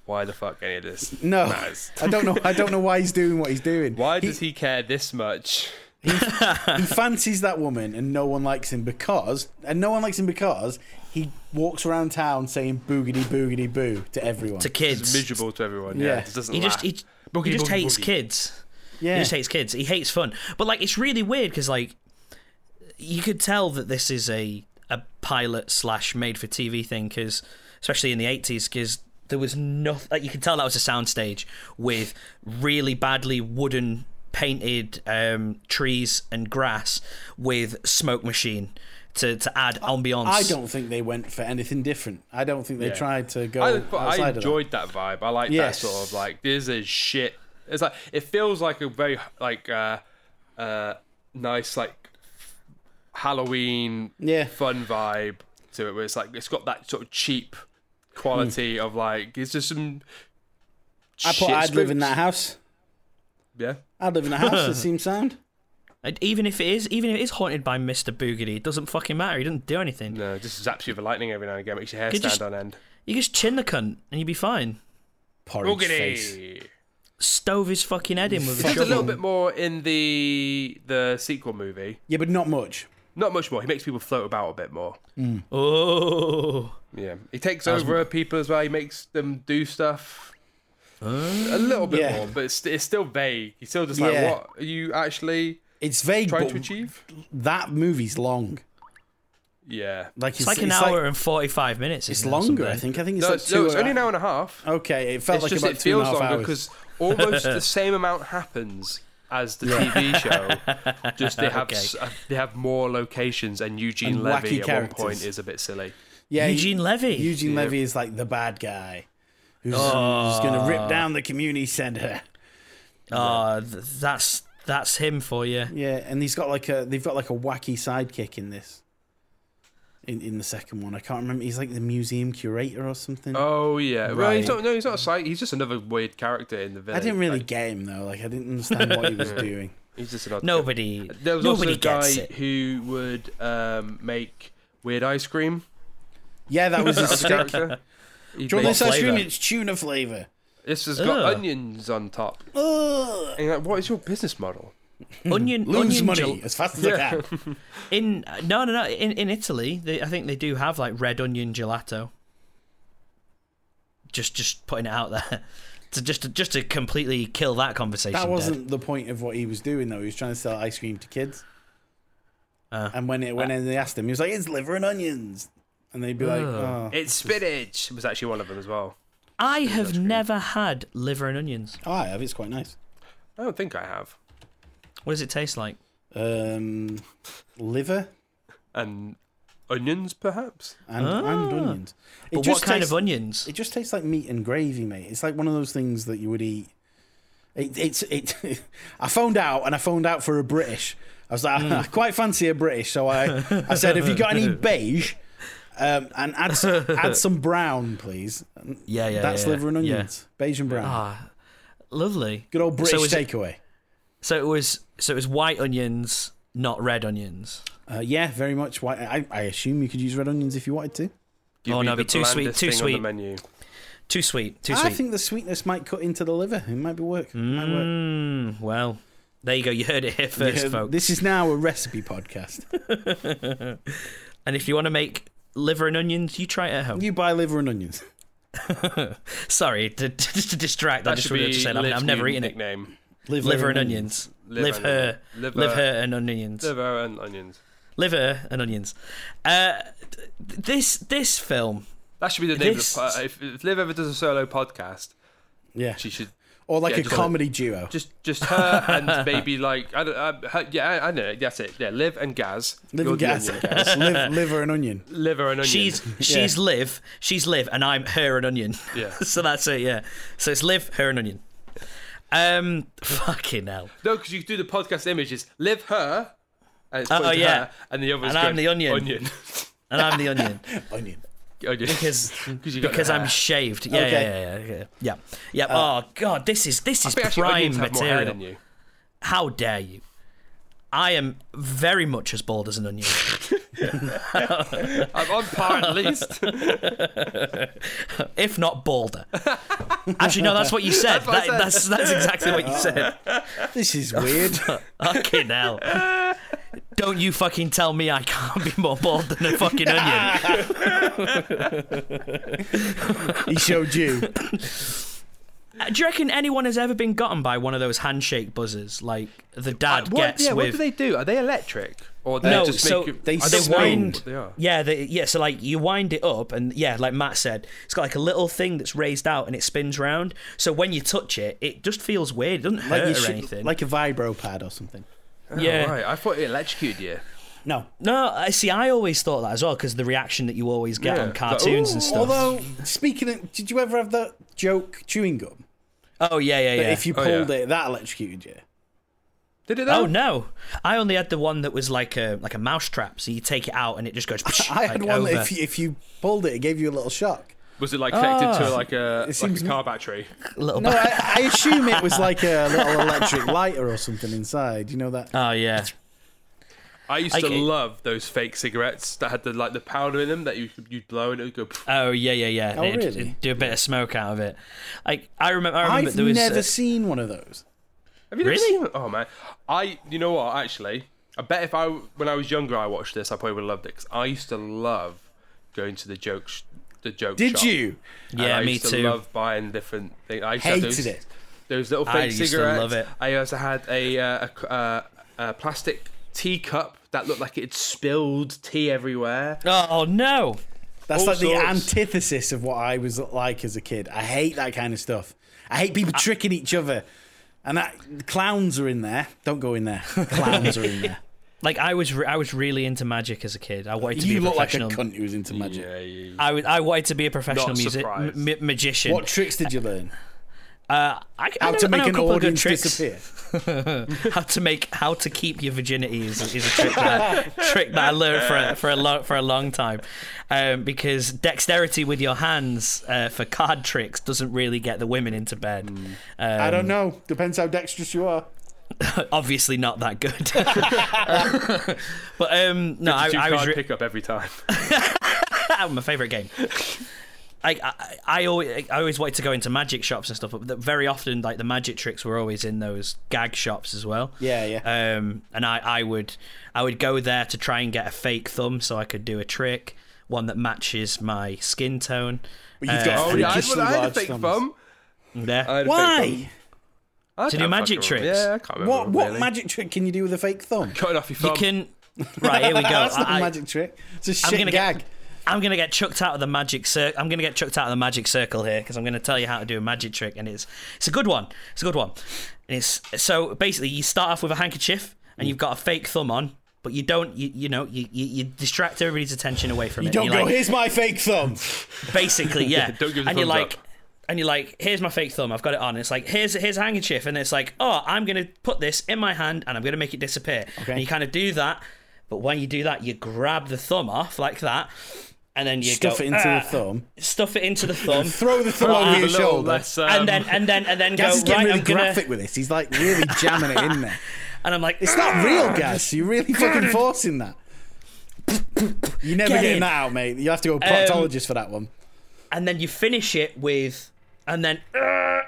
Speaker 5: why the fuck any of this.
Speaker 6: No,
Speaker 5: matters.
Speaker 6: I don't know. I don't know why he's doing what he's doing.
Speaker 5: Why does he care this much?
Speaker 6: he fancies that woman, and no one likes him because, and no one likes him because he walks around town saying boogity boogity boo to everyone.
Speaker 4: To
Speaker 5: It's
Speaker 4: kids.
Speaker 5: miserable to everyone.
Speaker 6: Yeah.
Speaker 5: Yeah, it doesn't.
Speaker 4: He
Speaker 5: laugh.
Speaker 4: just he,
Speaker 5: Boogie,
Speaker 4: he just
Speaker 5: boogie,
Speaker 4: hates
Speaker 5: boogie.
Speaker 4: kids.
Speaker 6: yeah,
Speaker 4: He just hates kids. He hates fun. But like, it's really weird because like, you could tell that this is a a pilot slash made for TV thing because, especially in the eighties, because there was nothing. Like, you could tell that was a soundstage with really badly wooden painted um, trees and grass with smoke machine to to add ambiance.
Speaker 6: I don't think they went for anything different. I don't think they
Speaker 5: Yeah.
Speaker 6: tried to go
Speaker 5: I, but
Speaker 6: outside
Speaker 5: I
Speaker 6: of that.
Speaker 5: enjoyed that. vibe. I like
Speaker 6: Yes.
Speaker 5: that sort of like this is shit. It's like it feels like a very like uh uh nice like Halloween
Speaker 6: Yeah.
Speaker 5: fun vibe to it where it's like it's got that sort of cheap quality of like it's just some
Speaker 6: Hmm. I put I'd live in that house.
Speaker 5: Yeah.
Speaker 6: I'd live in a house that seems sound.
Speaker 4: And Even if it is, even if it is haunted by Mister Boogedy, it doesn't fucking matter. He doesn't do anything.
Speaker 5: No, just zaps you for lightning every now and again, makes your hair
Speaker 4: Could you
Speaker 5: stand on
Speaker 4: s-
Speaker 5: end.
Speaker 4: You just chin the cunt and you'd be fine.
Speaker 6: Porridge face.
Speaker 5: Boogity.
Speaker 4: Stove his fucking head in with a
Speaker 6: Fucking-
Speaker 5: There's a
Speaker 4: shovel.
Speaker 5: little bit more in the the sequel movie.
Speaker 6: Yeah, but not much.
Speaker 5: Not much more. He makes people float about a bit more.
Speaker 4: Oh.
Speaker 5: Yeah, he takes over people as well. He makes them do stuff.
Speaker 6: Oh.
Speaker 5: a little bit
Speaker 6: Yeah.
Speaker 5: more, but it's, it's still vague. He's still just like,
Speaker 6: Yeah.
Speaker 5: what are you actually
Speaker 6: It's vague,
Speaker 5: trying
Speaker 6: but
Speaker 5: to achieve?
Speaker 6: that movie's long.
Speaker 5: Yeah,
Speaker 6: Like it's,
Speaker 4: It's like an hour and 45 minutes.
Speaker 6: it's
Speaker 4: isn't it, or
Speaker 6: longer. I
Speaker 4: something?
Speaker 6: think. I think it's
Speaker 5: no,
Speaker 6: like
Speaker 5: it's,
Speaker 6: two.
Speaker 5: no, it's
Speaker 6: hour-
Speaker 5: only an hour and a half.
Speaker 6: Okay, it felt
Speaker 5: it's
Speaker 6: like
Speaker 5: just
Speaker 6: about
Speaker 5: it
Speaker 6: two and a
Speaker 5: feels
Speaker 6: half
Speaker 5: longer
Speaker 6: hours.
Speaker 5: because almost the same amount happens as the TV show. Just they have
Speaker 4: Okay.
Speaker 5: s- uh, they have more locations, and Eugene
Speaker 6: And wacky
Speaker 5: Levy at
Speaker 6: characters.
Speaker 5: one point is a bit silly.
Speaker 6: yeah,
Speaker 4: Eugene Levy.
Speaker 6: Eugene Levy is like the bad guy who's, who's going to
Speaker 4: Ah.
Speaker 6: rip down the community center.
Speaker 4: Oh, th- that's that's him for you.
Speaker 6: Yeah, and he's got like a they've got like a wacky sidekick in this. In in the second one, I can't remember. He's like the museum curator or something.
Speaker 5: Oh yeah, well he's
Speaker 6: Right.
Speaker 5: not. No, he's not a psych. He's just another weird character in the
Speaker 6: I
Speaker 5: village.
Speaker 6: didn't really
Speaker 5: Like,
Speaker 6: get him though. Like I didn't understand what he was doing.
Speaker 5: he's just an odd character.
Speaker 4: Nobody.
Speaker 5: There was
Speaker 4: nobody
Speaker 5: also a guy
Speaker 4: gets it.
Speaker 5: who would um, make weird ice cream.
Speaker 6: Yeah, that was
Speaker 5: That
Speaker 6: his
Speaker 5: was a
Speaker 6: stick. Do
Speaker 5: character. He'd
Speaker 6: you want
Speaker 5: make-
Speaker 6: this ice cream?
Speaker 4: flavour?
Speaker 6: It's tuna flavor.
Speaker 5: this has got
Speaker 4: Ugh.
Speaker 5: onions on top.
Speaker 6: Ugh.
Speaker 5: And you're like, what is your business model?
Speaker 4: Onion.
Speaker 6: Lose
Speaker 4: onion
Speaker 6: money
Speaker 4: gel-
Speaker 6: as fast as I can.
Speaker 4: in no, no, no. In in Italy, they, I think they do have like red onion gelato. Just just putting it out there. To just to, just to completely kill that conversation.
Speaker 6: That
Speaker 4: dead.
Speaker 6: wasn't the point of what he was doing though. He was trying to sell ice cream to kids.
Speaker 4: Uh,
Speaker 6: and when it when they asked him, he was like, "It's liver and onions," and they'd be like, oh.
Speaker 5: It's spinach. Was actually one of them as well.
Speaker 4: I have never had liver and onions.
Speaker 6: "Oh, I have. It's quite nice."
Speaker 5: I don't think I have.
Speaker 4: What does it taste like?
Speaker 6: Um, liver.
Speaker 5: And onions, perhaps.
Speaker 6: and, and onions. It
Speaker 4: Ah. But what
Speaker 6: just
Speaker 4: kind
Speaker 6: tastes,
Speaker 4: of onions?
Speaker 6: It just tastes like meat and gravy, mate. It's like one of those things that you would eat. It, it's it. I phoned out, and I phoned out for a
Speaker 4: Hmm.
Speaker 6: British. I was like, I quite fancy a British, so I I said, "Have you got any beige?" Um, and add, s- add some brown, please.
Speaker 4: Yeah, yeah.
Speaker 6: That's
Speaker 4: yeah,
Speaker 6: liver and
Speaker 4: yeah.
Speaker 6: onions. Bayesian brown.
Speaker 4: Ah, lovely.
Speaker 6: Good old British
Speaker 4: so is it-
Speaker 6: takeaway.
Speaker 4: so it was so it was white onions, not red onions.
Speaker 6: Uh, yeah, very much. Why, I, I assume you could use red onions if you wanted to.
Speaker 5: You'd
Speaker 4: Oh,
Speaker 5: be
Speaker 4: no,
Speaker 5: the
Speaker 4: it'd be too sweet,
Speaker 5: blandest
Speaker 4: too
Speaker 5: thing
Speaker 4: sweet.
Speaker 5: On the menu.
Speaker 4: Too sweet, too
Speaker 6: I
Speaker 4: sweet.
Speaker 6: think the sweetness might cut into the liver. It might be work. It might work.
Speaker 4: Mm, well, there you go. You heard it here first,
Speaker 6: Yeah,
Speaker 4: folks.
Speaker 6: this is now a recipe podcast.
Speaker 4: And if you want to make liver and onions, you try it at home.
Speaker 6: You buy liver and onions.
Speaker 4: Sorry to, to, to distract. I
Speaker 5: That
Speaker 4: just
Speaker 5: should
Speaker 4: really
Speaker 5: be
Speaker 4: just said I'm,
Speaker 5: Liv's
Speaker 4: I'm never
Speaker 5: new
Speaker 4: eating it.
Speaker 5: nickname.
Speaker 4: Liver and onions.
Speaker 5: Liver
Speaker 4: Live
Speaker 5: and
Speaker 4: her.
Speaker 5: onions.
Speaker 4: Live
Speaker 5: Liver-
Speaker 4: her and onions.
Speaker 5: Liver and onions.
Speaker 4: Liver and onions. Uh, th- this this film.
Speaker 5: That should be the name
Speaker 4: This-
Speaker 5: of the po- if, if Liv ever does a solo podcast,
Speaker 6: Yeah.
Speaker 5: she should
Speaker 6: Or like
Speaker 5: Yeah,
Speaker 6: a
Speaker 5: just-
Speaker 6: comedy duo.
Speaker 5: just just her and maybe like I don't uh, her, yeah I, I know that's it yeah Liv and Gaz
Speaker 6: Liver
Speaker 5: You're
Speaker 6: and
Speaker 5: the
Speaker 6: gas.
Speaker 5: onion, Gaz.
Speaker 6: Liv, liver and onion.
Speaker 5: liver and onion
Speaker 4: She's she's live. She's live, and I'm her and onion.
Speaker 5: Yeah.
Speaker 4: so that's it. Yeah. So it's live her and onion. Um. Fucking hell.
Speaker 5: no because you do the podcast images Liv her and it's
Speaker 4: Oh,
Speaker 5: pointing
Speaker 4: oh,
Speaker 5: to
Speaker 4: yeah.
Speaker 5: her, and the other
Speaker 4: And I'm the onion.
Speaker 5: onion
Speaker 4: And I'm the onion.
Speaker 5: onion
Speaker 6: Onion.
Speaker 4: because
Speaker 5: you got
Speaker 4: because
Speaker 5: the Uh,
Speaker 4: I'm
Speaker 5: hair.
Speaker 4: shaved. Yeah,
Speaker 6: Okay.
Speaker 4: yeah, yeah, yeah, yeah. yeah. oh god, this is this is
Speaker 5: But actually,
Speaker 4: prime
Speaker 5: onions have more hair
Speaker 4: material.
Speaker 5: than you.
Speaker 4: How dare you? I am very much as bald as an onion.
Speaker 5: I'm on par at least
Speaker 4: if not balder. Actually, no, that's what you said.
Speaker 5: what I
Speaker 4: That- that's, that's exactly what you said.
Speaker 6: This is weird.
Speaker 4: Fucking hell. Don't you fucking tell me I can't be more bald than a fucking onion.
Speaker 6: he showed you.
Speaker 4: Uh, Do you reckon anyone has ever been gotten by one of those handshake buzzers? Like the dad
Speaker 5: Uh, what
Speaker 4: gets
Speaker 5: yeah
Speaker 4: with.
Speaker 5: what do they do are they electric or they
Speaker 4: No,
Speaker 5: just
Speaker 4: so
Speaker 5: make you,
Speaker 6: they
Speaker 5: I don't know
Speaker 6: wind-
Speaker 5: what they are.
Speaker 4: Yeah, they, yeah. So like you wind it up, and yeah, like Matt said, it's got like a little thing that's raised out, and it spins round. So when you touch it, it just feels weird. It doesn't
Speaker 6: Like,
Speaker 4: hurt
Speaker 6: you
Speaker 4: or
Speaker 6: should-
Speaker 4: anything.
Speaker 6: like a vibro pad or something.
Speaker 4: yeah.
Speaker 5: oh, right I thought it electrocuted you
Speaker 6: No.
Speaker 4: No, I see. I always thought that as well because the reaction that you always get
Speaker 5: Yeah.
Speaker 4: on
Speaker 5: Like,
Speaker 4: cartoons and stuff.
Speaker 6: Although, speaking of, did you ever have that joke chewing gum?
Speaker 4: oh yeah, yeah,
Speaker 6: That
Speaker 4: yeah.
Speaker 6: if you
Speaker 5: Oh,
Speaker 6: pulled
Speaker 5: yeah.
Speaker 6: it, that electrocuted you.
Speaker 5: did it
Speaker 4: Oh
Speaker 5: though?
Speaker 4: no! I only had the one that was like a like a mouse trap. So you take it out and it just goes.
Speaker 6: I had
Speaker 4: like,
Speaker 6: one
Speaker 4: over.
Speaker 6: that if you, if you pulled it, it gave you a little shock.
Speaker 5: was it like connected to
Speaker 4: Ah.
Speaker 5: like a like
Speaker 6: seems-
Speaker 5: a car battery
Speaker 4: little
Speaker 6: No,
Speaker 4: bit.
Speaker 6: I, I assume it was like a little electric lighter or something inside. You know that?
Speaker 4: Oh yeah.
Speaker 5: I used
Speaker 4: I
Speaker 5: to
Speaker 4: get-
Speaker 5: love those fake cigarettes that had the like the powder in them that you could- you'd blow and it would go. pff.
Speaker 4: Oh yeah, yeah, yeah.
Speaker 6: Oh,
Speaker 4: They'd-
Speaker 6: really?
Speaker 4: they'd Do a bit of smoke out of it. Like I remember. I remember
Speaker 6: I've
Speaker 4: there was.
Speaker 6: never
Speaker 4: uh,
Speaker 6: seen one of those.
Speaker 5: Have you never
Speaker 4: Really?
Speaker 5: seen them? Oh man, I you know what actually? I bet if I when I was younger I watched this I probably would have loved it because I used to love going to the joke sh- the joke.
Speaker 6: Did
Speaker 5: shop.
Speaker 6: you?
Speaker 5: And
Speaker 4: Yeah,
Speaker 5: I
Speaker 4: me
Speaker 5: used to
Speaker 4: too.
Speaker 5: Love buying different things. I used to have
Speaker 6: Hated
Speaker 5: those,
Speaker 6: it.
Speaker 5: Those little fake
Speaker 4: I used to
Speaker 5: cigarettes.
Speaker 4: love it.
Speaker 5: I also had a uh, a, c- uh, a plastic teacup that looked like it spilled tea everywhere.
Speaker 4: Oh no!
Speaker 6: That's
Speaker 5: All
Speaker 6: like the
Speaker 5: sorts.
Speaker 6: antithesis of what I was like as a kid. I hate that kind of stuff. I hate people tricking each other. And that clowns are in there. Don't go in there. Clowns are in there.
Speaker 4: Like I was, re- I was really into magic as a kid. I wanted to
Speaker 6: you
Speaker 4: be a
Speaker 6: look like a
Speaker 4: professional.
Speaker 6: cunt who's into magic.
Speaker 5: Yeah, you-
Speaker 4: I, was- I wanted to be a professional
Speaker 5: Not
Speaker 4: music m-
Speaker 5: surprised.
Speaker 4: ma- magician.
Speaker 6: What tricks did you learn?
Speaker 4: Uh, I, I
Speaker 6: How
Speaker 4: know-
Speaker 6: to
Speaker 4: I
Speaker 6: make
Speaker 4: know a
Speaker 6: an
Speaker 4: couple of good
Speaker 6: audience
Speaker 4: tricks.
Speaker 6: disappear?
Speaker 4: How to make, how to keep your virginity is, is a trick that, I- trick that I learned for a, for a long for a long time, um, because dexterity with your hands uh, for card tricks doesn't really get the women into bed.
Speaker 6: I don't know. Depends how dexterous you are.
Speaker 4: Obviously, not that good. but um, no, I,
Speaker 5: Two
Speaker 4: I was
Speaker 5: card
Speaker 4: re-
Speaker 5: pick up every time.
Speaker 4: Ah, my favorite game. I, I, I always I always wanted to go into magic shops and stuff, but th- very often like the magic tricks were always in those gag shops as well.
Speaker 6: Yeah, yeah.
Speaker 4: Um, and I, I would I would go there to try and get a fake thumb so I could do a trick, one that matches my skin tone.
Speaker 6: But you've got
Speaker 5: oh yeah, I,
Speaker 6: freakishly
Speaker 5: I had a
Speaker 6: large
Speaker 5: fake
Speaker 6: thumbs.
Speaker 5: thumb.
Speaker 4: Yeah.
Speaker 5: I had a fake thumb.
Speaker 6: Why?
Speaker 5: I
Speaker 4: To
Speaker 5: don't
Speaker 4: do magic
Speaker 5: fucking remember.
Speaker 4: tricks.
Speaker 5: Yeah, I can't remember.
Speaker 6: What what
Speaker 5: really.
Speaker 6: magic trick can you do with a fake thumb?
Speaker 5: Cutting off your thumb.
Speaker 4: you can. Right here we go.
Speaker 6: That's not
Speaker 4: I-
Speaker 6: a magic trick. It's a
Speaker 4: I'm
Speaker 6: shit
Speaker 4: gonna
Speaker 6: gag.
Speaker 4: get. I'm gonna get chucked out of the magic circle. I'm gonna get chucked out of the magic circle here because I'm gonna tell you how to do a magic trick, and it's it's a good one. It's a good one. And it's so basically you start off with a handkerchief,
Speaker 6: Mm.
Speaker 4: and you've got a fake thumb on, but you don't. You you know you you, you distract everybody's attention away from
Speaker 6: You
Speaker 4: it.
Speaker 6: don't
Speaker 4: You're
Speaker 6: go,
Speaker 4: like-
Speaker 6: here's my fake thumb.
Speaker 4: basically yeah.
Speaker 5: don't give the
Speaker 4: and you're
Speaker 5: thumbs
Speaker 4: like.
Speaker 5: up.
Speaker 4: And you're like, here's my fake thumb. I've got it on. It's like, here's here's a handkerchief, and it's like, oh, I'm gonna put this in my hand and I'm gonna make it disappear. And you kind of do that, but when you do that, you grab the thumb off like that, and then you
Speaker 6: Stuff
Speaker 4: go
Speaker 6: it into
Speaker 4: "Ah,"
Speaker 6: the thumb.
Speaker 4: stuff it into the thumb,
Speaker 6: Throw the thumb over your
Speaker 5: A little
Speaker 6: shoulder.
Speaker 5: less, um,
Speaker 4: and then and then and then
Speaker 6: Gaz
Speaker 4: go
Speaker 6: is
Speaker 4: right.
Speaker 6: getting really
Speaker 4: I'm gonna
Speaker 6: graphic with this. He's like really jamming it in there.
Speaker 4: and I'm like
Speaker 6: It's not real, Gaz. You're really fucking forcing that. You're never
Speaker 4: Get
Speaker 6: getting
Speaker 4: in.
Speaker 6: that out, mate. You have to go to a
Speaker 4: Um,
Speaker 6: proctologist for that one.
Speaker 4: and then you finish it with and then "Ah,"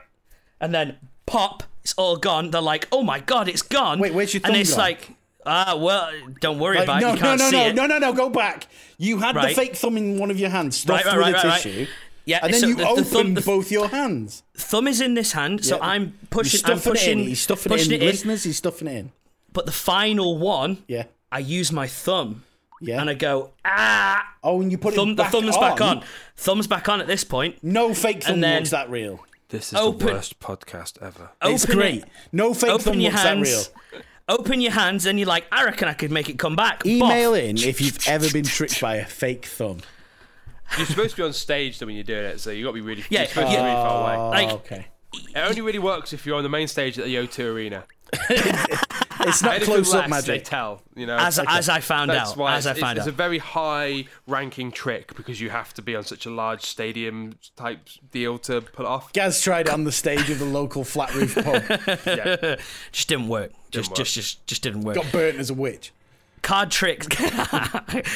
Speaker 4: and then pop it's all gone they're like oh my god it's gone
Speaker 6: Wait, where's your
Speaker 4: and
Speaker 6: thumb
Speaker 4: it's
Speaker 6: gone?
Speaker 4: like ah well don't worry
Speaker 6: Like,
Speaker 4: about it
Speaker 6: no,
Speaker 4: you
Speaker 6: no,
Speaker 4: can't
Speaker 6: no,
Speaker 4: see
Speaker 6: no,
Speaker 4: it
Speaker 6: no, no, no. Go back. You had the
Speaker 4: Right.
Speaker 6: fake thumb in one of your hands, stuffed
Speaker 4: right,
Speaker 6: with
Speaker 4: right,
Speaker 6: a
Speaker 4: right,
Speaker 6: tissue,
Speaker 4: right. yeah
Speaker 6: and then
Speaker 4: so
Speaker 6: you
Speaker 4: the, the
Speaker 6: opened
Speaker 4: thumb, the
Speaker 6: both your hands.
Speaker 4: thumb is in this hand so
Speaker 6: Yeah.
Speaker 4: I'm pushing
Speaker 6: You're
Speaker 4: I'm
Speaker 6: stuffing
Speaker 4: pushing
Speaker 6: it in. He's stuffing
Speaker 4: pushing
Speaker 6: it in. Listeners, he's stuffing it in.
Speaker 4: but the final one
Speaker 6: Yeah,
Speaker 4: I use my thumb
Speaker 6: yeah.
Speaker 4: and I go ah
Speaker 6: oh, and you put
Speaker 4: thumb,
Speaker 6: it
Speaker 4: the
Speaker 6: back
Speaker 4: thumb's
Speaker 6: on.
Speaker 4: back on thumbs back on at this point
Speaker 6: No fake thumb
Speaker 4: then-
Speaker 6: looks that real.
Speaker 5: This is
Speaker 4: Open-
Speaker 5: the worst podcast ever.
Speaker 6: it's
Speaker 4: Open it.
Speaker 6: great. No fake thumb
Speaker 4: open your
Speaker 6: looks that real.
Speaker 4: hands open your hands and you're like I reckon I could make it come back
Speaker 6: Email
Speaker 4: Boff.
Speaker 6: in if you've ever been tricked by a fake thumb.
Speaker 5: You're supposed to be on stage though when you're doing it, so you got to be really,
Speaker 4: Yeah,
Speaker 5: you're supposed to
Speaker 4: yeah.
Speaker 5: be really far away.
Speaker 4: Like-
Speaker 6: oh, okay.
Speaker 5: It only really works if you're on the main stage at the O2 Arena.
Speaker 6: It's not
Speaker 5: Anything
Speaker 6: close up
Speaker 5: less, They
Speaker 6: magic.
Speaker 5: tell, you know.
Speaker 4: as, as I found
Speaker 5: That's
Speaker 4: out.
Speaker 5: why
Speaker 4: As I
Speaker 5: it's,
Speaker 4: found
Speaker 5: it's, it's a
Speaker 4: out.
Speaker 5: very high-ranking trick because you have to be on such a large stadium type deal to pull it off.
Speaker 6: Gaz tried on the stage of the local flat roof pub,
Speaker 4: just didn't work. just,
Speaker 5: work.
Speaker 4: just, just, just didn't work.
Speaker 6: got burnt as a witch.
Speaker 4: Card tricks.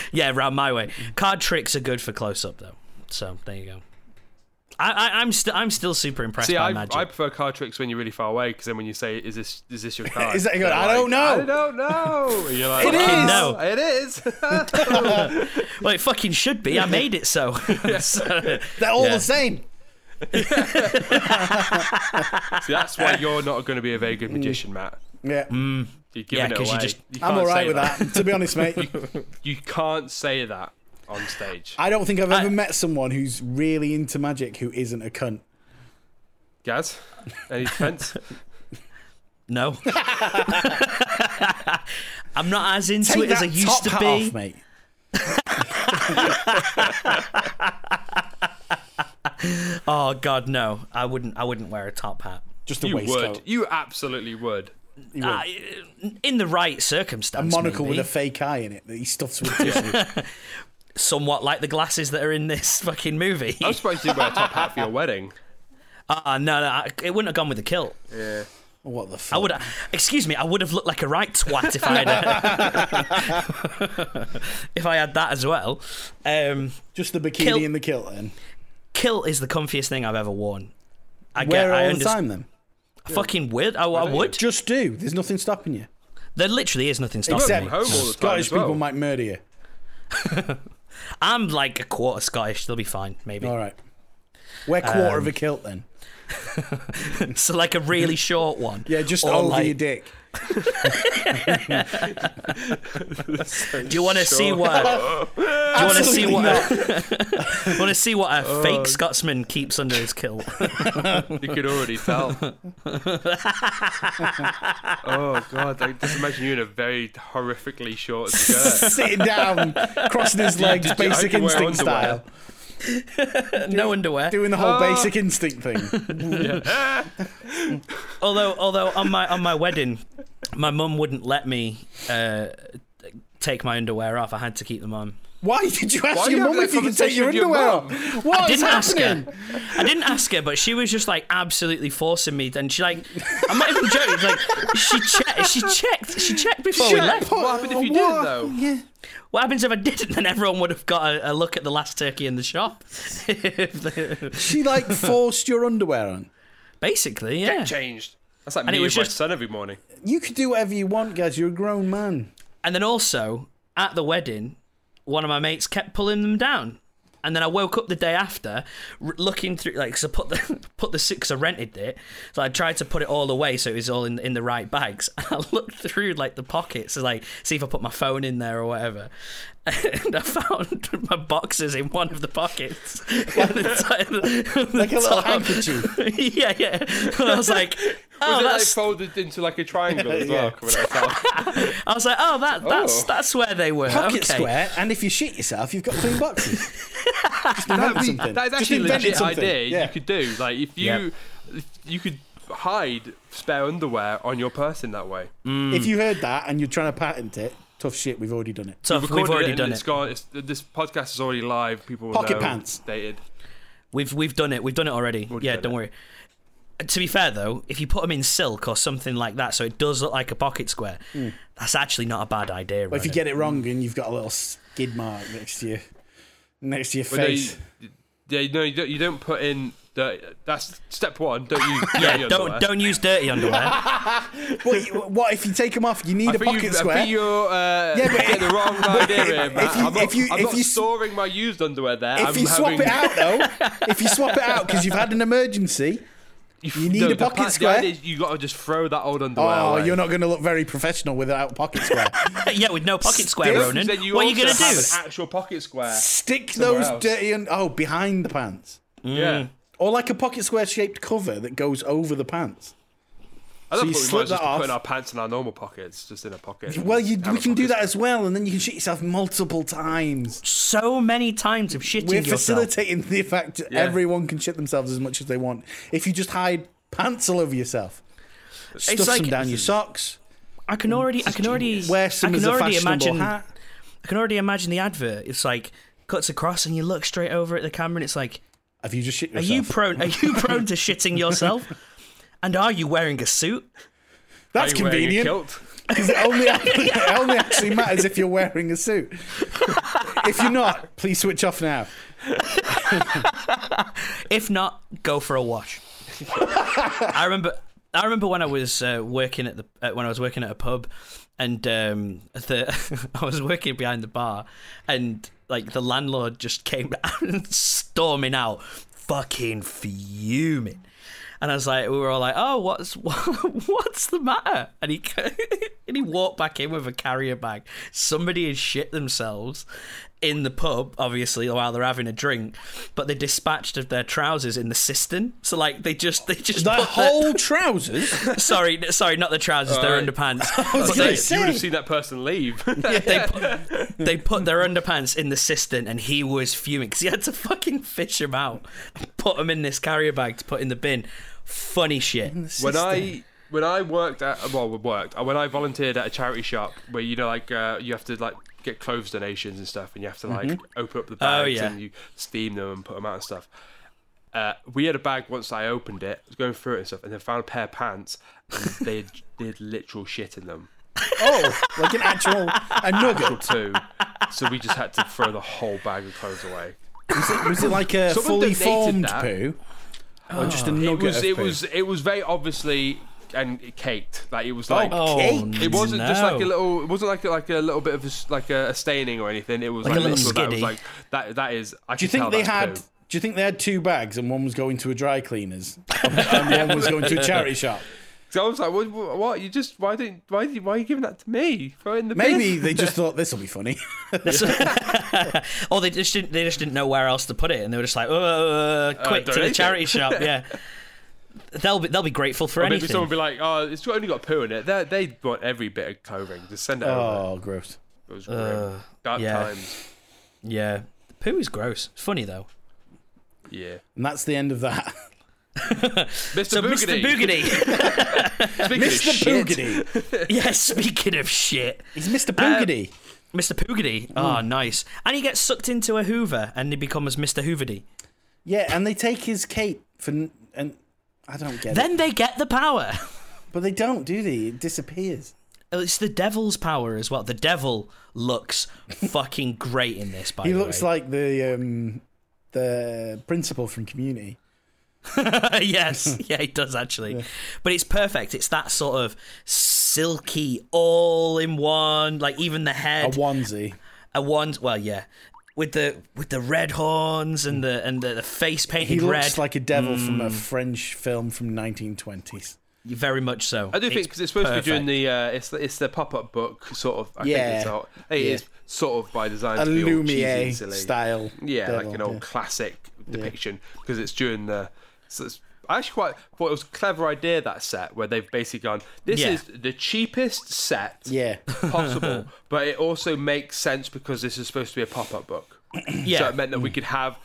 Speaker 4: yeah, round my way. Card tricks are good for close up though. So there you go. I, I, I'm still, I'm still super impressed
Speaker 5: See,
Speaker 4: by
Speaker 5: I,
Speaker 4: magic.
Speaker 5: I prefer card tricks when you're really far away because then when you say, "Is this is this your card?"
Speaker 6: Is that-
Speaker 5: They're
Speaker 6: I don't know.
Speaker 5: I don't know. And You're like,
Speaker 6: It
Speaker 5: "Oh,
Speaker 6: is.
Speaker 4: No.
Speaker 5: It is.
Speaker 4: Well, it fucking should be. I made it so. So-
Speaker 6: They're all
Speaker 4: Yeah.
Speaker 6: the same.
Speaker 5: See, that's why you're not going to be a very good magician, Matt.
Speaker 6: Yeah,
Speaker 4: Mm,
Speaker 5: You're
Speaker 4: Yeah,
Speaker 5: giving it
Speaker 4: 'cause you
Speaker 5: away.
Speaker 4: just-
Speaker 6: I'm
Speaker 5: can't
Speaker 6: all right
Speaker 5: say
Speaker 6: with that. To be honest, mate,
Speaker 5: You can't say that on stage.
Speaker 6: I don't think I've ever
Speaker 4: I-
Speaker 6: met someone who's really into magic who isn't a cunt.
Speaker 5: Gaz, any defense?
Speaker 4: no. I'm not as into
Speaker 6: Take
Speaker 4: it as I
Speaker 6: that
Speaker 4: used
Speaker 6: top
Speaker 4: to
Speaker 6: hat
Speaker 4: be.
Speaker 6: off, mate.
Speaker 4: Oh God, no! I wouldn't. I wouldn't wear a top hat.
Speaker 6: Just a
Speaker 5: you
Speaker 6: waistcoat,
Speaker 5: would. You absolutely would.
Speaker 4: I- in the right
Speaker 6: a
Speaker 4: circumstance,
Speaker 6: monocle
Speaker 4: maybe.
Speaker 6: with a fake eye in it that he stuffs with tissue.
Speaker 4: somewhat like the glasses that are in this fucking movie.
Speaker 5: I'm surprised you didn't wear a top hat for your wedding.
Speaker 4: Uh, no, no, I, it wouldn't have gone with the kilt.
Speaker 6: what the fuck?
Speaker 4: I would, excuse me, I would have looked like a right twat if I had, if I had that as well. Um,
Speaker 6: Just the bikini
Speaker 4: Kilt.
Speaker 6: and the kilt then.
Speaker 4: kilt is the comfiest thing I've ever worn. I
Speaker 6: Wear
Speaker 4: get,
Speaker 6: it all
Speaker 4: I
Speaker 6: the
Speaker 4: understand.
Speaker 6: time then.
Speaker 4: Fucking weird. I, I
Speaker 5: don't
Speaker 4: would.
Speaker 6: Just do. There's nothing stopping you.
Speaker 4: There literally is nothing stopping
Speaker 6: Except
Speaker 4: me.
Speaker 5: home all the time
Speaker 6: Scottish
Speaker 5: as well.
Speaker 6: people might murder you.
Speaker 4: I'm like a quarter Scottish. They'll be fine, maybe.
Speaker 6: All right. Wear quarter of a kilt then.
Speaker 4: So like a really short one.
Speaker 6: Yeah, just
Speaker 4: Or
Speaker 6: over
Speaker 4: like-
Speaker 6: your dick.
Speaker 4: Do you want to see what? Do you want to see
Speaker 6: Absolutely
Speaker 4: what? want to see what a
Speaker 6: Oh.
Speaker 4: fake Scotsman keeps under his kilt?
Speaker 5: You could already tell. oh god, I just imagine you in a very horrifically short skirt.
Speaker 6: Sitting down, crossing his legs,
Speaker 5: you- I
Speaker 6: basic
Speaker 5: can wear
Speaker 6: instinct
Speaker 5: underwear. Ah.
Speaker 6: style.
Speaker 4: no underwear.
Speaker 6: Doing the whole basic instinct thing.
Speaker 4: although although on my on my wedding, my mum wouldn't let me uh, take my underwear off. I had to keep them on.
Speaker 6: Why did you ask
Speaker 5: Why are you
Speaker 6: your mum
Speaker 5: having
Speaker 6: if you
Speaker 5: that
Speaker 6: can take your
Speaker 5: conversation with
Speaker 6: underwear
Speaker 5: your
Speaker 6: off? What is
Speaker 4: Didn't ask
Speaker 6: happening?
Speaker 4: her. I didn't ask her, but she was just like absolutely forcing me. And she like, I'm not even joking. it's Like she checked, she checked, she checked before we left.
Speaker 5: What happened if you did though?
Speaker 4: What happens if I didn't? Then everyone would have got a, a look at the last turkey in the shop.
Speaker 6: She like forced your underwear on.
Speaker 4: Basically, yeah.
Speaker 5: Changed. That's like
Speaker 4: And
Speaker 5: me
Speaker 4: it was
Speaker 5: with
Speaker 4: just-
Speaker 5: my son every morning.
Speaker 6: You could do whatever you want, guys. You're a grown man.
Speaker 4: And then also at the wedding, one of my mates kept pulling them down. And then I woke up the day after, r- looking through like so put the put the six I rented it. So I tried to put it all away so it was all in in the right bags. I looked through like the pockets to like see if I put my phone in there or whatever. And I found my boxes in one of the pockets, like
Speaker 6: Like a little handkerchief.
Speaker 4: yeah, yeah. And I was like, oh,
Speaker 5: was it like
Speaker 4: that's
Speaker 5: folded into like a triangle as well?
Speaker 6: Yeah.
Speaker 5: coming out of town?
Speaker 4: I was like, oh, that that's
Speaker 5: Oh.
Speaker 4: that's where they were.
Speaker 6: Pocket
Speaker 4: okay.
Speaker 6: square, and if you shit yourself, you've got clean boxes. Just invent
Speaker 5: That'd be-
Speaker 6: something.
Speaker 5: That is
Speaker 6: Just
Speaker 5: actually a
Speaker 6: invented
Speaker 5: legit
Speaker 6: something.
Speaker 5: idea
Speaker 6: Yeah.
Speaker 5: you could do. Like if you, if you could hide spare underwear on your person that way. Hmm.
Speaker 6: If you heard that and you're trying to patent it, tough shit. We've already done it.
Speaker 4: So we've,
Speaker 5: recorded
Speaker 4: already
Speaker 5: and
Speaker 4: done
Speaker 5: It's
Speaker 4: it.
Speaker 5: gone. It's, this podcast is already live. People will
Speaker 6: Pocket
Speaker 5: know
Speaker 6: pants.
Speaker 5: it's Dated.
Speaker 4: We've we've done it. We've done it already. yeah,
Speaker 5: done
Speaker 4: don't
Speaker 5: it.
Speaker 4: worry. Uh, To be fair though, if you put them in silk or something like that, so it does look like a pocket square,
Speaker 5: Hmm.
Speaker 4: that's actually not a bad idea.
Speaker 6: But if you get it wrong and you've got a little skid mark next to your next to your
Speaker 5: But no,
Speaker 6: face,
Speaker 5: you- yeah, no, you don't, you don't put in. The, that's step one. Don't use. dirty
Speaker 4: yeah,
Speaker 5: underwear.
Speaker 4: don't don't use dirty underwear.
Speaker 6: But you- what if you take them off? You need
Speaker 5: I
Speaker 6: a
Speaker 5: think
Speaker 6: pocket
Speaker 5: you,
Speaker 6: square.
Speaker 5: I think you're uh,
Speaker 6: Yeah, but-
Speaker 5: getting the wrong idea here,
Speaker 6: if
Speaker 5: Matt.
Speaker 6: you-
Speaker 5: I'm not,
Speaker 6: if you-
Speaker 5: I'm
Speaker 6: if
Speaker 5: not
Speaker 6: you s-
Speaker 5: storing my used underwear there.
Speaker 6: if
Speaker 5: I'm
Speaker 6: you swap
Speaker 5: having,
Speaker 6: it out though, if you swap it out because you've had an emergency, you need
Speaker 5: No,
Speaker 6: a
Speaker 5: the
Speaker 6: pocket
Speaker 5: pa-
Speaker 6: square.
Speaker 5: The idea is you got to just throw that old
Speaker 6: oh,
Speaker 5: underwear away.
Speaker 6: you're not going to look very professional without a pocket square.
Speaker 4: yeah, with no pocket square,
Speaker 6: Stiff,
Speaker 4: Ronan.
Speaker 5: Then you
Speaker 4: what are
Speaker 5: also
Speaker 4: you gonna
Speaker 5: have
Speaker 4: do?
Speaker 5: An actual pocket square.
Speaker 6: Stick
Speaker 5: Somewhere
Speaker 6: those
Speaker 5: else.
Speaker 6: dirty and oh behind the pants,
Speaker 5: Yeah.
Speaker 6: or like a pocket square shaped cover that goes over the pants.
Speaker 5: I
Speaker 6: So
Speaker 5: don't
Speaker 6: you
Speaker 5: think we
Speaker 6: slip
Speaker 5: might just
Speaker 6: that
Speaker 5: put in
Speaker 6: off.
Speaker 5: our pants in our normal pockets, just in a pocket.
Speaker 6: Well, you,
Speaker 5: Have
Speaker 6: we
Speaker 5: a
Speaker 6: can do
Speaker 5: pocket
Speaker 6: that
Speaker 5: square.
Speaker 6: as well, and then you can shit yourself multiple times.
Speaker 4: So many times of shitting
Speaker 6: We're
Speaker 4: yourself.
Speaker 6: facilitating the fact that
Speaker 5: Yeah.
Speaker 6: everyone can shit themselves as much as they want if you just hide pants all over yourself, stuff
Speaker 4: like-
Speaker 6: some down your socks.
Speaker 4: I can already, I can already,
Speaker 6: Wear some
Speaker 4: I
Speaker 6: as
Speaker 4: can
Speaker 6: a
Speaker 4: already
Speaker 6: fashionable
Speaker 4: imagine.
Speaker 6: hat.
Speaker 4: I can already imagine the advert. It's like cuts across, and you look straight over at the camera, and it's like,
Speaker 6: Have you just shit
Speaker 4: are
Speaker 6: yourself?
Speaker 4: you prone? Are you prone to shitting yourself? And are you wearing a suit?
Speaker 6: That's
Speaker 5: Are you wearing a
Speaker 6: convenient.
Speaker 5: kilt?
Speaker 6: Because it only, it only actually matters if you're wearing a suit. if you're not, please switch off now.
Speaker 4: If not, go for a wash. I remember. I remember when I was uh, working at the uh, when I was working at a pub, and um, the I was working behind the bar, and like the landlord just came down storming out, fucking fuming, and I was like, we were all like, oh, what's what's the matter? And he and he walked back in with a carrier bag. Somebody had shit themselves in the pub, obviously, while they're having a drink, but they dispatched of their trousers in the cistern. So like they just they just
Speaker 6: The
Speaker 4: put their-
Speaker 6: whole trousers?
Speaker 4: sorry, sorry, not the trousers, their
Speaker 5: right.
Speaker 4: underpants.
Speaker 6: was
Speaker 4: But
Speaker 6: gonna
Speaker 4: they,
Speaker 6: say-
Speaker 5: You would have seen that person leave.
Speaker 4: they put, they put their underpants in the cistern, and he was fuming because he had to fucking fish them out, and put them in this carrier bag to put in the bin. Funny shit.
Speaker 5: when I when I worked at well, we worked uh, when I volunteered at a charity shop where you know like uh, you have to like get clothes donations and stuff, and you have to like open up the bags
Speaker 4: yeah.
Speaker 5: and you steam them and put them out and stuff. Uh, we had a bag once I opened it, I was going through it and stuff, and then found a pair of pants, and they had, they had literal shit in them
Speaker 6: Oh, like an actual a nugget.
Speaker 5: too. so we just had to throw the whole bag of clothes away.
Speaker 6: Was it, was it like a
Speaker 5: Someone
Speaker 6: fully
Speaker 5: donated
Speaker 6: formed
Speaker 5: that.
Speaker 6: poo? Or just a nugget
Speaker 5: It was
Speaker 6: of
Speaker 5: it
Speaker 6: poo?
Speaker 5: was it was very obviously and caked. Like it was like
Speaker 4: Oh,
Speaker 6: cake.
Speaker 5: It wasn't just like a
Speaker 4: no.
Speaker 5: little. It wasn't like a, like a little bit of a, s- like a, a staining or anything. It was like,
Speaker 4: a little
Speaker 5: literal- That was
Speaker 4: skiddy.
Speaker 5: like that. That is. I
Speaker 6: Do you think they had... Do you think they had two bags and one was going to a dry cleaners and one was going to a charity shop?
Speaker 5: So I was like, what, what, what? You just why didn't why did, why are you giving that to me? Throw it in the bin.
Speaker 6: Maybe they just thought this will be funny.
Speaker 4: Or they just didn't they just didn't know where else to put it, and they were just like, "Uh, quick to the
Speaker 5: donate
Speaker 4: charity
Speaker 5: Oh, it."
Speaker 4: shop." Yeah, they'll be they'll be grateful for
Speaker 5: Or maybe
Speaker 4: anything.
Speaker 5: someone would be like, oh, it's only got poo in it. They they want every bit of clothing. Just send it over.
Speaker 6: oh, gross.
Speaker 5: It was grim. dark
Speaker 4: yeah.
Speaker 5: times.
Speaker 4: Yeah, poo is gross. It's funny though.
Speaker 5: Yeah,
Speaker 6: And that's the end of that.
Speaker 5: Mr.
Speaker 4: So, Mr. Boogedy.
Speaker 5: Speaking of
Speaker 6: Mr.
Speaker 5: shit,
Speaker 6: Poogedy.
Speaker 4: yeah, speaking of shit,
Speaker 6: He's
Speaker 5: Uh,
Speaker 6: Mr. Poogedy.
Speaker 4: Mr. Poogedy. Oh, nice. And he gets sucked into a Hoover, and he becomes Mr. Hooverdy.
Speaker 6: Yeah, and they take his cape for n- and I don't get it.
Speaker 4: Then they get the power.
Speaker 6: But they don't, do they? It disappears.
Speaker 4: It's the devil's power as well. The devil looks fucking great in this. By
Speaker 6: He
Speaker 4: the
Speaker 6: looks
Speaker 4: way,
Speaker 6: like the um, the principal from Community.
Speaker 4: yes, yeah, he does actually. But it's perfect. It's that sort of silky, all in one. Like even the
Speaker 6: A
Speaker 4: head,
Speaker 6: onesie.
Speaker 4: a wand. Well, yeah, with the with the red horns and the and the, the face
Speaker 6: He Mm.
Speaker 4: painted
Speaker 6: looks
Speaker 4: red.
Speaker 6: like a devil from a French film from 1920s.
Speaker 4: very much so.
Speaker 5: I do think because it's supposed to be during the uh, it's it's the pop up book sort of. I think it's
Speaker 6: Yeah.
Speaker 5: all, I think it is sort of by design
Speaker 6: A
Speaker 5: to be all cheesy
Speaker 6: Lumiere
Speaker 5: and silly.
Speaker 6: style.
Speaker 5: Yeah,
Speaker 6: devil,
Speaker 5: like an old
Speaker 6: yeah.
Speaker 5: classic depiction because it's during the. So it's, I actually quite thought it was a clever idea that set where they've basically gone. This
Speaker 4: Yeah.
Speaker 5: is the cheapest set
Speaker 6: Yeah.
Speaker 5: possible, but it also makes sense because this is supposed to be a pop up book.
Speaker 4: Yeah. Mm.
Speaker 5: So it meant that we could have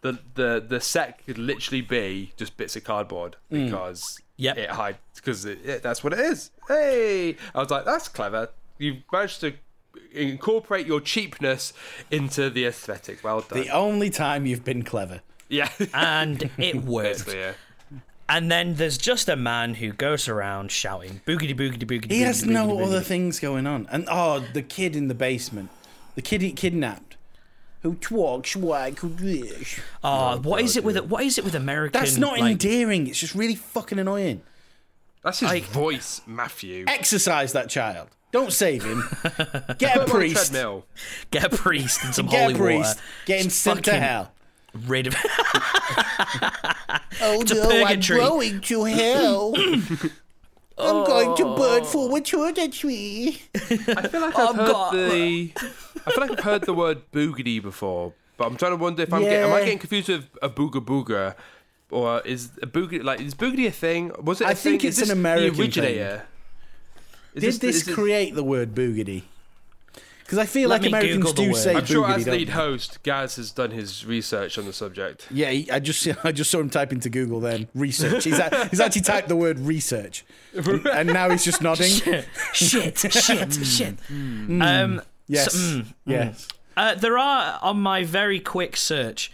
Speaker 5: the the the set could literally be just bits of cardboard because
Speaker 4: Mm. Yep.
Speaker 5: it hide because it, it- that's what it is. Hey, I was like, that's clever. You've managed to incorporate your cheapness into the aesthetic. Well done.
Speaker 6: The only time you've been clever.
Speaker 5: yeah.
Speaker 4: and it worked.
Speaker 5: Basically, yeah.
Speaker 4: And then there's just a man who goes around shouting boogity boogity boogity.
Speaker 6: He has
Speaker 4: boogity,
Speaker 6: no
Speaker 4: boogity,
Speaker 6: other
Speaker 4: boogity.
Speaker 6: things going on. And oh, the kid in the basement, the kid he kidnapped, who talks like this.
Speaker 4: Oh, what is it with it? What is it with American?
Speaker 6: That's not
Speaker 4: like,
Speaker 6: endearing. It's just really fucking annoying.
Speaker 5: That's his voice, Matthew.
Speaker 6: Exercise that child. Don't save him. Get
Speaker 5: Put him on
Speaker 6: a
Speaker 5: a
Speaker 6: priest.
Speaker 5: treadmill.
Speaker 4: Get a priest and some
Speaker 6: Get
Speaker 4: holy
Speaker 6: a priest.
Speaker 4: water.
Speaker 6: Get him
Speaker 4: Just
Speaker 6: sent to
Speaker 4: fucking
Speaker 6: hell.
Speaker 4: Rid of.
Speaker 6: Oh
Speaker 4: to purgatory.
Speaker 6: going to hell. I'm going to burn for eternity.
Speaker 5: I feel like I've heard
Speaker 4: God.
Speaker 5: the. I feel like I've heard the word boogity before, but I'm trying to wonder if I'm getting, am I
Speaker 6: Yeah.
Speaker 5: getting confused with a booga booga, or is a boogity like is boogity a thing? Was it? I
Speaker 6: I think it's an American
Speaker 5: the originator. Is
Speaker 6: Did this,
Speaker 5: is
Speaker 6: create the word boogedy? Because I feel
Speaker 4: Let
Speaker 6: like
Speaker 4: me
Speaker 6: Americans
Speaker 4: Google the
Speaker 6: do
Speaker 4: word.
Speaker 6: say
Speaker 5: I'm sure
Speaker 6: boogedy.
Speaker 5: as
Speaker 6: don't
Speaker 5: lead
Speaker 6: they?
Speaker 5: host, Gaz has done his research on the subject.
Speaker 6: Yeah, he- I just I just saw him type into Google then research. He's, a, he's actually typed the word research, and, and now he's just nodding.
Speaker 4: shit, shit, shit. Um,
Speaker 6: Mm. Yes,
Speaker 4: so- mm.
Speaker 6: yes.
Speaker 4: Uh, there are on my very quick search.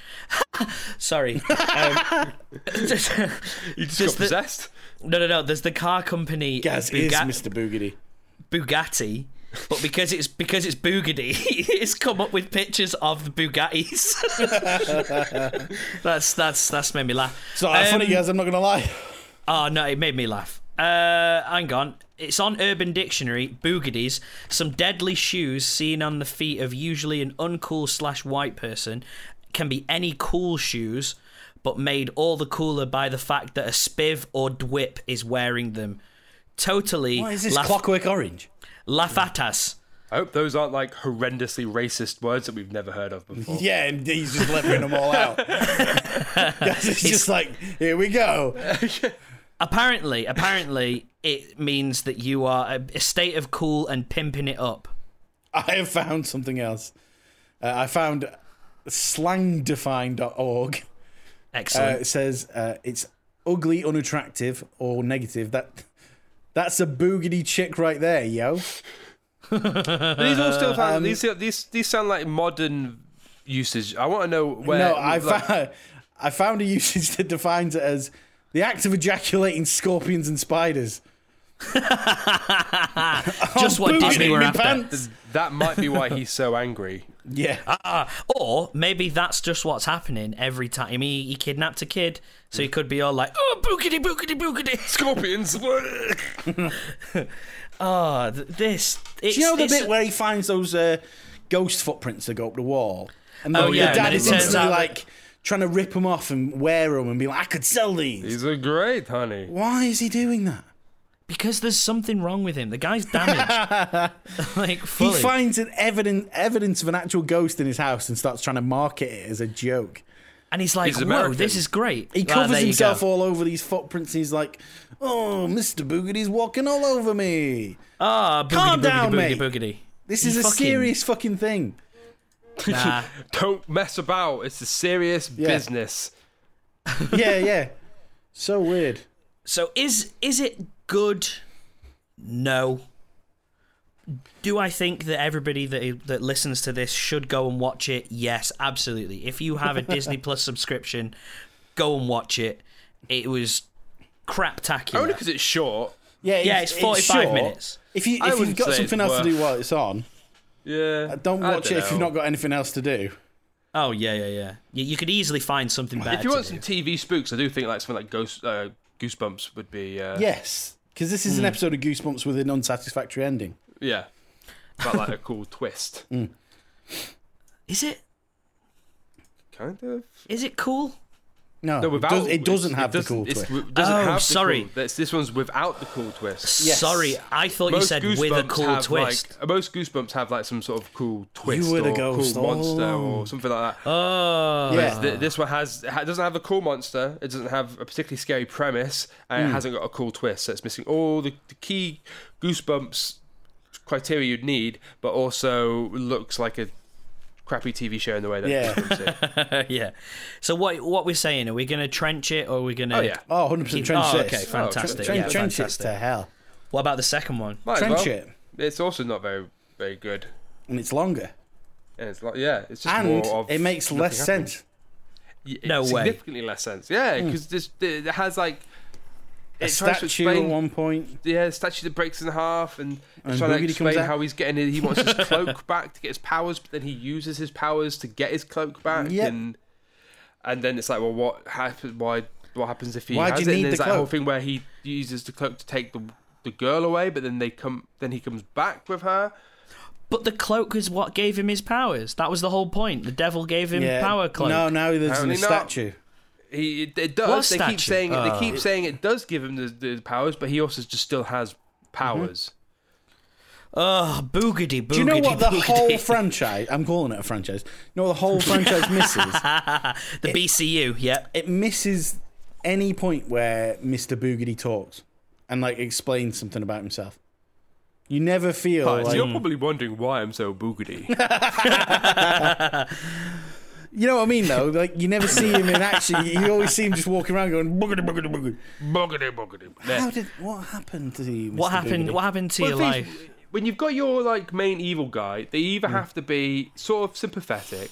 Speaker 4: Sorry. Um, just-
Speaker 5: You just,
Speaker 4: Just
Speaker 5: got
Speaker 4: the-
Speaker 5: possessed.
Speaker 4: no, no, no. There's the car company
Speaker 6: Gaz is
Speaker 4: Buga-
Speaker 6: Mr. Boogedy.
Speaker 4: Bugatti, but because it's because it's Bugatti, it's come up with pictures of the Bugattis. that's that's that's made me laugh.
Speaker 6: It's not that
Speaker 4: Um,
Speaker 6: uh, funny, Gaz. I'm not gonna lie.
Speaker 4: Oh no, it made me laugh. Uh, hang on. It's on Urban Dictionary. Boogities, some deadly shoes seen on the feet of usually an uncool slash white person, can be any cool shoes, but made all the cooler by the fact that a spiv or dwip is wearing them. Totally
Speaker 6: What is this?
Speaker 4: laugh-
Speaker 6: Clockwork Orange.
Speaker 4: laughatas.
Speaker 5: I hope those aren't like horrendously racist words that we've never heard of before.
Speaker 6: Yeah, and he's just leveling them all out. Gaz is just like, here we go.
Speaker 4: Apparently, apparently, it means that you are a, a state of cool and pimping it up.
Speaker 6: I have found something else. Uh, I found slangdefine.org. Uh,
Speaker 4: Excellent.
Speaker 6: it says uh, it's ugly, unattractive, or negative. That that's a boogity chick right there, yo.
Speaker 5: these all still sound,
Speaker 6: Um,
Speaker 5: these, these these sound like modern usage. I want to know where.
Speaker 6: no, I
Speaker 5: like-
Speaker 6: found I found a usage that defines it as the act of ejaculating scorpions and spiders.
Speaker 4: Just what
Speaker 6: boogity
Speaker 4: Disney
Speaker 6: Uh, in
Speaker 4: were
Speaker 6: me
Speaker 4: after.
Speaker 6: pants.
Speaker 5: that might be why he's so angry.
Speaker 6: Yeah,
Speaker 4: Ah, or maybe that's just what's happening every time. He, he kidnapped a kid, so he could be all like, oh, boogity, boogity, boogity.
Speaker 5: Scorpions.
Speaker 4: Oh, th- this. It's,
Speaker 6: do you know the
Speaker 4: it's-
Speaker 6: bit where he finds those uh, ghost footprints that go up the wall, and the,
Speaker 4: Oh, yeah,
Speaker 6: the
Speaker 4: and
Speaker 6: dad
Speaker 4: then it
Speaker 6: is
Speaker 4: turns
Speaker 6: instantly
Speaker 4: out that-
Speaker 6: like trying to rip them off and wear them and be like, I could sell these.
Speaker 5: These are great, honey.
Speaker 6: Why is he doing that?
Speaker 4: Because there's something wrong with him. The guy's damaged. like,
Speaker 6: He
Speaker 4: fully.
Speaker 6: finds an evidence evidence of an actual ghost in his house and starts trying to market it as a joke.
Speaker 4: and he's like,
Speaker 5: He's
Speaker 4: whoa,
Speaker 5: American.
Speaker 4: this is great.
Speaker 6: He
Speaker 4: Ah,
Speaker 6: covers
Speaker 4: there you
Speaker 6: himself
Speaker 4: go.
Speaker 6: all over these footprints. And he's like, "Oh, Mister Boogity's walking all over me.
Speaker 4: Ah, boogity,
Speaker 6: Calm
Speaker 4: boogity,
Speaker 6: down,
Speaker 4: boogity,
Speaker 6: mate.
Speaker 4: boogity.
Speaker 6: This
Speaker 4: You
Speaker 6: is a
Speaker 4: fucking-
Speaker 6: serious fucking thing."
Speaker 4: Nah.
Speaker 5: Don't mess about. It's a serious business.
Speaker 6: yeah, yeah. So weird.
Speaker 4: So is is it good? No. Do I think that everybody that that listens to this should go and watch it? Yes, absolutely. If you have a Disney Plus subscription, go and watch it. It was craptacular.
Speaker 5: Only because it's short.
Speaker 6: Yeah,
Speaker 4: yeah, it's forty five
Speaker 6: short.
Speaker 4: minutes.
Speaker 6: If you
Speaker 5: I
Speaker 6: if you've
Speaker 5: wouldn't
Speaker 6: got
Speaker 5: say it's
Speaker 6: something else to do
Speaker 5: worth-
Speaker 6: while it's on,
Speaker 5: Yeah.
Speaker 6: Uh, don't
Speaker 5: I
Speaker 6: watch it if you've
Speaker 5: know.
Speaker 6: not got anything else to do.
Speaker 4: Oh yeah, yeah, yeah. You, you could easily find something better.
Speaker 5: If you want
Speaker 4: to
Speaker 5: some
Speaker 4: do.
Speaker 5: TV spooks, I do think like something like Ghost uh, Goosebumps would be. Uh,
Speaker 6: Yes, because this is an episode of Goosebumps with an unsatisfactory ending.
Speaker 5: Yeah. But like a cool twist.
Speaker 6: Mm.
Speaker 4: is it
Speaker 5: Kind of.
Speaker 4: is it cool?
Speaker 6: No,
Speaker 5: No,
Speaker 6: it,
Speaker 5: without
Speaker 6: does, it doesn't have the
Speaker 5: doesn't-
Speaker 6: cool
Speaker 5: it's-
Speaker 6: twist.
Speaker 5: it doesn't
Speaker 4: Oh,
Speaker 5: have the
Speaker 4: sorry.
Speaker 5: cool- that's- this one's without the cool twist.
Speaker 6: Yes.
Speaker 4: Sorry, I thought you said with a
Speaker 5: Goosebumps
Speaker 4: cool
Speaker 5: have, like-
Speaker 4: twist.
Speaker 5: uh, most Goosebumps have like some sort of cool twist
Speaker 6: were
Speaker 5: or
Speaker 6: the ghost
Speaker 5: cool
Speaker 6: all
Speaker 5: monster
Speaker 6: along.
Speaker 5: or something like that.
Speaker 4: oh,
Speaker 6: Yeah.
Speaker 5: Th- this one has it ha- doesn't have a cool monster. It doesn't have a particularly scary premise, and
Speaker 6: Hmm.
Speaker 5: it hasn't got a cool twist. So it's missing all the, the key Goosebumps criteria you'd need, but also looks like a crappy TV show in the way that
Speaker 6: Yeah.
Speaker 5: Goosebumps is.
Speaker 4: yeah. So what what we're saying? Are we going to trench it or are we going to?
Speaker 5: Oh yeah,
Speaker 6: Oh, 100% trench
Speaker 4: Oh,
Speaker 6: this.
Speaker 4: okay, fantastic.
Speaker 6: Trench,
Speaker 4: yeah,
Speaker 6: trench it
Speaker 4: fantastic.
Speaker 6: to hell.
Speaker 4: What about the second one?
Speaker 5: Might as well.
Speaker 6: Trench it.
Speaker 5: It's also not very very good.
Speaker 6: and it's longer,
Speaker 5: And it's like, yeah, it's just
Speaker 6: and
Speaker 5: more of
Speaker 6: it makes less
Speaker 5: nothing happening.
Speaker 6: sense. Hmm.
Speaker 5: Y-
Speaker 4: No way.
Speaker 5: significantly less sense. Yeah, because it has like
Speaker 6: A
Speaker 5: it tries to
Speaker 6: statue at
Speaker 5: explain
Speaker 6: one point.
Speaker 5: yeah, the statue that breaks in half and,
Speaker 6: And
Speaker 5: it's trying to
Speaker 6: Boogedy comes
Speaker 5: explain
Speaker 6: out.
Speaker 5: how he's getting it. He wants his cloak back to get his powers, but then he uses his powers to get his cloak back.
Speaker 6: Yep.
Speaker 5: And and then it's like, well, what happens? Why? What happens if he
Speaker 6: Why do
Speaker 5: has
Speaker 6: you
Speaker 5: it?
Speaker 6: need
Speaker 5: and there's
Speaker 6: the
Speaker 5: that whole
Speaker 6: cloak?
Speaker 5: thing where he uses the cloak to take the the girl away, but then they come. Then he comes back with her.
Speaker 4: But the cloak is what gave him his powers. That was the whole point. The devil gave him
Speaker 6: Yeah.
Speaker 4: power cloak.
Speaker 6: No, now there's a
Speaker 5: Apparently not.
Speaker 6: statue.
Speaker 5: He it, it does.
Speaker 4: What
Speaker 5: they
Speaker 4: statue?
Speaker 5: keep saying
Speaker 4: Oh.
Speaker 5: they keep saying it does give him the, the powers, but he also just still has
Speaker 6: Mm-hmm.
Speaker 5: powers.
Speaker 4: Ugh, boogedy boogedy.
Speaker 6: Do you know what the
Speaker 4: boogedy.
Speaker 6: whole franchise? I'm calling it a franchise. You know what the whole franchise misses?
Speaker 4: the BCU? Yeah.
Speaker 6: It misses any point where Mr. Boogedy talks and like explains something about himself. You never feel
Speaker 5: Right, so
Speaker 6: like Mm.
Speaker 5: you're probably wondering why I'm so boogedy.
Speaker 6: you know what I mean though. Like you never see him in action. You always see him just walking around going boogedy boogedy boogedy.
Speaker 5: boogedy, boogedy.
Speaker 6: How
Speaker 5: There.
Speaker 6: did what happened to you? Mr.
Speaker 4: What happened?
Speaker 6: Boogedy?
Speaker 4: What happened to
Speaker 5: Well,
Speaker 4: your
Speaker 5: the thing is,
Speaker 4: life? Mm.
Speaker 5: When you've got your like main evil guy, they either have to be sort of sympathetic,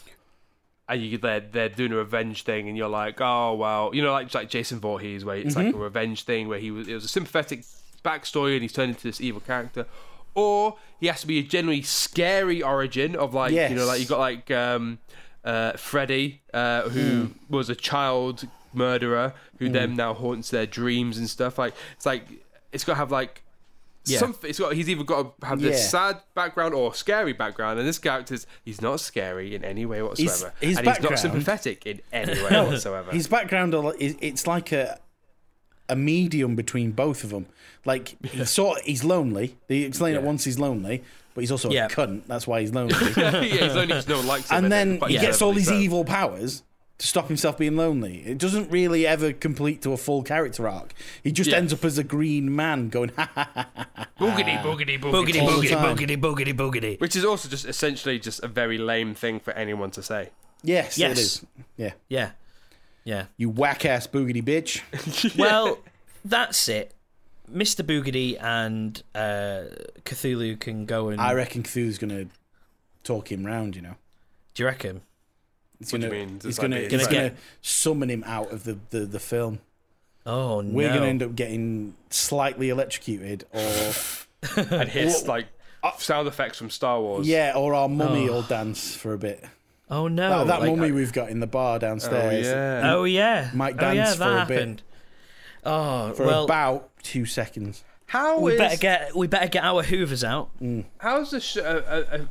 Speaker 5: and you they're they're doing a revenge thing, and you're like, oh well, you know, like like Jason Voorhees, where it's
Speaker 4: Mm-hmm.
Speaker 5: like a revenge thing, where he was it was a sympathetic backstory, and he's turned into this evil character, or he has to be a generally scary origin of like you know
Speaker 6: Yes.
Speaker 5: like you got like um uh Freddy uh who
Speaker 4: Hmm.
Speaker 5: was a child murderer who then now haunts their dreams and stuff like it's like it's got to have like
Speaker 4: Yeah.
Speaker 5: something. It's got. He's either got to have this
Speaker 6: Yeah.
Speaker 5: sad background or scary background, and this character's he's not scary in any way whatsoever,
Speaker 6: his
Speaker 5: and he's
Speaker 6: background-
Speaker 5: not sympathetic in any way whatsoever.
Speaker 6: His background al- is it's like a a medium between both of them. Like he sort he's lonely. They explain it
Speaker 5: Yeah.
Speaker 6: once he's lonely, but he's also
Speaker 4: Yeah.
Speaker 6: a cunt. That's why he's lonely.
Speaker 5: yeah, he's only because no one likes him,
Speaker 6: and then
Speaker 5: but
Speaker 6: he
Speaker 5: he's
Speaker 6: gets all
Speaker 5: definitely
Speaker 6: these
Speaker 5: so.
Speaker 6: evil powers to stop himself being lonely. It doesn't really ever complete to a full character arc. He just
Speaker 5: Yeah.
Speaker 6: ends up as a green man going ha ha ha.
Speaker 5: boogity boogity boogity,
Speaker 4: Boogedy
Speaker 6: all the
Speaker 4: boogedy
Speaker 6: time.
Speaker 4: boogedy boogedy boogedy.
Speaker 5: which is also just essentially just a very lame thing for anyone to say.
Speaker 6: Yes,
Speaker 4: Yes.
Speaker 6: it is. Yeah,
Speaker 4: Yeah. Yeah.
Speaker 6: you whack ass boogedy bitch.
Speaker 4: Well, that's it. Mr. Boogedy and uh, Cthulhu can go and.
Speaker 6: I reckon Cthulhu's gonna talk him round. You know.
Speaker 4: do you reckon?
Speaker 6: It's
Speaker 5: What do
Speaker 6: gonna,
Speaker 5: you mean? Does
Speaker 6: He's
Speaker 5: that
Speaker 6: gonna,
Speaker 5: mean-
Speaker 6: he's
Speaker 4: Gonna
Speaker 6: gonna
Speaker 4: get-
Speaker 6: summon him out of the, the, the film.
Speaker 4: Oh no.
Speaker 6: We're gonna end up getting slightly electrocuted, or
Speaker 5: And his like sound effects from Star Wars.
Speaker 6: uh, yeah, or our mummy will dance for a bit.
Speaker 4: Oh no.
Speaker 6: That, that
Speaker 4: like-
Speaker 6: mummy we've got in the bar
Speaker 5: Oh,
Speaker 6: downstairs
Speaker 5: yeah.
Speaker 4: Oh yeah.
Speaker 6: Might
Speaker 4: oh, yeah,
Speaker 6: dance for
Speaker 4: that
Speaker 6: a bit.
Speaker 4: happened. Oh
Speaker 6: for
Speaker 4: well.
Speaker 6: about two seconds.
Speaker 5: How
Speaker 4: we
Speaker 5: is-
Speaker 4: better get we better get our hoovers out.
Speaker 5: how's a, sh- a, a, a,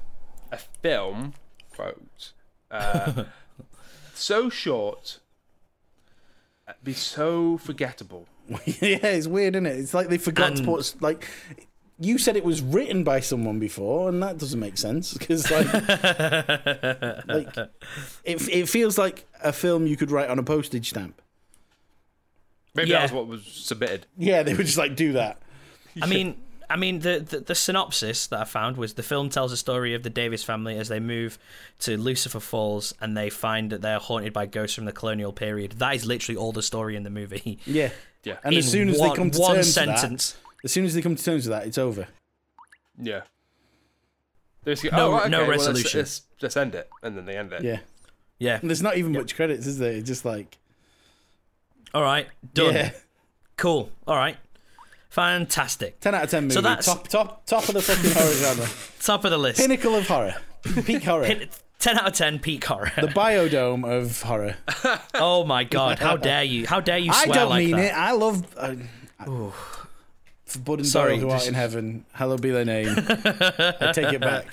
Speaker 5: a film quote uh, so short uh, be so forgettable
Speaker 6: yeah, it's weird, isn't it? It's like they forgot to
Speaker 4: And-
Speaker 6: put s- like. You said it was written by someone before, and that doesn't make sense because like, like it, it feels like a film you could write on a postage stamp.
Speaker 5: maybe
Speaker 4: Yeah.
Speaker 5: that was what was submitted
Speaker 6: Yeah, they would just like do that.
Speaker 4: I mean, I mean, the, the the synopsis that I found was the film tells the story of the Davis family as they move to Lucifer Falls and they find that they are haunted by ghosts from the colonial period. That is literally all the story in the movie.
Speaker 6: Yeah.
Speaker 5: Yeah.
Speaker 6: And
Speaker 4: In
Speaker 6: as soon as
Speaker 4: one-
Speaker 6: they come to
Speaker 4: one
Speaker 6: terms
Speaker 4: sentence.
Speaker 6: with that, as soon as they come to terms with that, it's over.
Speaker 5: yeah There's,
Speaker 4: No-
Speaker 5: oh, right, okay,
Speaker 4: no
Speaker 5: well, let's-
Speaker 4: resolution.
Speaker 5: let's, let's end it and then they end it
Speaker 6: Yeah.
Speaker 4: Yeah.
Speaker 6: And there's not even much credits, is there? It's just like
Speaker 4: All right. Done.
Speaker 6: yeah,
Speaker 4: Cool. All right. Fantastic.
Speaker 6: ten out of ten movie.
Speaker 4: So that's-
Speaker 6: top top top of the fucking horror genre,
Speaker 4: Top of the list.
Speaker 6: pinnacle of horror, peak horror,
Speaker 4: Ten out of ten. Peak horror.
Speaker 6: the biodome of horror.
Speaker 4: oh my god! How dare you? How dare you
Speaker 6: I
Speaker 4: swear
Speaker 6: don't
Speaker 4: like
Speaker 6: mean
Speaker 4: that?
Speaker 6: it. I love. Uh, for Bud
Speaker 4: Sorry,
Speaker 6: and Sorry, who
Speaker 4: this
Speaker 6: art in heaven, hallowed be thy name. I take it back.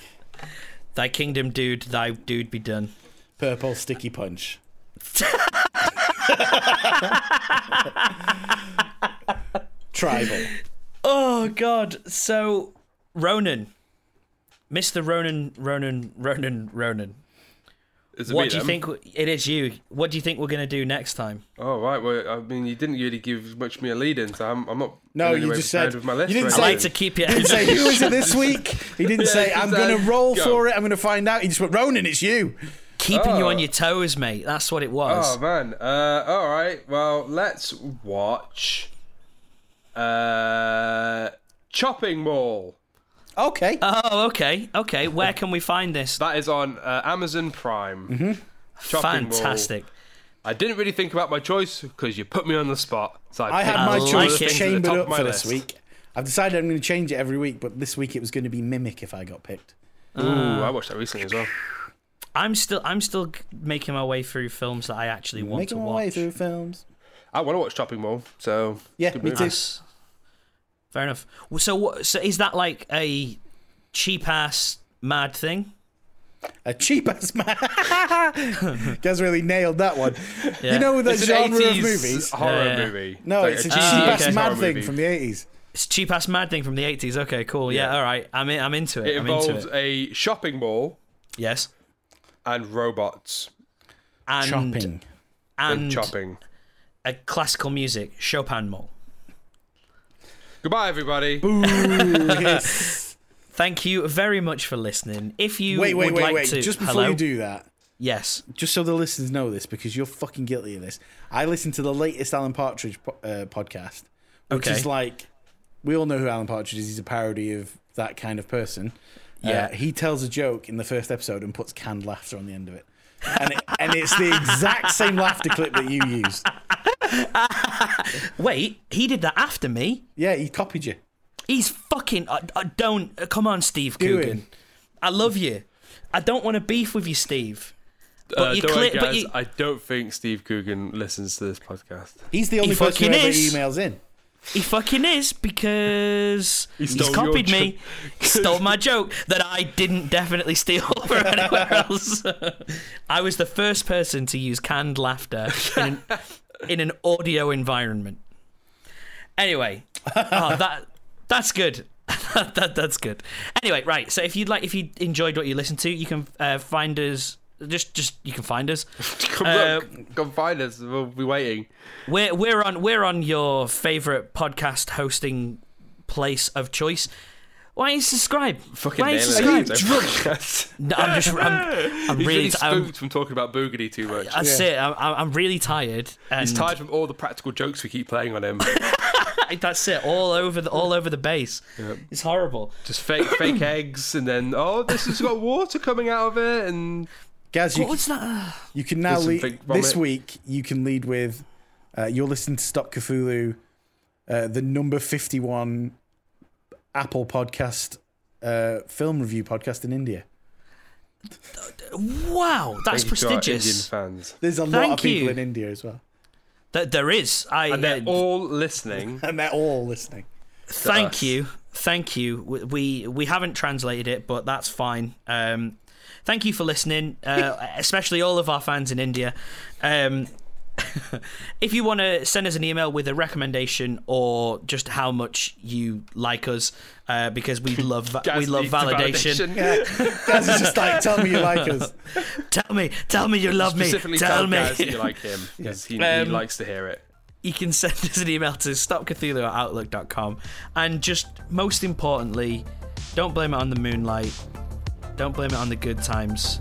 Speaker 4: Thy kingdom, dude. Thy dude be done.
Speaker 6: Purple sticky punch. Tribal.
Speaker 4: Oh God! So Ronan, Mr. Ronan, Ronan, Ronan, Ronan.
Speaker 5: Is it me
Speaker 4: What do you
Speaker 5: then?
Speaker 4: think? w- It is you. What do you think we're gonna do next time?
Speaker 5: oh right well I mean you didn't really give much me a lead in so I'm, I'm not
Speaker 6: No,
Speaker 5: in any
Speaker 6: you
Speaker 5: way
Speaker 6: just
Speaker 5: prepared
Speaker 6: said-
Speaker 5: with my
Speaker 6: you
Speaker 5: list
Speaker 6: didn't
Speaker 5: right
Speaker 4: I
Speaker 6: say-
Speaker 4: like
Speaker 5: now.
Speaker 4: to keep it.
Speaker 6: didn't say who is it this week. He didn't say
Speaker 5: he
Speaker 6: I'm
Speaker 5: said,
Speaker 6: going to roll
Speaker 5: "Go."
Speaker 6: for it. I'm going to find out. He just went Ronan. It's you.
Speaker 4: keeping you
Speaker 5: Oh.
Speaker 4: on your toes, mate. That's what it
Speaker 5: oh
Speaker 4: was.
Speaker 5: man uh, all right well let's watch uh, Chopping Mall
Speaker 6: Okay.
Speaker 4: Oh, okay, okay. Where can we find this?
Speaker 5: That is on uh, Amazon Prime.
Speaker 6: Mm-hmm.
Speaker 5: Chopping Mall.
Speaker 4: Fantastic.
Speaker 5: I didn't really think about my choice because you put me on the spot. So I,
Speaker 6: I had
Speaker 5: picked
Speaker 6: my
Speaker 5: one of
Speaker 4: like
Speaker 6: choice
Speaker 5: the
Speaker 4: it.
Speaker 5: things at the
Speaker 6: chambered
Speaker 5: top of
Speaker 6: up
Speaker 5: my
Speaker 6: for
Speaker 5: list.
Speaker 6: this week. I've decided I'm going to change it every week, but this week it was going to be Mimic if I got picked.
Speaker 5: Ooh,
Speaker 6: Ah.
Speaker 5: I watched that recently as well.
Speaker 4: I'm still I'm still making my way through films that I actually want to
Speaker 6: Making my
Speaker 4: watch.
Speaker 6: way through films.
Speaker 5: I want to watch Chopping Mall, so
Speaker 6: Yeah,
Speaker 5: good
Speaker 6: me
Speaker 5: move.
Speaker 6: too.
Speaker 4: Yes. Fair enough. Well, So what? So is that like a cheap ass mad thing?
Speaker 6: A cheap ass man. Guys really nailed that one. You know that
Speaker 5: It's an Oh,
Speaker 6: genre of
Speaker 5: 80s
Speaker 6: movies.
Speaker 5: horror
Speaker 4: Yeah.
Speaker 5: movie.
Speaker 6: No,
Speaker 5: Like
Speaker 6: it's a
Speaker 5: cheap
Speaker 6: cheap
Speaker 4: Ah,
Speaker 6: ass
Speaker 4: okay.
Speaker 6: mad
Speaker 5: horror
Speaker 6: thing
Speaker 5: movie.
Speaker 6: from the 80s.
Speaker 4: It's cheap ass mad thing from the eighties. Okay, cool. Yeah,
Speaker 5: Yeah.
Speaker 4: all right. I'm in, I'm into it.
Speaker 5: It
Speaker 4: I'm into
Speaker 5: involves
Speaker 4: it.
Speaker 5: a shopping mall
Speaker 4: Yes.
Speaker 5: and robots
Speaker 4: And
Speaker 6: Chopping.
Speaker 5: and,
Speaker 4: and
Speaker 5: chopping.
Speaker 4: a classical music Chopin mall.
Speaker 5: Goodbye, everybody. Uh,
Speaker 4: Thank you very much for listening. If you
Speaker 6: Wait, wait,
Speaker 4: would
Speaker 6: wait,
Speaker 4: like
Speaker 6: wait.
Speaker 4: to,
Speaker 6: Just before
Speaker 4: hello?
Speaker 6: you do that,
Speaker 4: yes,
Speaker 6: just so the listeners know this, because you're fucking guilty of this. I listened to the latest Alan Partridge po- uh, podcast, which
Speaker 4: Okay.
Speaker 6: is like we all know who Alan Partridge is. He's a parody of that kind of person.
Speaker 4: Yeah.
Speaker 6: Uh, he tells a joke in the first episode and puts canned laughter on the end of it, and it, and it's the exact same laughter clip that you used.
Speaker 4: wait, he did that after me.
Speaker 6: Yeah, he copied you.
Speaker 4: He's fucking. I, I don't. uh, Come on, Steve
Speaker 6: Do
Speaker 4: Coogan.
Speaker 6: it.
Speaker 4: I love you. I don't want to beef with you, Steve. But
Speaker 5: Uh,
Speaker 4: you
Speaker 5: don't worry,
Speaker 4: clear- but
Speaker 5: guys,
Speaker 4: you-
Speaker 5: I don't think Steve Coogan listens to this podcast.
Speaker 6: He's the only person who
Speaker 4: fucking
Speaker 6: ever
Speaker 4: is.
Speaker 6: emails in.
Speaker 4: He fucking is because he's
Speaker 5: stole your
Speaker 4: copied me,
Speaker 5: joke.
Speaker 4: stole my joke that I didn't definitely steal from anywhere else. I was the first person to use canned laughter in an, in an audio environment. Anyway, oh, that that's good. that, that's good. Anyway, right. So if you'd like, if you enjoyed what you listened to, you can uh, find us. Just, just you can find us.
Speaker 5: Come
Speaker 4: Uh,
Speaker 5: look, come find us. We'll be waiting.
Speaker 4: We're we're on we're on your favorite podcast hosting place of choice. Why don't you subscribe?
Speaker 5: Fucking
Speaker 4: Why don't
Speaker 5: nail it.
Speaker 4: subscribe?
Speaker 5: It's a podcast.
Speaker 4: No, I'm just I'm, I'm
Speaker 5: He's
Speaker 4: really
Speaker 5: really
Speaker 4: t- I'm,
Speaker 5: spooked from talking about boogity too much.
Speaker 4: that's it. I'm, I'm I'm really tired. And
Speaker 5: He's tired from all the practical jokes we keep playing on him.
Speaker 4: That's it. All over the all over the base. It's horrible.
Speaker 5: Just fake fake eggs, and then oh, this has got water coming out of it, and
Speaker 6: Gaz, you,
Speaker 4: What was that?
Speaker 6: you can now
Speaker 5: There's some
Speaker 6: lead
Speaker 5: fake vomit.
Speaker 6: this week. You can lead with uh, you're listening to Stop Cthulhu, uh, the number fifty-one Apple podcast uh, film review podcast in India.
Speaker 4: Wow, that's
Speaker 5: Thank you to our
Speaker 4: prestigious.
Speaker 5: Indian fans,
Speaker 6: There's a lot
Speaker 4: Thank
Speaker 6: of people
Speaker 4: you.
Speaker 6: in India as well,
Speaker 4: Th- there is. I
Speaker 5: and they're
Speaker 4: uh,
Speaker 5: all listening.
Speaker 6: and they're all listening.
Speaker 4: thank
Speaker 5: us.
Speaker 4: you thank you We- we we haven't translated it but that's fine um thank you for listening uh, especially all of our fans in india um if you want to send us an email with a recommendation or just how much you like us uh, because we love va- we
Speaker 5: Gaz
Speaker 4: love
Speaker 5: needs
Speaker 4: validation.
Speaker 6: Gaz is just like, tell me you like us.
Speaker 4: tell me tell me you love me
Speaker 5: Specifically, tell
Speaker 4: tell me
Speaker 5: Gaz that you like him because he, he
Speaker 4: Um,
Speaker 5: likes to hear it.
Speaker 4: you can send us an email to stopcthulhu at outlook.com. And just most importantly, don't blame it on the moonlight. Don't blame it on the good times.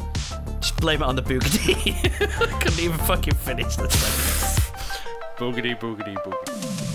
Speaker 4: Just blame it on the boogity. I couldn't even fucking finish the sentence.
Speaker 5: Boogity boogity boogity.